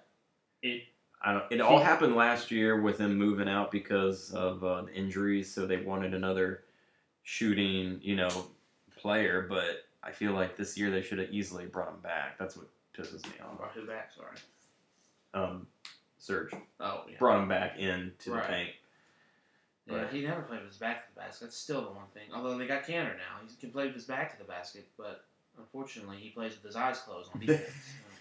Speaker 4: It,
Speaker 1: I don't, it all
Speaker 4: He-
Speaker 1: happened last year with him moving out because of uh, the injuries, so they wanted another shooting, you know, player. But I feel like this year they should have easily brought him back. That's what pisses me off.
Speaker 3: Brought who back? Sorry.
Speaker 1: Um, Serge
Speaker 3: Oh yeah.
Speaker 1: brought him back in to
Speaker 3: Right.
Speaker 1: the paint.
Speaker 3: Yeah,
Speaker 1: Right.
Speaker 3: he never played with his back to the basket. That's still the one thing. Although they got Canner now, he can play with his back to the basket, but unfortunately, he plays with his eyes closed on defense.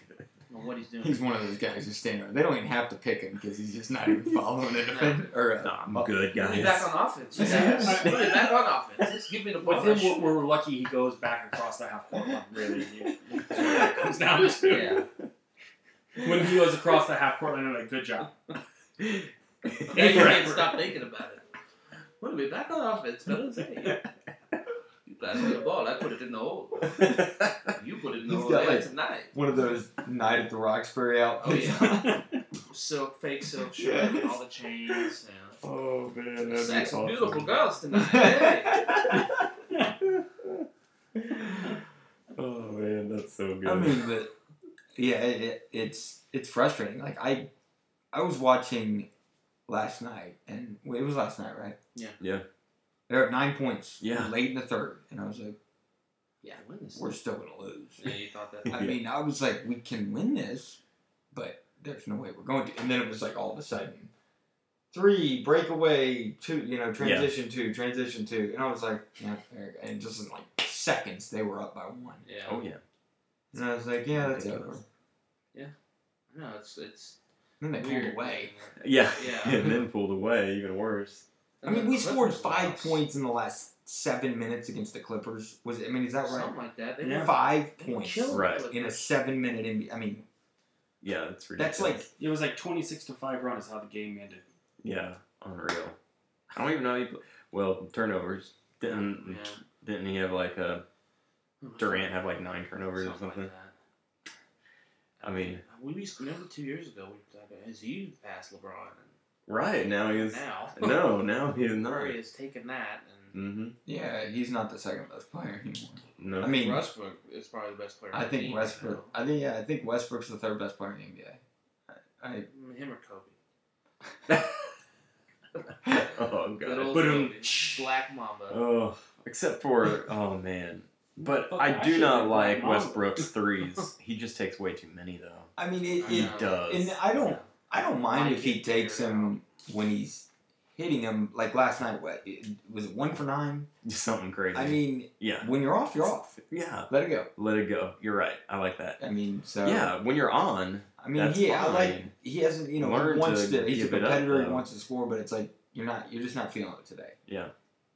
Speaker 3: I don't know what he's doing.
Speaker 2: He's one of those guys who's standing. there. They don't even have to pick him because he's just not even following a defender. Or a,
Speaker 1: Nah, I'm good,
Speaker 3: Put
Speaker 1: guys.
Speaker 3: me back on offense.
Speaker 2: Yes.
Speaker 3: Yes. Put me back on offense. Just give me the ball.
Speaker 4: with him, we're, we're lucky he goes back across the half court line, really. That's what it comes down to.
Speaker 3: yeah.
Speaker 4: When he goes across the half court line, I'm like, good job.
Speaker 3: Now you can't stop thinking about it. Put me back on offense, fellas. Hey. You passed me the ball. I put it in the hole. You put it in the
Speaker 2: He's
Speaker 3: hole
Speaker 2: got,
Speaker 3: there
Speaker 2: like-
Speaker 3: tonight.
Speaker 2: one of those night at the Roxbury outfits.
Speaker 3: Oh, Silk, fake silk shirt, and all the chains. And
Speaker 1: oh man,
Speaker 3: Sex and beautiful girls tonight. Hey.
Speaker 1: Oh man, that's so good.
Speaker 2: I mean, but yeah, it, it, it's it's frustrating. Like I, I was watching last night, and well, it was last night, right?
Speaker 3: Yeah.
Speaker 1: Yeah.
Speaker 2: They're at nine points.
Speaker 1: Yeah.
Speaker 2: Late in the third, and I was like,
Speaker 3: Yeah, win this.
Speaker 2: we're still gonna lose.
Speaker 3: Yeah, you thought that.
Speaker 2: I mean, I was like, we can win this, but there's no way we're going to. And then it was like all of a sudden, three breakaway, two, you know, transition two, transition two, and I was like, yeah, there- and just in like seconds they were up by one,
Speaker 3: Yeah.
Speaker 1: oh yeah,
Speaker 2: and I was like, yeah, that's over.
Speaker 1: Ridiculous.
Speaker 3: No, it's it's
Speaker 2: And then they
Speaker 3: weird.
Speaker 2: pulled away.
Speaker 1: yeah,
Speaker 3: Yeah.
Speaker 1: and then pulled away, even worse.
Speaker 2: I mean, we
Speaker 3: Clippers
Speaker 2: scored
Speaker 3: lost.
Speaker 2: five points in the last seven minutes against the Clippers. Was I mean, is that right?
Speaker 3: Something like that. They
Speaker 4: Yeah.
Speaker 3: were
Speaker 2: Five
Speaker 3: they
Speaker 2: points
Speaker 3: killed
Speaker 1: Right.
Speaker 3: Clippers.
Speaker 2: in a seven-minute NBA. I mean,
Speaker 1: Yeah, it's ridiculous.
Speaker 2: that's like
Speaker 4: It was like 26 to 5 run is how the game ended.
Speaker 1: yeah, unreal. I don't even know. How you, pl- well, turnovers didn't
Speaker 3: Yeah.
Speaker 1: Didn't he have like a Durant have like nine turnovers or something?
Speaker 3: Like that. Uh,
Speaker 1: I mean,
Speaker 3: we used remember two years ago we talked about his you uh, passed LeBron and
Speaker 1: Right now he is.
Speaker 3: now.
Speaker 1: No, now he is not.
Speaker 3: Murray has taken that, and
Speaker 1: Mm-hmm.
Speaker 2: Yeah, he's not the second best player anymore.
Speaker 1: No.
Speaker 2: I mean,
Speaker 3: Westbrook is probably the best player. on
Speaker 2: I
Speaker 3: the team
Speaker 2: think
Speaker 3: right
Speaker 2: Westbrook. I think yeah, I think Westbrook's the third best player in the NBA.
Speaker 3: now. Him or Kobe.
Speaker 1: oh
Speaker 3: Good
Speaker 1: god.
Speaker 3: old
Speaker 4: Boom.
Speaker 3: Kobe. Black Mamba.
Speaker 1: Oh, except for oh man. But
Speaker 4: Fuck,
Speaker 1: I
Speaker 4: I
Speaker 1: do
Speaker 4: should
Speaker 1: not
Speaker 4: be
Speaker 1: like
Speaker 4: Black Mamba.
Speaker 1: Westbrook's threes. He just takes way too many though.
Speaker 2: I, I mean, it,
Speaker 3: I
Speaker 2: it
Speaker 1: He
Speaker 3: know.
Speaker 1: does.
Speaker 2: And I don't,
Speaker 3: Yeah.
Speaker 2: I don't mind
Speaker 3: Mine
Speaker 2: if he
Speaker 3: can't figure
Speaker 2: takes
Speaker 3: it
Speaker 2: him when he's hitting him. Like last night, what it, was it one for nine?
Speaker 1: Something crazy.
Speaker 2: I mean,
Speaker 1: yeah,
Speaker 2: when you're off, you're off.
Speaker 1: yeah.
Speaker 2: Let it go.
Speaker 1: Let it go. You're right. I like that.
Speaker 2: I mean, so
Speaker 1: yeah, when you're on,
Speaker 2: I mean,
Speaker 1: That's
Speaker 2: yeah, I like
Speaker 1: fine.
Speaker 2: he hasn't, you know,
Speaker 1: Learn
Speaker 2: he wants
Speaker 1: to
Speaker 2: to. He's a
Speaker 1: give it up,
Speaker 2: competitor. he
Speaker 1: though.
Speaker 2: wants to score, but it's like you're not. You're just not feeling it today.
Speaker 1: Yeah.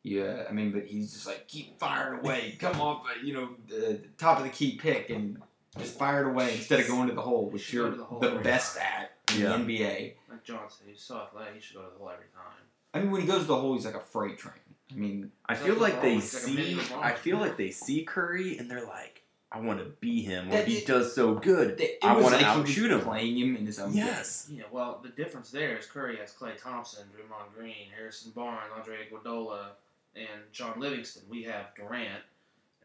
Speaker 2: Yeah, I mean, but he's just like keep firing away. Come off, uh, you know, the top of the key pick and just fire it away instead of going to the hole, which
Speaker 3: Should go
Speaker 2: you're
Speaker 3: to
Speaker 2: the,
Speaker 3: the hole every
Speaker 2: best
Speaker 3: time.
Speaker 2: at in
Speaker 1: Yeah.
Speaker 2: the NBA.
Speaker 3: Like Johnson, he's so athletic, he should go to the hole every time.
Speaker 2: I mean, when he goes to the hole, he's like a freight train. I mean,
Speaker 1: I
Speaker 3: That's
Speaker 1: feel
Speaker 3: what's
Speaker 1: like
Speaker 3: wrong.
Speaker 1: they
Speaker 3: It's like a
Speaker 1: see.
Speaker 3: mini LeBron.
Speaker 1: I feel like they see Curry and they're like, I want to be him, or
Speaker 2: That
Speaker 1: he
Speaker 2: it-
Speaker 1: does so good.
Speaker 2: it
Speaker 1: I
Speaker 2: was
Speaker 1: wanna
Speaker 2: like he was
Speaker 1: outshoot him.
Speaker 2: Playing him in his own. game.
Speaker 1: Yes.
Speaker 3: Yeah, well, the difference there is Curry has Clay Thompson, Draymond Green, Harrison Barnes, Andre Iguodala, and John Livingston. We have Durant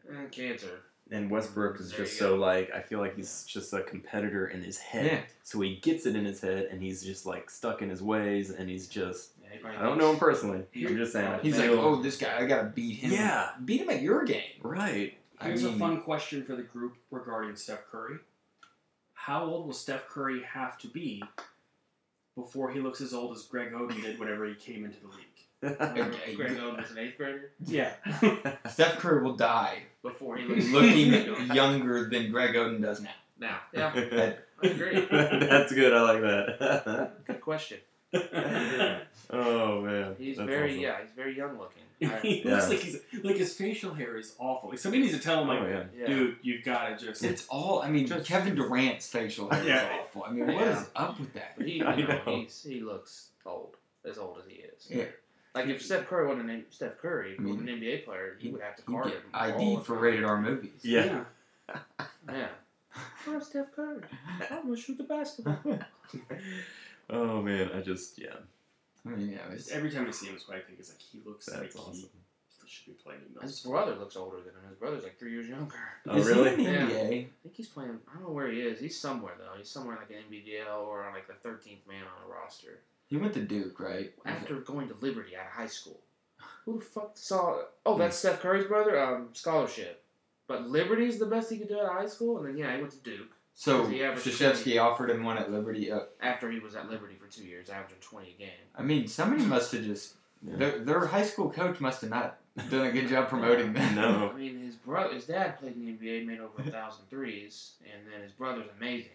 Speaker 3: Eh, and Cantor.
Speaker 1: And Westbrook is
Speaker 3: There you
Speaker 1: just
Speaker 3: go.
Speaker 1: so like, I feel like he's just a competitor in his head.
Speaker 2: Yeah.
Speaker 1: So he gets it in his head, and he's just like stuck in his ways, and he's just.
Speaker 3: Yeah, he probably
Speaker 1: I don't
Speaker 3: thinks-
Speaker 1: know him personally.
Speaker 3: Here-
Speaker 1: I'm just saying. I
Speaker 2: He's like,
Speaker 1: feel-
Speaker 2: oh, this guy, I gotta beat him.
Speaker 1: yeah,
Speaker 2: Beat him at your game.
Speaker 1: right.
Speaker 2: I
Speaker 4: Here's
Speaker 2: mean-
Speaker 4: a fun question for the group regarding Steph Curry. How old will Steph Curry have to be before he looks as old as Greg Oden did whenever he came into the league?
Speaker 3: Remember
Speaker 2: Okay.
Speaker 3: Greg Oden was an eighth grader
Speaker 4: Yeah.
Speaker 2: Steph Curry will die
Speaker 3: before he was
Speaker 2: looking younger than Greg Oden does now.
Speaker 3: now. Yeah, I agree.
Speaker 1: That's good. I like that.
Speaker 3: Good question.
Speaker 1: oh man,
Speaker 3: He's
Speaker 1: That's
Speaker 3: very
Speaker 1: awesome.
Speaker 3: yeah, he's very young looking. I,
Speaker 4: he looks like he's like his facial hair is awful. Like somebody needs to tell him like,
Speaker 1: Oh yeah.
Speaker 3: yeah.
Speaker 4: dude, you've gotta just
Speaker 2: It's all. I mean,
Speaker 1: Just-
Speaker 2: Kevin Durant's facial hair
Speaker 4: Yeah.
Speaker 2: is awful. I mean, what is
Speaker 3: Yeah.
Speaker 2: up with that?
Speaker 3: But he, you
Speaker 1: I
Speaker 3: know,
Speaker 1: know.
Speaker 3: He's, he looks old, as old as he is.
Speaker 2: Yeah.
Speaker 3: Like if Steph Curry wasn't named Steph Curry, if he
Speaker 2: I mean,
Speaker 3: was an NBA player, he
Speaker 2: he-
Speaker 3: would have to
Speaker 2: He
Speaker 3: card
Speaker 2: get
Speaker 3: him. all
Speaker 2: ID
Speaker 3: the
Speaker 2: for
Speaker 3: time.
Speaker 2: rated R movies.
Speaker 1: Yeah.
Speaker 3: Yeah. I'm Steph Curry. I'm gonna shoot the basketball.
Speaker 1: Oh man, I just yeah.
Speaker 2: I mean, yeah,
Speaker 4: Just
Speaker 2: it's,
Speaker 4: every time I see him, it's what I think is like he looks like
Speaker 1: That's
Speaker 4: he
Speaker 1: awesome.
Speaker 4: still should be playing in
Speaker 3: His
Speaker 4: those.
Speaker 3: brother looks older than him. His brother's like three years younger. I
Speaker 1: Oh
Speaker 2: is
Speaker 1: really?
Speaker 2: he in the
Speaker 3: Yeah.
Speaker 2: NBA?
Speaker 3: think he's playing. I don't know where he is. He's somewhere though. He's somewhere like an NBDL or on like the 13th man on the roster.
Speaker 2: He went to Duke, right?
Speaker 3: After going to Liberty out of high school, who the fuck saw? Oh, that's
Speaker 2: Hmm.
Speaker 3: Steph Curry's brother. Um, scholarship. But Liberty's the best he could do out of high school, and then yeah, he went to Duke
Speaker 2: So
Speaker 3: He averaged
Speaker 2: Krzyzewski offered him one at Liberty. Uh,
Speaker 3: after he was at Liberty for two years, averaging 20 a game.
Speaker 2: I mean, somebody must have just
Speaker 1: Yeah.
Speaker 2: their, their high school coach must have not done a good job promoting them.
Speaker 1: No.
Speaker 3: I mean, his brother, his dad played in the NBA, made over a thousand threes, and then his brother's amazing.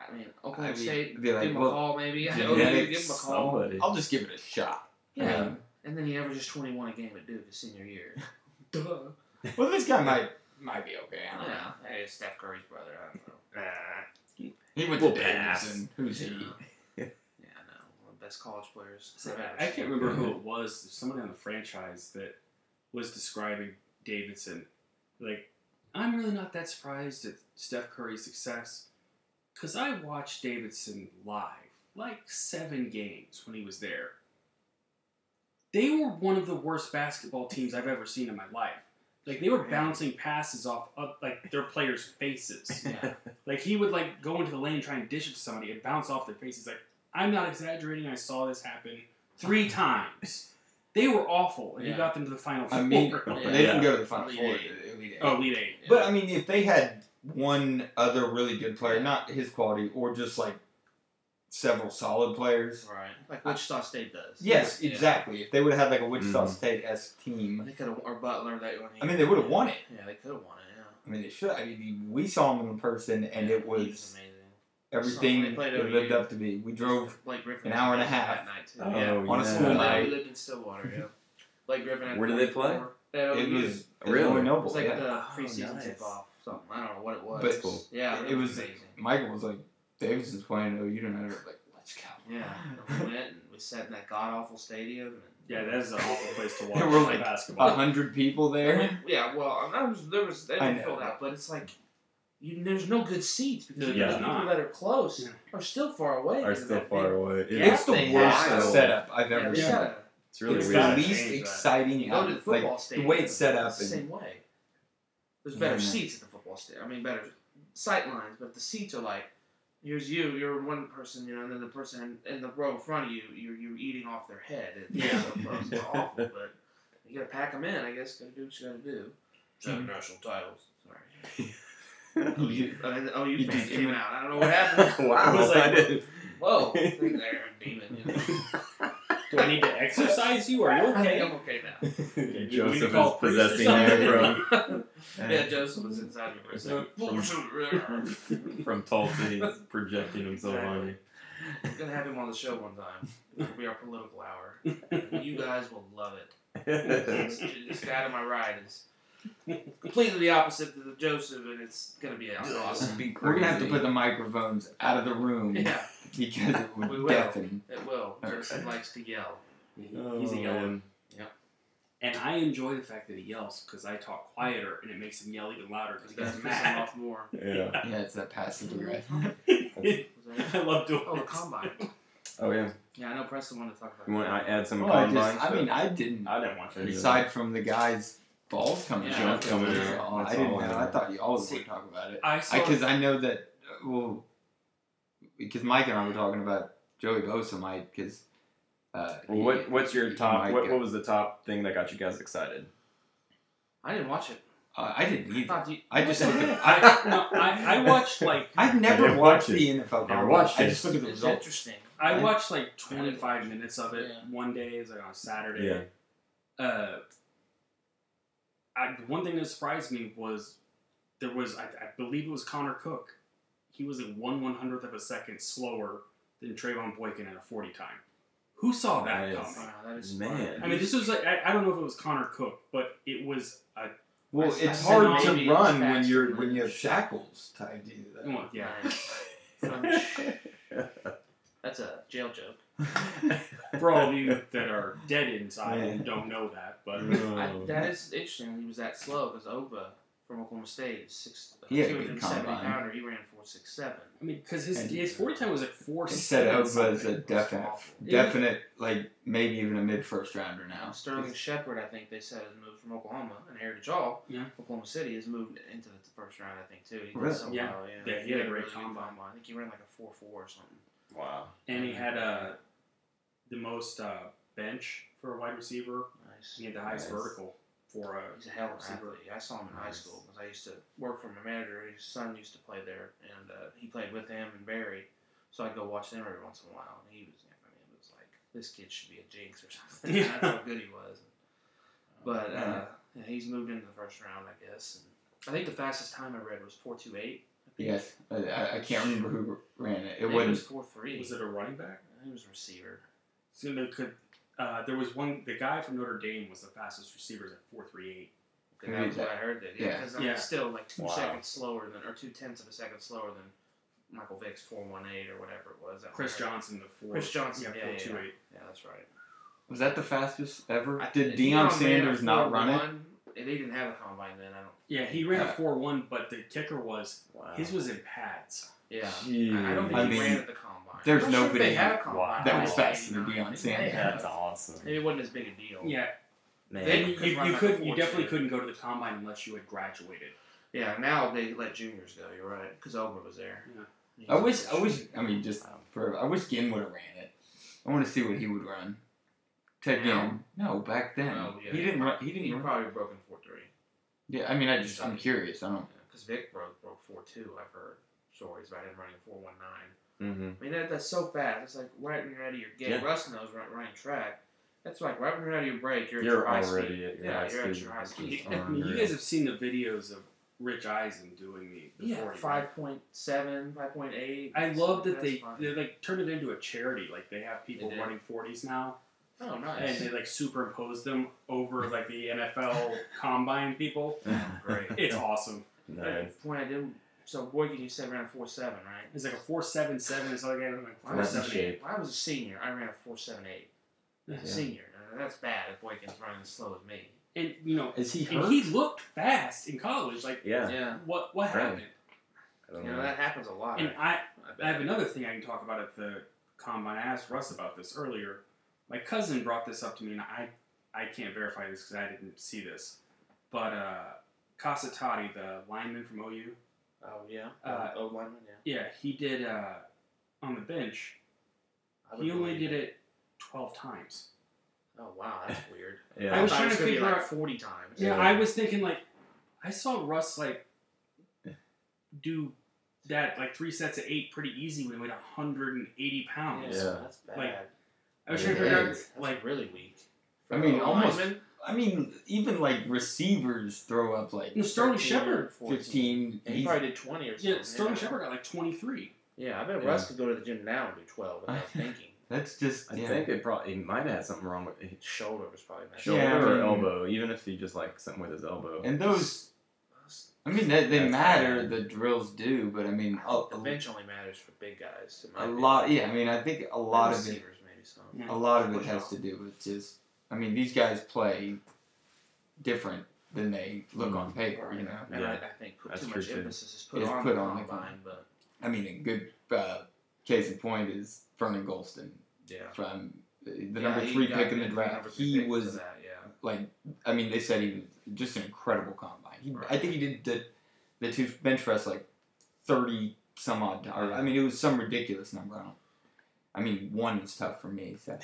Speaker 3: I mean, Oklahoma
Speaker 2: I'd be-
Speaker 3: State,
Speaker 2: be like,
Speaker 3: give him a
Speaker 2: well,
Speaker 3: call maybe. I
Speaker 2: yeah,
Speaker 3: don't know,
Speaker 2: it's
Speaker 3: give him a call.
Speaker 1: Somebody.
Speaker 2: I'll just give it a shot. I
Speaker 3: Yeah,
Speaker 2: mean,
Speaker 3: and then he averages 21 a game at Duke his senior year. Duh.
Speaker 2: well, this guy might might be okay. I don't know.
Speaker 3: Yeah, hey, it's Steph Curry's brother. I don't know.
Speaker 2: He went
Speaker 1: Well,
Speaker 2: to
Speaker 1: pass.
Speaker 2: Davis, and who's he?
Speaker 3: Yeah, I know. One of the best college players.
Speaker 4: So,
Speaker 3: I've ever
Speaker 4: I can't
Speaker 3: seen.
Speaker 4: remember who it was. There's someone on the franchise that was describing Davidson. Like, I'm really not that surprised at Steph Curry's success because I watched Davidson live like seven games when he was there. They were one of the worst basketball teams I've ever seen in my life. Like they were bouncing passes off up like their players' faces.
Speaker 3: Yeah.
Speaker 4: Like he would like go into the lane and try and dish it to somebody and bounce off their face. He's like, I'm not exaggerating. I saw this happen three times. They were awful, and he
Speaker 3: Yeah.
Speaker 4: got them to the final four.
Speaker 2: I mean,
Speaker 3: Yeah.
Speaker 2: They didn't go to the final
Speaker 3: Elite
Speaker 2: four.
Speaker 3: Eight.
Speaker 2: the Elite Eight.
Speaker 4: oh, lead eight.
Speaker 2: But I mean, if they had one other really good player, not his quality, or just like several solid players.
Speaker 3: right. Like Wichita State does.
Speaker 2: Yes,
Speaker 3: Yeah.
Speaker 2: exactly. If they would have had like a Wichita
Speaker 1: Mhm.
Speaker 2: State S team,
Speaker 3: They could have, or Butler that one.
Speaker 2: I mean, they would've won it.
Speaker 3: Yeah, they could have won it. Yeah.
Speaker 2: I mean, they should. I mean, we saw him in person, and
Speaker 3: Yeah,
Speaker 2: it
Speaker 3: he
Speaker 2: was
Speaker 3: amazing.
Speaker 2: everything
Speaker 3: They played
Speaker 2: it lived
Speaker 3: OU.
Speaker 2: up to be. We drove
Speaker 3: Blake Griffin
Speaker 2: an hour and a
Speaker 3: was amazing
Speaker 2: half.
Speaker 3: that night too.
Speaker 1: Oh,
Speaker 3: yeah.
Speaker 2: on a
Speaker 1: yeah.
Speaker 2: school
Speaker 3: Yeah, we
Speaker 2: night.
Speaker 3: lived in Stillwater. Yeah. Blake Griffin. Had
Speaker 1: Where did they
Speaker 3: 44.
Speaker 1: play?
Speaker 3: At
Speaker 2: It
Speaker 3: OU.
Speaker 2: was
Speaker 1: Really?
Speaker 2: Illinois
Speaker 3: It
Speaker 2: Noble.
Speaker 3: was like
Speaker 2: yeah.
Speaker 3: the
Speaker 1: Oh,
Speaker 3: preseason
Speaker 1: nice.
Speaker 3: tip off. Something I don't know what it was.
Speaker 2: But-
Speaker 1: cool.
Speaker 3: yeah,
Speaker 2: it was-
Speaker 3: amazing.
Speaker 2: Michael was like, Davis is playing OU tonight. I was like, let's go.
Speaker 3: Yeah, and we went and we sat in that god awful stadium. And,
Speaker 4: Yeah, that is an awful place to watch
Speaker 2: They were like,
Speaker 4: basketball.
Speaker 2: A hundred people there.
Speaker 3: Yeah, well, I was there was they
Speaker 2: I
Speaker 3: didn't
Speaker 2: know.
Speaker 3: fill out, but it's like you, there's no good seats because
Speaker 4: Yeah,
Speaker 3: the
Speaker 4: there's
Speaker 3: people
Speaker 4: not.
Speaker 3: that are close
Speaker 4: Yeah.
Speaker 3: are still far away.
Speaker 1: are
Speaker 3: because of
Speaker 1: still
Speaker 3: that
Speaker 1: far
Speaker 3: big-
Speaker 1: away. It
Speaker 3: Yeah.
Speaker 1: is-
Speaker 2: It's the
Speaker 3: They have-
Speaker 2: worst setup I've
Speaker 3: Yeah,
Speaker 2: ever
Speaker 3: they
Speaker 2: seen.
Speaker 3: gotta-
Speaker 1: It's really
Speaker 2: it's
Speaker 1: weird.
Speaker 2: the
Speaker 4: gotta
Speaker 2: least
Speaker 4: change that.
Speaker 2: exciting.
Speaker 3: you go to the
Speaker 2: out- like,
Speaker 3: football stadium.
Speaker 2: way it's set up
Speaker 3: it's the
Speaker 2: and-
Speaker 3: same way. There's better
Speaker 2: Yeah.
Speaker 3: seats at the football stadium. I mean, better sight lines, but the seats are like, here's you, you're one person, you know, and then the person in, in the row in front of you, you're you're eating off their head. It's
Speaker 1: Yeah.
Speaker 3: so close. It's awful, but you gotta pack them in. I guess gotta do what you gotta do.
Speaker 2: Hmm.
Speaker 3: Seven national titles. Oh, Sorry. OU, I mean, the OU
Speaker 2: You
Speaker 3: fans
Speaker 2: just-
Speaker 3: came out. I don't know what happened.
Speaker 1: wow.
Speaker 2: was like-
Speaker 1: I did-
Speaker 3: Whoa, I think they're a demon. You know?
Speaker 4: Do I need to exercise you? Are you
Speaker 3: I
Speaker 4: okay?
Speaker 3: think I'm okay now.
Speaker 1: Joseph is
Speaker 4: call priest or
Speaker 1: possessing
Speaker 4: something?
Speaker 1: you from,
Speaker 3: yeah, Joseph was inside me for a second.
Speaker 1: from Tulsa. He's projecting himself on you.
Speaker 3: We're gonna have him on the show one time. It'll be our political hour. You guys will love it. This, this guy to my right is completely the opposite to the Joseph, and it's gonna be awesome.
Speaker 2: We're gonna have to put the microphones out of the room
Speaker 3: Yeah,
Speaker 2: because it would
Speaker 3: We will.
Speaker 2: deafen.
Speaker 3: it will. Joseph
Speaker 2: Okay.
Speaker 3: likes to yell.
Speaker 4: He's a
Speaker 2: Oh,
Speaker 4: yeller.
Speaker 1: Oh, man.
Speaker 4: And I enjoy the fact that he yells because I talk quieter and it makes him yell even louder because
Speaker 3: He
Speaker 4: he
Speaker 3: does
Speaker 4: gets
Speaker 3: piss him
Speaker 4: mad.
Speaker 3: off more.
Speaker 1: Yeah.
Speaker 2: Yeah, it's that passive aggressive.
Speaker 3: Was that it?
Speaker 4: I love doing
Speaker 3: Oh, the
Speaker 4: it.
Speaker 3: combine.
Speaker 1: Oh yeah.
Speaker 3: Yeah, I know Preston wanted to talk about.
Speaker 1: You want Oh, I add some
Speaker 2: Well, Oh, I,
Speaker 1: combine
Speaker 2: just, I
Speaker 1: stuff?
Speaker 2: mean, I didn't.
Speaker 4: I didn't watch
Speaker 1: Any of
Speaker 2: Aside from the guy's balls coming
Speaker 3: Yeah,
Speaker 1: junk
Speaker 2: out,
Speaker 1: coming
Speaker 2: that was
Speaker 1: out,
Speaker 2: all-
Speaker 1: that's
Speaker 2: I didn't
Speaker 1: all I
Speaker 2: know.
Speaker 1: know.
Speaker 2: I thought you always
Speaker 3: See-
Speaker 2: would talk about it.
Speaker 4: I saw.
Speaker 2: Because I, know that. uh, Well, because Mike and I were talking about Joey Bosa, Mike. Because uh,
Speaker 1: Well,
Speaker 2: he-
Speaker 1: what what's your
Speaker 2: he
Speaker 1: top?
Speaker 2: might
Speaker 1: What,
Speaker 2: get-
Speaker 1: what was the top thing that got you guys excited?
Speaker 3: I didn't watch it.
Speaker 2: uh, I didn't
Speaker 3: I
Speaker 2: either.
Speaker 3: thought you.
Speaker 2: I just looked at,
Speaker 4: I, no, I, I watched like
Speaker 2: I've
Speaker 1: I
Speaker 2: never
Speaker 1: didn't watch
Speaker 2: watched
Speaker 1: it.
Speaker 2: the NFL.
Speaker 1: Never
Speaker 2: combine.
Speaker 1: watched
Speaker 2: I
Speaker 1: it.
Speaker 2: just looked at the
Speaker 3: It's
Speaker 2: results.
Speaker 3: interesting.
Speaker 4: I
Speaker 2: I-
Speaker 4: watched like 25 minutes of it
Speaker 3: Yeah.
Speaker 4: one day, it was like on Saturday. Uh, I, the one thing that surprised me was there was, I, I believe it was Connor Cook. He was at one one hundredth of a second slower than Trayvon Boykin at a 40 time. Who saw that
Speaker 1: Nice.
Speaker 4: coming?
Speaker 3: Wow, that is
Speaker 1: Man.
Speaker 4: I mean, this was like, I, I don't know if it was Connor Cook, but it was, a,
Speaker 2: Well,
Speaker 3: I- I
Speaker 2: it's
Speaker 3: said
Speaker 2: hard
Speaker 3: maybe
Speaker 2: to
Speaker 3: it was
Speaker 2: run when
Speaker 3: faster
Speaker 2: you're
Speaker 3: than
Speaker 2: when you have
Speaker 3: the-
Speaker 2: shackles tied to you. That.
Speaker 4: well, yeah.
Speaker 3: That's a jail joke.
Speaker 4: For all of you that are dead inside
Speaker 2: Yeah.
Speaker 4: and don't know that, but
Speaker 3: I,
Speaker 1: No.
Speaker 3: that is interesting. that He was that slow because Oba from Oklahoma State is six. uh,
Speaker 2: He had a good
Speaker 3: 270
Speaker 2: combine.
Speaker 3: pounder. He ran four six seven.
Speaker 4: I mean, because his,
Speaker 2: And-
Speaker 4: his 40 time was at 4
Speaker 2: He said
Speaker 4: seven
Speaker 2: Oba is
Speaker 4: something.
Speaker 2: a definite,
Speaker 4: Yeah.
Speaker 2: definite, like maybe even a mid first rounder now.
Speaker 3: Sterling Shepard, I think they said, has moved from Oklahoma, and Heritage Hall,
Speaker 4: Yeah.
Speaker 3: Oklahoma City, has moved into the first round. I think too. He did
Speaker 2: Really?
Speaker 3: so
Speaker 4: Yeah.
Speaker 3: well,
Speaker 4: Yeah, he had a great
Speaker 3: really good
Speaker 4: combine.
Speaker 3: I think he ran like a four four or something.
Speaker 1: Wow.
Speaker 4: and
Speaker 3: Mm-hmm.
Speaker 4: he had uh, the most uh, bench for a wide receiver.
Speaker 3: Nice.
Speaker 4: He had the highest
Speaker 1: Nice.
Speaker 4: vertical for a.
Speaker 3: He's a hell of an
Speaker 4: Super.
Speaker 3: athlete. I saw him in high
Speaker 1: Nice.
Speaker 3: school because I used to work for my manager. His son used to play there, and uh, he played with him and Barry. So I'd go watch them every once in a while, and he was, I mean, it was like this kid should be a jinx or something.
Speaker 4: Yeah.
Speaker 3: That's how good he was. But uh,
Speaker 2: Yeah.
Speaker 3: yeah, he's moved into the first round, I guess. And I think the fastest time I read was four two eight.
Speaker 2: Yes, I, I, I can't remember who ran it. It
Speaker 3: It
Speaker 2: wasn't
Speaker 3: was four three.
Speaker 4: Was it a running back?
Speaker 3: He was a receiver.
Speaker 4: So there could. Uh, there was one. The guy from Notre Dame was the fastest receivers at four three eight.
Speaker 3: Okay,
Speaker 2: Who
Speaker 3: that
Speaker 2: is
Speaker 3: was what I
Speaker 2: that?
Speaker 3: heard. That yeah,
Speaker 2: Yeah.
Speaker 3: because
Speaker 4: Yeah.
Speaker 3: I'm still like two
Speaker 1: Wow.
Speaker 3: seconds slower than, or two tenths of a second slower than Michael Vick's four one eight or whatever it was. I
Speaker 4: Chris
Speaker 3: remember.
Speaker 4: Johnson, the four.
Speaker 3: Chris Johnson,
Speaker 4: yeah,
Speaker 3: yeah,
Speaker 4: four
Speaker 3: yeah,
Speaker 4: two
Speaker 3: yeah.
Speaker 4: eight.
Speaker 3: Yeah, that's right.
Speaker 2: Was that the fastest ever? Did
Speaker 3: Deion ran
Speaker 2: Deion
Speaker 3: a
Speaker 2: Sanders not run it?
Speaker 3: 4-1. They didn't have a combine then. I don't.
Speaker 4: Yeah, he ran a
Speaker 2: Yeah.
Speaker 4: four one, but the kicker was
Speaker 3: Uh.
Speaker 1: Wow.
Speaker 4: his was in pads.
Speaker 3: Yeah. I I don't
Speaker 1: Jeez.
Speaker 3: think
Speaker 2: I
Speaker 3: he
Speaker 2: mean,
Speaker 3: ran at the combine.
Speaker 2: there's
Speaker 3: I'm not sure if
Speaker 2: nobody
Speaker 3: they had a combine.
Speaker 1: Wow.
Speaker 2: that was
Speaker 3: Maybe
Speaker 2: faster than
Speaker 3: not.
Speaker 2: Deion
Speaker 3: Maybe
Speaker 2: Sanders.
Speaker 3: they had.
Speaker 1: That's awesome.
Speaker 3: Maybe it wasn't as big a deal.
Speaker 4: Yeah,
Speaker 3: They-
Speaker 4: then
Speaker 1: Man.
Speaker 4: you, you,
Speaker 3: Run
Speaker 4: you
Speaker 3: like a
Speaker 4: could you
Speaker 3: 4-2-8.
Speaker 4: definitely couldn't go to the combine unless you had graduated.
Speaker 3: Yeah. Now they let juniors go. You're right. Because Omer was there.
Speaker 4: Yeah.
Speaker 3: He's
Speaker 2: I
Speaker 3: a
Speaker 2: wish, I
Speaker 3: freshman.
Speaker 2: wish, I mean, just for, I wish Ginn would have ran it. I want to see what he would run. Ted
Speaker 3: Now?
Speaker 2: Ginn? No, back then.
Speaker 3: Oh, yeah.
Speaker 2: He didn't run, he
Speaker 3: He
Speaker 2: didn't run.
Speaker 3: probably broken four three.
Speaker 2: Yeah, I mean, I just, I'm curious. I don't,
Speaker 3: Because Vic broke broke four two. I've heard stories about him running four one nine.
Speaker 1: Mm-hmm.
Speaker 3: I mean, that, that's so fast. It's like right when you're out of your gate.
Speaker 1: Yeah.
Speaker 3: Russ knows right, running track. That's like right when you're out of your break, you're, at
Speaker 1: You're
Speaker 3: your high speed.
Speaker 1: already at your
Speaker 3: yeah,
Speaker 1: high
Speaker 3: you're
Speaker 1: speed,
Speaker 3: at your high
Speaker 1: which is
Speaker 3: speed.
Speaker 4: I mean, you
Speaker 1: Unreal.
Speaker 4: guys have seen the videos of Rich Eisen doing the, the
Speaker 3: yeah,
Speaker 4: 40, right?
Speaker 3: 5.7, 5.8.
Speaker 4: I love that
Speaker 3: That's
Speaker 4: they
Speaker 3: fun.
Speaker 4: they like turned it into a charity. Like they have people
Speaker 3: They did.
Speaker 4: running forties now,
Speaker 3: Oh,
Speaker 4: and
Speaker 3: nice.
Speaker 4: they like superimpose them over like the NFL combine people.
Speaker 3: Great.
Speaker 4: It's awesome.
Speaker 3: At
Speaker 1: nice.
Speaker 3: the point I did. So Boykin, you said ran a four seven, right?
Speaker 4: It's like a four seven seven. It's like like
Speaker 3: When I
Speaker 4: four
Speaker 3: was a-
Speaker 1: That's
Speaker 4: seven
Speaker 1: in shape.
Speaker 4: eight.
Speaker 3: When I was a senior, I ran a four seven eight.
Speaker 4: Yeah.
Speaker 3: Senior, Now, that's bad if Boykin's running as slow as me.
Speaker 4: And you know,
Speaker 2: is he
Speaker 4: and
Speaker 2: hurt?
Speaker 4: he looked fast in college. Like
Speaker 1: Yeah.
Speaker 3: Yeah.
Speaker 4: what what
Speaker 1: Right.
Speaker 4: happened?
Speaker 1: I don't
Speaker 3: You know,
Speaker 1: know.
Speaker 3: that happens a lot.
Speaker 4: And I,
Speaker 3: I
Speaker 4: I
Speaker 3: bet.
Speaker 4: have another thing I can talk about at the combine. I asked Russ about this earlier. My cousin brought this up to me, and I, I can't verify this because I didn't see this. But uh, Casatati, the lineman from OU,
Speaker 3: Oh, yeah.
Speaker 4: Uh,
Speaker 3: oh, lineman, yeah.
Speaker 4: yeah, he did uh, on the bench.
Speaker 3: I would
Speaker 4: He only
Speaker 3: believe
Speaker 4: did it twelve times.
Speaker 3: Oh, wow, that's weird.
Speaker 1: Yeah.
Speaker 4: I was
Speaker 3: thought
Speaker 4: trying
Speaker 3: it
Speaker 4: to
Speaker 3: gonna be
Speaker 4: figure
Speaker 3: like
Speaker 4: out-
Speaker 3: 40 times.
Speaker 4: Yeah,
Speaker 1: Yeah.
Speaker 4: I was thinking like, I saw Russ like do that like three sets of eight pretty easy when he weighed 180 pounds.
Speaker 1: Yeah.
Speaker 3: That's bad.
Speaker 4: Like, I was
Speaker 1: It
Speaker 4: trying to figure out
Speaker 3: that's
Speaker 4: like
Speaker 3: like really weak.
Speaker 2: I mean,
Speaker 3: For a
Speaker 2: almost-
Speaker 3: lineman,
Speaker 2: I mean, even like receivers throw up like
Speaker 4: No, Sterling Shepard,
Speaker 3: 14.
Speaker 2: 15.
Speaker 3: He
Speaker 2: he's-
Speaker 3: probably did 20 or something.
Speaker 4: yeah, Sterling
Speaker 3: yeah.
Speaker 4: Shepard got like 23.
Speaker 3: Yeah, I bet
Speaker 1: Yeah.
Speaker 3: Russ could go to the gym now and do 12 without thinking.
Speaker 2: That's just
Speaker 1: I
Speaker 2: yeah.
Speaker 1: think it probably he might have had something wrong with his
Speaker 3: His shoulder was probably messed
Speaker 1: shoulder
Speaker 2: Yeah, I
Speaker 1: or
Speaker 2: mean-
Speaker 1: elbow, even if he just like something with his elbow.
Speaker 2: and those
Speaker 3: up.
Speaker 2: I mean that they
Speaker 1: That's
Speaker 2: matter.
Speaker 1: bad.
Speaker 2: The drills do, but I mean a,
Speaker 3: The
Speaker 2: a,
Speaker 3: bench only matters for big guys. in my
Speaker 2: a
Speaker 3: opinion.
Speaker 2: lot. Yeah, I mean I think a lot of it
Speaker 3: receivers maybe some.
Speaker 4: Yeah.
Speaker 2: a lot of it has to do with just I mean these guys play different than they look
Speaker 1: Mm-hmm.
Speaker 2: on paper. You know,
Speaker 3: And
Speaker 1: Yeah.
Speaker 3: I, I think put
Speaker 1: That's
Speaker 3: too
Speaker 1: true,
Speaker 3: much
Speaker 1: too.
Speaker 3: emphasis is put
Speaker 2: It's
Speaker 3: on
Speaker 2: put
Speaker 3: the
Speaker 2: on the
Speaker 3: combine, but
Speaker 2: I mean a good uh, case in point is Vernon Golston
Speaker 3: yeah.
Speaker 2: from the the
Speaker 3: Yeah,
Speaker 2: number
Speaker 3: he
Speaker 2: three
Speaker 3: got
Speaker 2: pick in the
Speaker 3: picked
Speaker 2: draft.
Speaker 3: number three
Speaker 2: He
Speaker 3: pick for
Speaker 2: was
Speaker 3: that, yeah.
Speaker 2: like I mean they said he was just an incredible combine. He, I think he did the the two bench press like thirty some odd or, I mean it was some ridiculous number. I don't. I mean one is tough for me. So,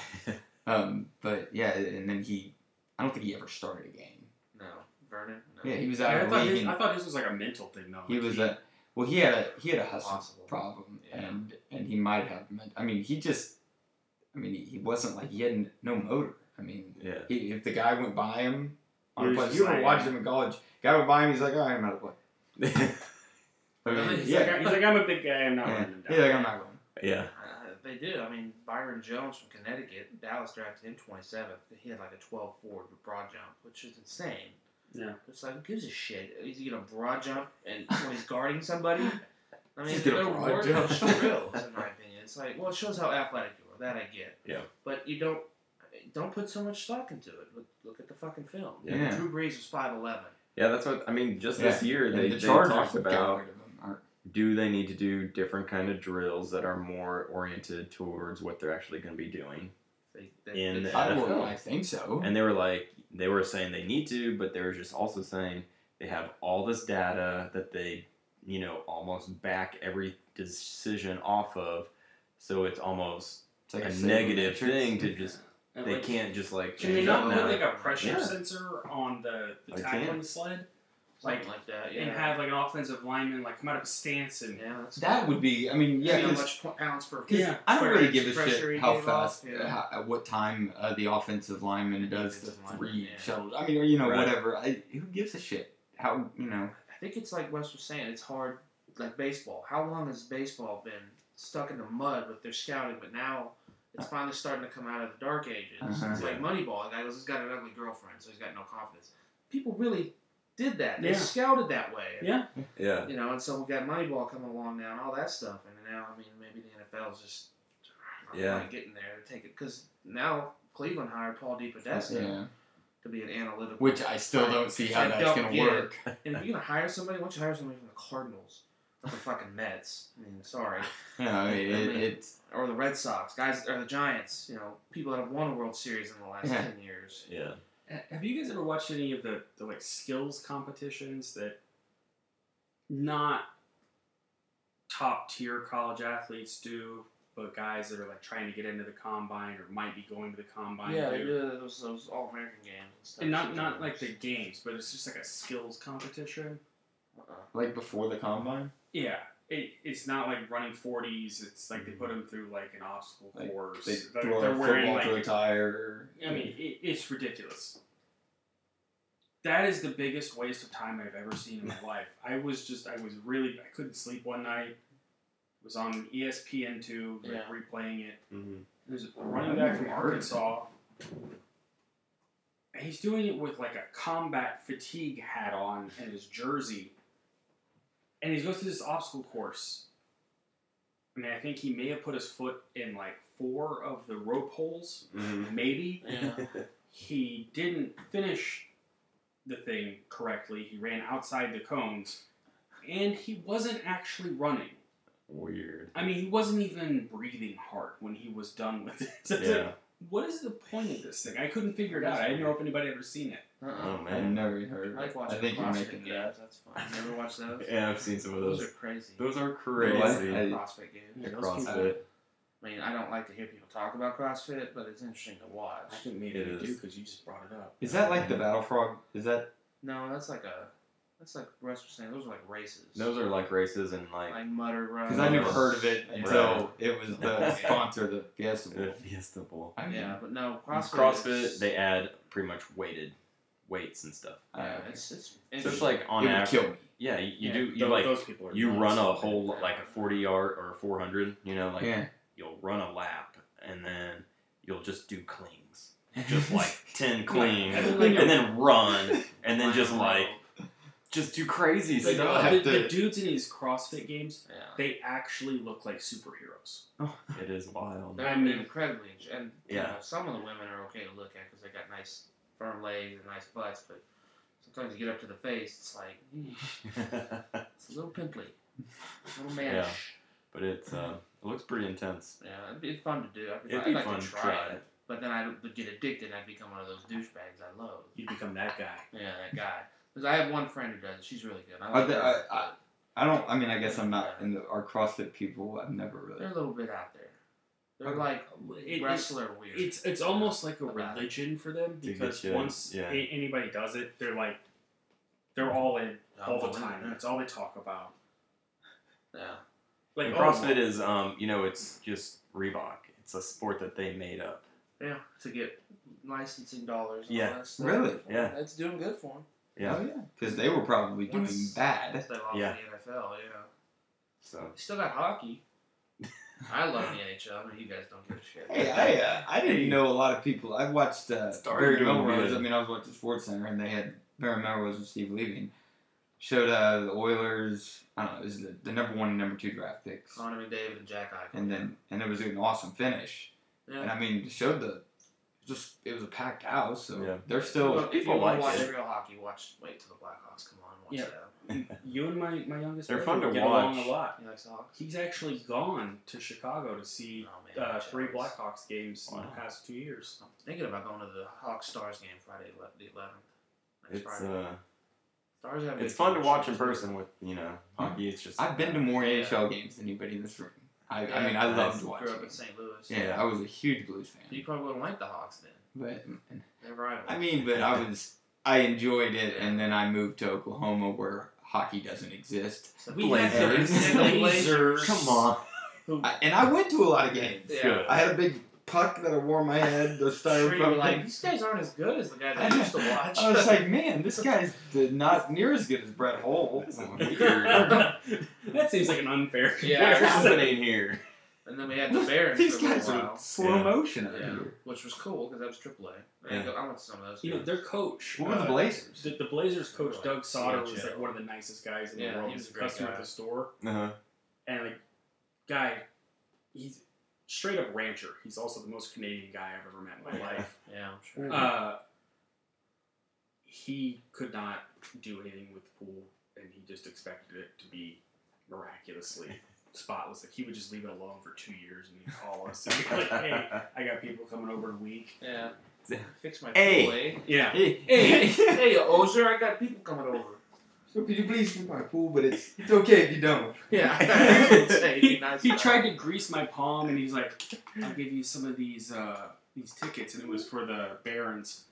Speaker 2: um, but yeah, and then he I don't think he ever started a game.
Speaker 3: No, Vernon. No.
Speaker 2: Yeah, he was
Speaker 4: I
Speaker 2: out of the
Speaker 4: thought,
Speaker 2: league.
Speaker 4: his, I
Speaker 2: and
Speaker 4: thought his was like a mental thing though.
Speaker 2: he
Speaker 4: Like,
Speaker 2: was a well. He had a he had a hustle
Speaker 3: Possible.
Speaker 2: problem,
Speaker 3: Yeah.
Speaker 2: and and he might have. men- I mean, he just. I mean, he, he wasn't like he had n- no motor. I mean,
Speaker 1: Yeah.
Speaker 2: he, if the guy went by him on a
Speaker 4: He was
Speaker 2: play,
Speaker 4: just
Speaker 2: you ever
Speaker 4: like-
Speaker 2: watched him in college? Guy went by him, he's like, "Oh, all right, I'm out of play. I mean,
Speaker 3: Really? He's
Speaker 2: yeah,
Speaker 4: He's like, he's like, I'm a big guy. I'm not
Speaker 2: yeah.
Speaker 4: running him down.
Speaker 2: He's like, I'm not going.
Speaker 1: yeah.
Speaker 3: Uh, they do. I mean, Byron Jones from Connecticut, Dallas drafted him 27th. He had like a 12 forward with broad jump, which is insane.
Speaker 4: Yeah.
Speaker 3: It's like, who gives a shit? Is he going to broad jump and when he's guarding somebody? I mean,
Speaker 2: He's
Speaker 3: they're
Speaker 2: gonna broad
Speaker 3: workout
Speaker 2: jump.
Speaker 3: drills, in my opinion. It's like, well, it shows how athletic you are. That I get.
Speaker 1: Yeah.
Speaker 3: But you don't don't put so much stock into it. Look, look at the fucking film.
Speaker 2: Yeah.
Speaker 3: Drew Brees was 5'11.
Speaker 1: Yeah, that's what I mean. Just this year,
Speaker 2: And
Speaker 1: they,
Speaker 2: the
Speaker 1: they
Speaker 2: Chargers
Speaker 1: talked
Speaker 2: got
Speaker 1: about
Speaker 2: rid of him, or-
Speaker 1: do they need to do different kind of drills that are more oriented towards what they're actually going to be doing
Speaker 3: They, they,
Speaker 1: In
Speaker 3: they-
Speaker 1: the
Speaker 2: I,
Speaker 1: NFL.
Speaker 2: would- I think so.
Speaker 1: and they were like they were saying they need to but they were just also saying they have all this data that they you know almost back every decision off of so it's almost
Speaker 2: It's like
Speaker 1: a
Speaker 2: saber
Speaker 1: negative
Speaker 2: matrix.
Speaker 1: thing to just
Speaker 4: And,
Speaker 1: they
Speaker 4: like,
Speaker 1: can't just like
Speaker 4: Can they
Speaker 1: change
Speaker 4: not
Speaker 1: up
Speaker 4: put
Speaker 1: now.
Speaker 4: like a pressure
Speaker 1: Yeah.
Speaker 4: sensor on the, the
Speaker 1: They
Speaker 4: tackling
Speaker 1: can.
Speaker 4: sled
Speaker 3: something
Speaker 4: like-
Speaker 3: like that. Yeah.
Speaker 4: and have like an offensive lineman like come out of a stance and
Speaker 3: yeah, that's
Speaker 2: That would be. I mean, yeah.
Speaker 3: See how
Speaker 2: 'cause-
Speaker 3: much po- pounds per
Speaker 2: Because
Speaker 4: Yeah.
Speaker 2: I don't
Speaker 3: Square
Speaker 2: really
Speaker 3: inch
Speaker 2: give a
Speaker 3: pressure he
Speaker 2: shit how
Speaker 3: gave off,
Speaker 2: fast,
Speaker 3: yeah.
Speaker 2: how, at what time uh, the offensive lineman does the
Speaker 3: Offensive lineman,
Speaker 2: three
Speaker 3: yeah.
Speaker 2: shuttles. I mean, or you know,
Speaker 1: Right.
Speaker 2: whatever. I, who gives a shit? How you know?
Speaker 3: I think it's like Wes was saying. It's hard, like baseball. How long has baseball been stuck in the mud with their scouting? But now it's finally starting to come out of the dark ages.
Speaker 2: Uh-huh.
Speaker 3: It's like Moneyball. A guy goes, "He's got an ugly girlfriend, so he's got no confidence." People really did that. They
Speaker 4: Yeah.
Speaker 3: scouted that way.
Speaker 4: Yeah.
Speaker 1: yeah
Speaker 3: You know, and so we got Moneyball coming along now and all that stuff. And now, I mean, maybe the NFL's just not
Speaker 1: Yeah.
Speaker 3: quite getting there to take it because now Cleveland hired Paul DePodesta
Speaker 2: Yeah.
Speaker 3: to be an analytical.
Speaker 2: Which I still don't see how
Speaker 3: I
Speaker 2: that's
Speaker 3: don't
Speaker 2: gonna
Speaker 3: get it.
Speaker 2: work.
Speaker 3: And if you're gonna hire somebody, why don't you hire somebody from the Cardinals, not the fucking Mets? I mean, sorry,
Speaker 2: You know, I mean,
Speaker 3: I
Speaker 2: it,
Speaker 3: mean,
Speaker 2: it's
Speaker 3: or the Red Sox, guys, or the Giants. You know, people that have won a World Series in the last
Speaker 2: Yeah.
Speaker 3: ten years.
Speaker 1: yeah
Speaker 4: Uh, Have you guys ever watched any of the, the like skills competitions that not top tier college athletes do, but guys that are like trying to get into the combine or might be going to the combine
Speaker 3: they
Speaker 4: do?
Speaker 3: do those, those All American games and stuff.
Speaker 4: And not not like the games, but it's just like a skills competition.
Speaker 3: Uh-uh.
Speaker 2: like before the combine.
Speaker 4: Yeah. It, it's not like running forties. It's like they put them through like an obstacle
Speaker 2: Like,
Speaker 4: course.
Speaker 2: They
Speaker 4: Like,
Speaker 2: throw
Speaker 4: they're
Speaker 2: a
Speaker 4: wearing
Speaker 2: football
Speaker 4: like
Speaker 2: through a tire.
Speaker 4: I mean, it, it's ridiculous. That is the biggest waste of time I've ever seen in my life. I was just, I was really, I couldn't sleep one night. Was on E ESPN two, like,
Speaker 3: Yeah.
Speaker 4: replaying it.
Speaker 1: mm-hmm.
Speaker 4: There's a running back from Arkansas. And He's doing it with like a combat fatigue hat on and his jersey. And he goes through this obstacle course. I mean, I think he may have put his foot in like four of the rope holes, maybe
Speaker 3: Yeah.
Speaker 1: Mm-hmm.
Speaker 4: he didn't finish the thing correctly. He ran outside the cones and he wasn't actually running.
Speaker 1: Weird.
Speaker 4: I mean, he wasn't even breathing hard when he was done with it. So it's like,
Speaker 1: Yeah.
Speaker 4: what is the point of this thing? I couldn't figure it out. I didn't know if anybody ever seen it.
Speaker 1: Oh
Speaker 2: I've
Speaker 1: man.
Speaker 2: never even heard.
Speaker 3: Uh-uh. I
Speaker 2: of it.
Speaker 3: like watching
Speaker 2: I think you're
Speaker 3: CrossFit
Speaker 2: making it up.
Speaker 3: games. That's fine. You ever watch those?
Speaker 1: Yeah, I've seen some of
Speaker 3: Those are
Speaker 1: those.
Speaker 3: crazy.
Speaker 1: Those are
Speaker 2: I-
Speaker 1: crazy.
Speaker 3: CrossFit games.
Speaker 4: Yeah, those people-
Speaker 1: CrossFit.
Speaker 3: I mean, I don't like to hear people talk about CrossFit, but it's interesting to watch.
Speaker 4: I think maybe
Speaker 1: It
Speaker 4: you
Speaker 1: is.
Speaker 4: do because you just brought it up.
Speaker 2: Is that like the Battle Frog? Is that
Speaker 3: No, that's like a that's like Russ was saying. Those are like races.
Speaker 1: Those are like races and like
Speaker 3: like mutter runs.
Speaker 2: because I never heard of it until it was the
Speaker 1: Yeah.
Speaker 2: sponsor of the Fiesta Bowl.
Speaker 1: the Fiesta Bowl.
Speaker 2: I mean,
Speaker 3: Yeah, but no CrossFit.
Speaker 1: Mm-hmm. CrossFit,
Speaker 3: is-
Speaker 1: they add pretty much weighted weights and stuff.
Speaker 3: yeah,
Speaker 2: I-
Speaker 3: it's it's
Speaker 1: So it's like on
Speaker 2: it would
Speaker 1: average,
Speaker 2: kill me.
Speaker 1: yeah, you, you
Speaker 4: Yeah,
Speaker 1: do you
Speaker 4: tho-
Speaker 1: like
Speaker 4: those people are
Speaker 1: you
Speaker 4: nuts.
Speaker 1: run a whole like a forty yard or a four hundred, you know, like
Speaker 2: yeah.
Speaker 1: you'll run a lap and then you'll just do cleans, just like ten cleans,
Speaker 4: Yeah.
Speaker 1: and then run, and then just like just do crazy
Speaker 4: Like,
Speaker 2: don't
Speaker 1: stuff.
Speaker 2: have
Speaker 4: the, the
Speaker 2: to-
Speaker 4: dudes in these CrossFit games,
Speaker 3: yeah.
Speaker 4: they actually look like superheroes.
Speaker 1: It is wild.
Speaker 3: They're
Speaker 4: I mean-
Speaker 3: incredibly, and you
Speaker 1: Mm-hmm. Yeah.
Speaker 3: know, some of the women are okay to look at because they got nice firm legs and nice butts, but sometimes you get up to the face, it's like mm, it's a little pimply, a little
Speaker 1: Yeah.
Speaker 3: mannish.
Speaker 1: but it's uh, it looks pretty intense.
Speaker 3: Yeah. it'd be fun to do. I'd,
Speaker 1: It'd
Speaker 3: I'd
Speaker 1: be
Speaker 3: like
Speaker 1: fun
Speaker 3: to
Speaker 1: to
Speaker 3: try,
Speaker 1: try
Speaker 3: it,
Speaker 1: it.
Speaker 3: but then I would get addicted. and I'd become one of those douchebags I loathe.
Speaker 4: You become that guy.
Speaker 3: Yeah, that guy. Because I have one friend who does it. She's really good. I
Speaker 2: Are
Speaker 3: like
Speaker 2: they-
Speaker 3: her,
Speaker 2: I- I-
Speaker 3: but
Speaker 2: I don't. I mean, I guess I'm not in the our CrossFit people. I've never really.
Speaker 3: they're a little bit out there. They're
Speaker 2: Okay.
Speaker 3: like
Speaker 4: It-
Speaker 3: wrestler weird.
Speaker 4: It's it's almost like a
Speaker 3: About it.
Speaker 4: religion for them
Speaker 1: get
Speaker 4: because
Speaker 1: you-
Speaker 4: once
Speaker 1: yeah.
Speaker 4: a- anybody does it, they're like they're all in all the
Speaker 3: Oh,
Speaker 4: time. That's all they talk about.
Speaker 3: Yeah.
Speaker 4: Like
Speaker 1: And
Speaker 4: oh,
Speaker 1: CrossFit is, um, you know, it's just Reebok. It's a sport that they made up.
Speaker 3: Yeah, to get licensing dollars. And
Speaker 1: Yeah.
Speaker 3: all that stuff.
Speaker 2: Really?
Speaker 1: Yeah.
Speaker 3: That's doing good for them.
Speaker 1: Yeah.
Speaker 2: Oh yeah, because they were probably doing
Speaker 3: Once-
Speaker 2: bad.
Speaker 3: They lost
Speaker 1: Yeah.
Speaker 3: the NFL, yeah.
Speaker 1: So
Speaker 3: They still got hockey. I love the NHL. I mean, you guys don't give a shit.
Speaker 2: Hey, I uh, I didn't know a lot of people. I watched uh,
Speaker 1: Started
Speaker 2: Barry
Speaker 1: doing
Speaker 2: Melrose.
Speaker 1: good.
Speaker 2: I mean, I was watching Sports Center, and they had Barry Melrose and Steve Levine showed uh, the Oilers. I don't know, it was the, the number one and number two draft picks,
Speaker 3: Connor McDavid and Jack Eichel.
Speaker 2: and then and it was an awesome finish.
Speaker 3: yeah.
Speaker 2: And I mean, it showed the just it was a packed house, so
Speaker 1: Yeah.
Speaker 2: they're
Speaker 3: Well,
Speaker 2: still
Speaker 3: if you
Speaker 1: people
Speaker 3: wanna
Speaker 1: like
Speaker 3: watch
Speaker 1: it.
Speaker 3: real hockey, watch wait till the Blackhawks come on. Watch
Speaker 4: Yeah.
Speaker 3: that.
Speaker 4: you and my, my youngest
Speaker 1: They're
Speaker 4: brother
Speaker 1: fun to
Speaker 4: get along
Speaker 1: watch.
Speaker 4: a lot.
Speaker 3: You like Hawks?
Speaker 4: He's actually gone to Chicago to see
Speaker 3: Oh, man,
Speaker 4: uh,
Speaker 3: I'm
Speaker 4: three
Speaker 3: jealous.
Speaker 4: Blackhawks games in
Speaker 1: Wow.
Speaker 4: the past two years.
Speaker 3: I'm thinking about going to the Hawks Stars game Friday, ele- the 11th. Next
Speaker 1: it's
Speaker 3: Friday.
Speaker 1: uh,
Speaker 3: Stars have a
Speaker 1: it's
Speaker 3: good
Speaker 1: fun to
Speaker 3: team,
Speaker 1: watch
Speaker 3: so
Speaker 1: in
Speaker 3: it's good.
Speaker 1: person with you know hockey. It's just
Speaker 2: Mm-hmm. I've been to more
Speaker 3: Yeah.
Speaker 2: AHL games than anybody in this room. I,
Speaker 3: Yeah,
Speaker 2: I mean, I
Speaker 1: nice.
Speaker 2: loved
Speaker 3: Grew
Speaker 2: watching.
Speaker 3: up in
Speaker 2: it.
Speaker 3: St. Louis.
Speaker 2: Yeah, I was a huge Blues
Speaker 3: You
Speaker 2: fan,
Speaker 3: probably wouldn't like the Hawks then.
Speaker 2: but
Speaker 3: They're rival.
Speaker 2: I mean, but I was I enjoyed it, and then I moved to Oklahoma where hockey doesn't exist.
Speaker 3: So
Speaker 4: We
Speaker 3: Blazers.
Speaker 4: had the
Speaker 3: Blazers.
Speaker 4: Blazers.
Speaker 1: Come on,
Speaker 2: I, and I went to a lot of games.
Speaker 3: Yeah.
Speaker 1: Good.
Speaker 2: I had a big puck that I wore on my head, the
Speaker 3: Sure, you were
Speaker 2: styrofoam.
Speaker 3: like, these guys aren't as good as the guys I used to watch.
Speaker 2: I was like, man, this guy's the- not near as good as Brett Hull.
Speaker 1: This is weird.
Speaker 4: that seems like an unfair
Speaker 3: Yeah.
Speaker 1: What's
Speaker 4: comparison.
Speaker 1: happening here?
Speaker 3: and then we had the Barons
Speaker 2: These
Speaker 3: for a little
Speaker 2: guys are
Speaker 3: while,
Speaker 2: slow
Speaker 1: Yeah.
Speaker 2: motion out
Speaker 3: Yeah.
Speaker 2: here.
Speaker 3: which was cool because that was AAA. I,
Speaker 1: Yeah.
Speaker 3: go, I went to some of those.
Speaker 4: You know,
Speaker 3: games.
Speaker 4: their coach.
Speaker 2: What were the
Speaker 4: uh,
Speaker 2: Blazers?
Speaker 4: The, the Blazers coach
Speaker 3: Like
Speaker 4: Doug Sauter was
Speaker 3: CHL.
Speaker 4: like one of the nicest guys in
Speaker 3: Yeah,
Speaker 4: the world.
Speaker 3: he
Speaker 4: He
Speaker 3: was
Speaker 4: was a
Speaker 3: a great
Speaker 4: customer at
Speaker 3: guy.
Speaker 4: the store,
Speaker 1: Uh-huh.
Speaker 4: and like, guy, he's straight up rancher. He's also the most Canadian guy I've ever met in my life.
Speaker 3: yeah, I'm sure.
Speaker 4: Uh, he could not do anything with the pool, and he just expected it to be miraculously spotless. Like he would just leave it alone for two years, and he'd call us and be like, "Hey, I got people coming over in a week."
Speaker 3: yeah.
Speaker 1: Yeah.
Speaker 3: Fix my
Speaker 1: Hey.
Speaker 3: Hey.
Speaker 4: Yeah.
Speaker 3: Hey, hey, Ozer, I got people coming over.
Speaker 2: So could you please do my pool? But it's it's okay if you don't.
Speaker 3: Yeah. Say, be
Speaker 4: he,
Speaker 3: nice
Speaker 4: he
Speaker 3: about
Speaker 4: tried
Speaker 3: it.
Speaker 4: to grease my palm and he's like, I'll give you some of these uh, these tickets and it was for the Barons.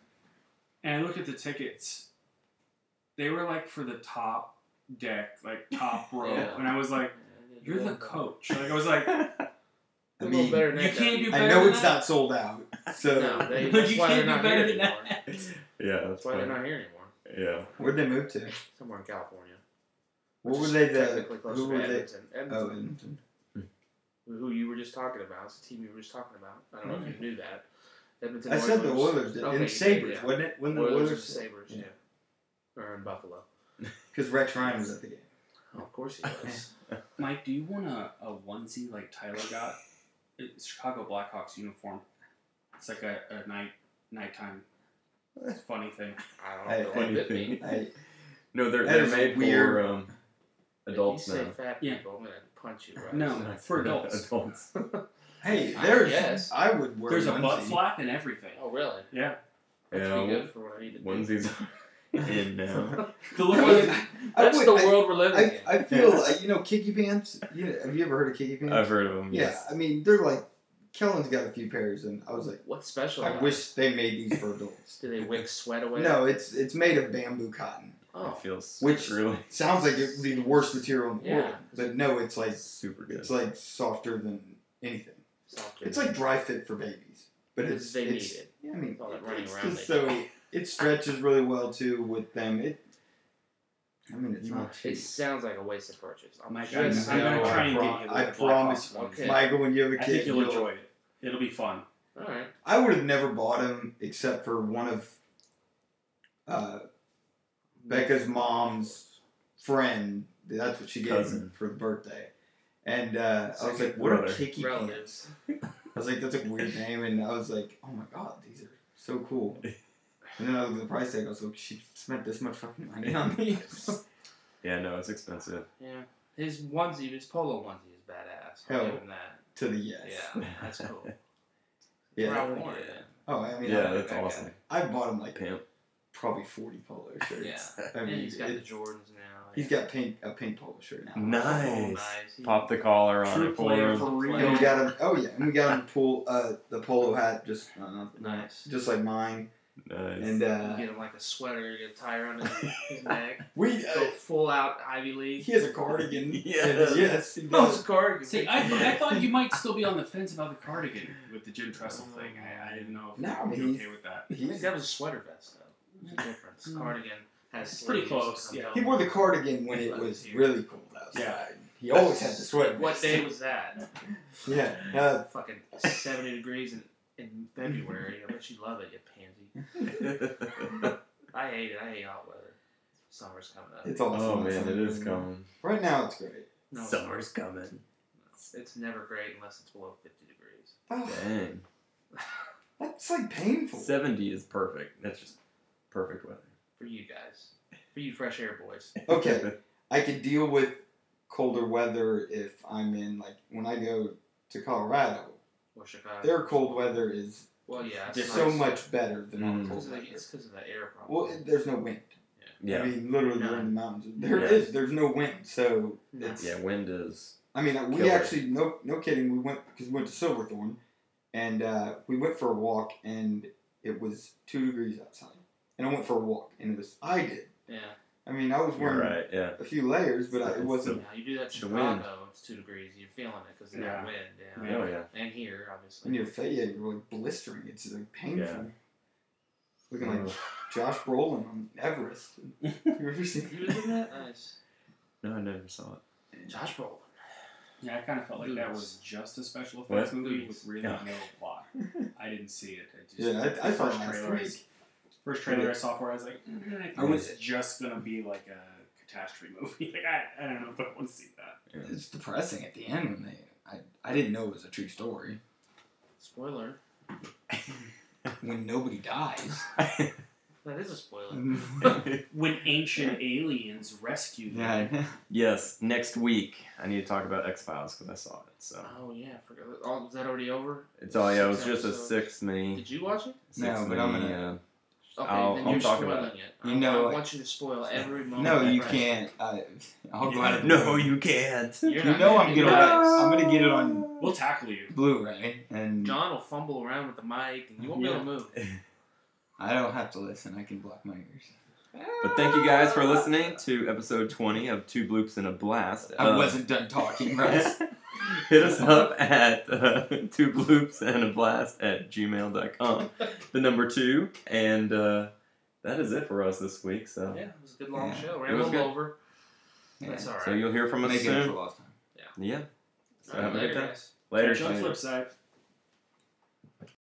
Speaker 4: And I looked at the tickets. They were like for the top deck, like top row.
Speaker 3: Yeah.
Speaker 4: And I was like, You're the coach. Like I was like,
Speaker 2: I
Speaker 3: A little
Speaker 2: mean,
Speaker 3: better than
Speaker 4: you
Speaker 3: that,
Speaker 4: can't do
Speaker 2: I
Speaker 4: better
Speaker 2: know
Speaker 4: than
Speaker 2: it's
Speaker 4: that.
Speaker 2: not sold out, so
Speaker 3: No, they,
Speaker 4: Like,
Speaker 3: that's
Speaker 4: you
Speaker 3: why
Speaker 4: can't
Speaker 3: they're
Speaker 4: do
Speaker 3: not
Speaker 4: better
Speaker 3: here
Speaker 4: than
Speaker 3: anymore.
Speaker 4: that.
Speaker 1: Yeah, that's
Speaker 3: That's why they're
Speaker 1: funny.
Speaker 3: not here anymore.
Speaker 1: Yeah,
Speaker 2: where'd they move to?
Speaker 3: Somewhere in California.
Speaker 2: What
Speaker 3: which
Speaker 2: were
Speaker 3: is
Speaker 2: they the?
Speaker 3: technically closer
Speaker 2: Who
Speaker 3: to
Speaker 2: were they?
Speaker 3: Edmonton.
Speaker 2: Oh,
Speaker 3: Edmonton,
Speaker 2: and
Speaker 3: who you were just talking about. It's the team you were just talking about. I don't know if you knew that. Edmonton
Speaker 2: Mm. I said the
Speaker 3: Oilers.
Speaker 2: Oilers did,
Speaker 3: Okay, you
Speaker 2: and
Speaker 3: did,
Speaker 2: Sabres,
Speaker 3: yeah.
Speaker 2: wasn't it? When the
Speaker 3: Oilers and
Speaker 2: Oilers,
Speaker 3: Sabres, yeah.
Speaker 2: yeah.
Speaker 3: Or in Buffalo.
Speaker 2: because Rex Ryan was at the game.
Speaker 3: Oh, of course he was.
Speaker 4: Mike, do you want a, a onesie like Tyler got? It's Chicago Blackhawks uniform. It's like a, a night nighttime it's a funny thing.
Speaker 3: I
Speaker 2: Hey,
Speaker 3: don't know. Hey,
Speaker 1: funny
Speaker 3: me.
Speaker 1: No, they're
Speaker 2: That
Speaker 1: they're
Speaker 2: is
Speaker 1: made
Speaker 2: weird.
Speaker 1: for um, adults
Speaker 3: if you
Speaker 1: now.
Speaker 3: say fat
Speaker 4: Yeah.
Speaker 3: people, I'm gonna punch you right.
Speaker 4: No,
Speaker 3: now.
Speaker 4: for adults.
Speaker 1: adults.
Speaker 2: Hey,
Speaker 3: I
Speaker 2: there's.
Speaker 3: guess.
Speaker 2: I would wear.
Speaker 4: There's a butt
Speaker 2: onesie.
Speaker 4: flap and everything.
Speaker 3: Oh really?
Speaker 4: Yeah.
Speaker 3: That'd
Speaker 1: Yeah,
Speaker 3: be good for what I need to do.
Speaker 1: Onesies are in now.
Speaker 4: The
Speaker 2: I
Speaker 4: look
Speaker 2: would-
Speaker 4: of-
Speaker 2: I
Speaker 3: That's
Speaker 2: would-
Speaker 3: the
Speaker 2: I-
Speaker 3: world we're living in.
Speaker 2: I, I feel like you know kicky pants. You, have you ever heard of kicky pants?
Speaker 1: I've heard of them.
Speaker 2: yeah,
Speaker 1: Yes.
Speaker 2: I mean they're like Kellen's got a few pairs, and I was like,
Speaker 3: What's special?
Speaker 2: I
Speaker 3: about it?
Speaker 2: wish they made these for adults.
Speaker 3: Do they wick sweat away?
Speaker 2: no, it's it's made of bamboo cotton.
Speaker 1: It
Speaker 3: Oh,
Speaker 1: feels
Speaker 2: Which-
Speaker 1: really
Speaker 2: Sounds like it would be the worst material in the
Speaker 3: Yeah.
Speaker 2: world, but no, it's like
Speaker 1: super good.
Speaker 2: it's like softer than anything.
Speaker 3: softer.
Speaker 2: It's like dry fit for babies, but it's
Speaker 3: they
Speaker 2: it's,
Speaker 3: need it.
Speaker 2: Yeah, I mean,
Speaker 3: All that running
Speaker 2: it's
Speaker 3: around
Speaker 2: just
Speaker 3: they do.
Speaker 2: so it stretches really well too with them. It, I mean, it's not
Speaker 3: It
Speaker 2: cheap.
Speaker 3: sounds like a waste of purchase. I'm
Speaker 4: Mike, I'm,
Speaker 3: just
Speaker 4: I'm gonna
Speaker 2: no,
Speaker 3: saying.
Speaker 4: try and
Speaker 2: Oh I
Speaker 4: get you.
Speaker 2: pro- I
Speaker 4: the Black Hawks
Speaker 2: promise-
Speaker 4: one.
Speaker 3: Okay.
Speaker 2: Michael, when you have a kid,
Speaker 4: I think you'll
Speaker 2: you'll-
Speaker 4: enjoy it. It'll be fun.
Speaker 3: All right.
Speaker 2: I would have never bought him except for one of uh, Becca's mom's friend. That's what she gave
Speaker 1: Cousin.
Speaker 2: him for the birthday. And uh, I was
Speaker 1: Second
Speaker 2: like, what are
Speaker 1: brother.
Speaker 2: kicky pants?
Speaker 3: Relatives.
Speaker 2: I was like, that's a weird name. And I was like, oh my God, these are so cool. And then I looked at the price tag. I was like, she spent this much fucking money on these.
Speaker 1: Yeah, no, it's expensive.
Speaker 3: Yeah. His onesie, his polo onesie is badass.
Speaker 2: Hell.
Speaker 3: I'll give him that.
Speaker 2: to the yes.
Speaker 3: Yeah, that's cool.
Speaker 2: Yeah.
Speaker 3: Ralph Lauren,
Speaker 2: Oh, I mean,
Speaker 1: Yeah,
Speaker 2: I,
Speaker 1: that's
Speaker 3: okay.
Speaker 1: awesome.
Speaker 2: I bought him like
Speaker 1: Pimp.
Speaker 2: probably 40 polo shirts.
Speaker 3: Yeah.
Speaker 2: I
Speaker 3: And
Speaker 2: mean,
Speaker 3: he's got the
Speaker 2: it's-
Speaker 3: Jordans now.
Speaker 2: he's got pink, a pink polo shirt now.
Speaker 3: Oh,
Speaker 1: Nice.
Speaker 3: nice. He-
Speaker 1: Pop the collar on
Speaker 4: True
Speaker 1: it for
Speaker 4: player
Speaker 1: him.
Speaker 4: for real.
Speaker 2: And we got him. Oh yeah, and we got him pull uh, the polo hat, just uh,
Speaker 3: Nice.
Speaker 2: just like mine.
Speaker 1: Nice.
Speaker 2: And
Speaker 3: You
Speaker 2: uh,
Speaker 3: get him like a sweater, you get a tie around his, his neck.
Speaker 2: we
Speaker 3: Go
Speaker 2: uh,
Speaker 3: full out Ivy League.
Speaker 2: he has a cardigan.
Speaker 1: Yes.
Speaker 2: And yes, he
Speaker 3: Oh,
Speaker 2: does.
Speaker 3: it's Corrigan.
Speaker 4: See, I, I thought you might still be on the fence about the cardigan with the Jim Trestle
Speaker 2: Oh.
Speaker 4: thing. I, I didn't know if
Speaker 2: No,
Speaker 4: you'd be
Speaker 2: he's-
Speaker 4: okay with that.
Speaker 2: He's-
Speaker 3: that was a sweater vest though. There's a difference.
Speaker 4: Mm.
Speaker 3: Cardigan has
Speaker 4: It's pretty
Speaker 3: sleeves.
Speaker 4: close, yeah.
Speaker 2: he wore the cardigan when it was really cold outside.
Speaker 4: Yeah.
Speaker 2: He always had the sweater.
Speaker 3: What day was that?
Speaker 2: Yeah. Uh,
Speaker 3: Fucking seventy degrees in, in February. I bet you love it, you pansy. I hate it. I hate hot weather. Summer's coming up.
Speaker 2: it's awesome.
Speaker 1: oh man, it is coming.
Speaker 2: Right now it's great.
Speaker 3: No, it's
Speaker 1: Summer's coming.
Speaker 3: not. It's never great unless it's below fifty degrees.
Speaker 2: Oh,
Speaker 1: Dang.
Speaker 2: that's like painful.
Speaker 1: 70 is perfect. That's just perfect weather.
Speaker 3: For you guys. For you fresh air boys.
Speaker 2: Okay. I could deal with colder weather if I'm in like when I go to Colorado.
Speaker 3: Or Chicago.
Speaker 2: Their cold weather is
Speaker 3: well yeah, it's
Speaker 2: It's so
Speaker 3: nice.
Speaker 2: much better than
Speaker 1: Mm.
Speaker 2: our
Speaker 3: Because
Speaker 2: cold
Speaker 3: of the-
Speaker 2: weather.
Speaker 3: it's because of the air problem.
Speaker 2: Well, it, there's no wind. I
Speaker 1: yeah.
Speaker 2: mean, literally, we're in the mountains. There
Speaker 1: Yeah.
Speaker 2: is. There's no wind. So,
Speaker 3: No.
Speaker 2: it's-
Speaker 1: Yeah, wind is.
Speaker 2: I mean, uh, we
Speaker 1: Killer.
Speaker 2: actually, no, no kidding, we went, because we went to Silverthorne, and uh, we went for a walk, and it was two degrees outside. And I went for a walk, and it was, I did.
Speaker 3: yeah.
Speaker 2: I mean, I was
Speaker 1: You're
Speaker 2: wearing
Speaker 1: right, yeah.
Speaker 2: a few layers, but I,
Speaker 1: It's
Speaker 2: it wasn't.
Speaker 3: Now, you do that in
Speaker 1: The wind.
Speaker 3: Chicago, it's two degrees, you're feeling it because of
Speaker 4: Yeah.
Speaker 3: that wind. Yeah.
Speaker 1: Oh, yeah.
Speaker 3: And here,
Speaker 2: When
Speaker 3: obviously.
Speaker 2: you're Fayette, you're like blistering. It's like painful.
Speaker 1: Yeah.
Speaker 2: Looking like
Speaker 1: Oh.
Speaker 2: Josh Brolin on Everest. you ever seen
Speaker 3: You was in that? Nice.
Speaker 1: No, I never saw it.
Speaker 3: Josh Brolin.
Speaker 4: Yeah, I kind of felt like that
Speaker 3: Movies.
Speaker 4: was just a special
Speaker 1: What?
Speaker 4: effects movie
Speaker 3: Movies.
Speaker 4: with really
Speaker 1: Yeah.
Speaker 4: no plot. I didn't see it. I just,
Speaker 2: Yeah, I- I
Speaker 4: the
Speaker 2: saw it
Speaker 4: first
Speaker 2: last
Speaker 4: trailer. I s- First trailer I saw for, it, I was like, mm, I
Speaker 1: Yeah.
Speaker 4: think it's just gonna be like a catastrophe movie. like, I, I don't know if I want to see that.
Speaker 2: It's depressing at the end when they. I, I didn't know it was a true story.
Speaker 3: Spoiler.
Speaker 2: When nobody dies.
Speaker 3: That is a spoiler.
Speaker 2: Mm-hmm.
Speaker 4: When ancient aliens rescue them.
Speaker 2: yeah.
Speaker 1: yes, next week I need to talk about X Files because I saw it. So
Speaker 3: Oh, yeah. I forgot. Oh, is that already over?
Speaker 1: it's all yeah. It was
Speaker 3: Six
Speaker 1: just a
Speaker 3: episodes.
Speaker 1: six mini.
Speaker 3: Did you watch it?
Speaker 1: Six uh,
Speaker 2: No, but I'm
Speaker 1: mini,
Speaker 2: gonna-
Speaker 3: Okay,
Speaker 1: I'll-
Speaker 3: then
Speaker 1: I'll
Speaker 3: you're
Speaker 1: talk
Speaker 3: spoiling
Speaker 1: about
Speaker 3: it.
Speaker 2: You
Speaker 3: I-
Speaker 2: know
Speaker 3: I
Speaker 2: it.
Speaker 3: want you to spoil every moment.
Speaker 2: No,
Speaker 3: of
Speaker 2: you
Speaker 3: that.
Speaker 2: can't. I, I'll go out
Speaker 1: uh,
Speaker 2: of.
Speaker 1: no, you can't.
Speaker 3: You're
Speaker 2: You
Speaker 3: not
Speaker 2: know
Speaker 3: gonna
Speaker 2: I'm
Speaker 3: do
Speaker 2: gonna.
Speaker 3: that.
Speaker 2: I'm gonna get it on
Speaker 4: We'll tackle you.
Speaker 2: Blu-ray, and
Speaker 3: John will fumble around with the mic, and you won't be able to move.
Speaker 2: I don't have to listen. I can block my ears.
Speaker 1: But thank you guys for listening to episode 20 of Two Bloops and a Blast.
Speaker 2: I
Speaker 1: Uh,
Speaker 2: wasn't done talking, Russ.
Speaker 1: Hit us up at uh, two bloops and a blast at gmail.com. The number two. And uh, that is it for us this week. So,
Speaker 3: Yeah, it was a good long
Speaker 2: Yeah.
Speaker 3: show.
Speaker 1: Oh. It
Speaker 3: Ran a
Speaker 1: was
Speaker 3: little
Speaker 1: good.
Speaker 3: over.
Speaker 2: yeah.
Speaker 3: That's all right.
Speaker 1: so you'll hear from us
Speaker 2: Making it for
Speaker 1: soon.
Speaker 2: lost time.
Speaker 1: Yeah. So
Speaker 3: All right,
Speaker 1: have a good
Speaker 3: later,
Speaker 1: time.
Speaker 3: guys.
Speaker 1: Later.
Speaker 4: Catch you on the
Speaker 1: Shane.
Speaker 4: flip side.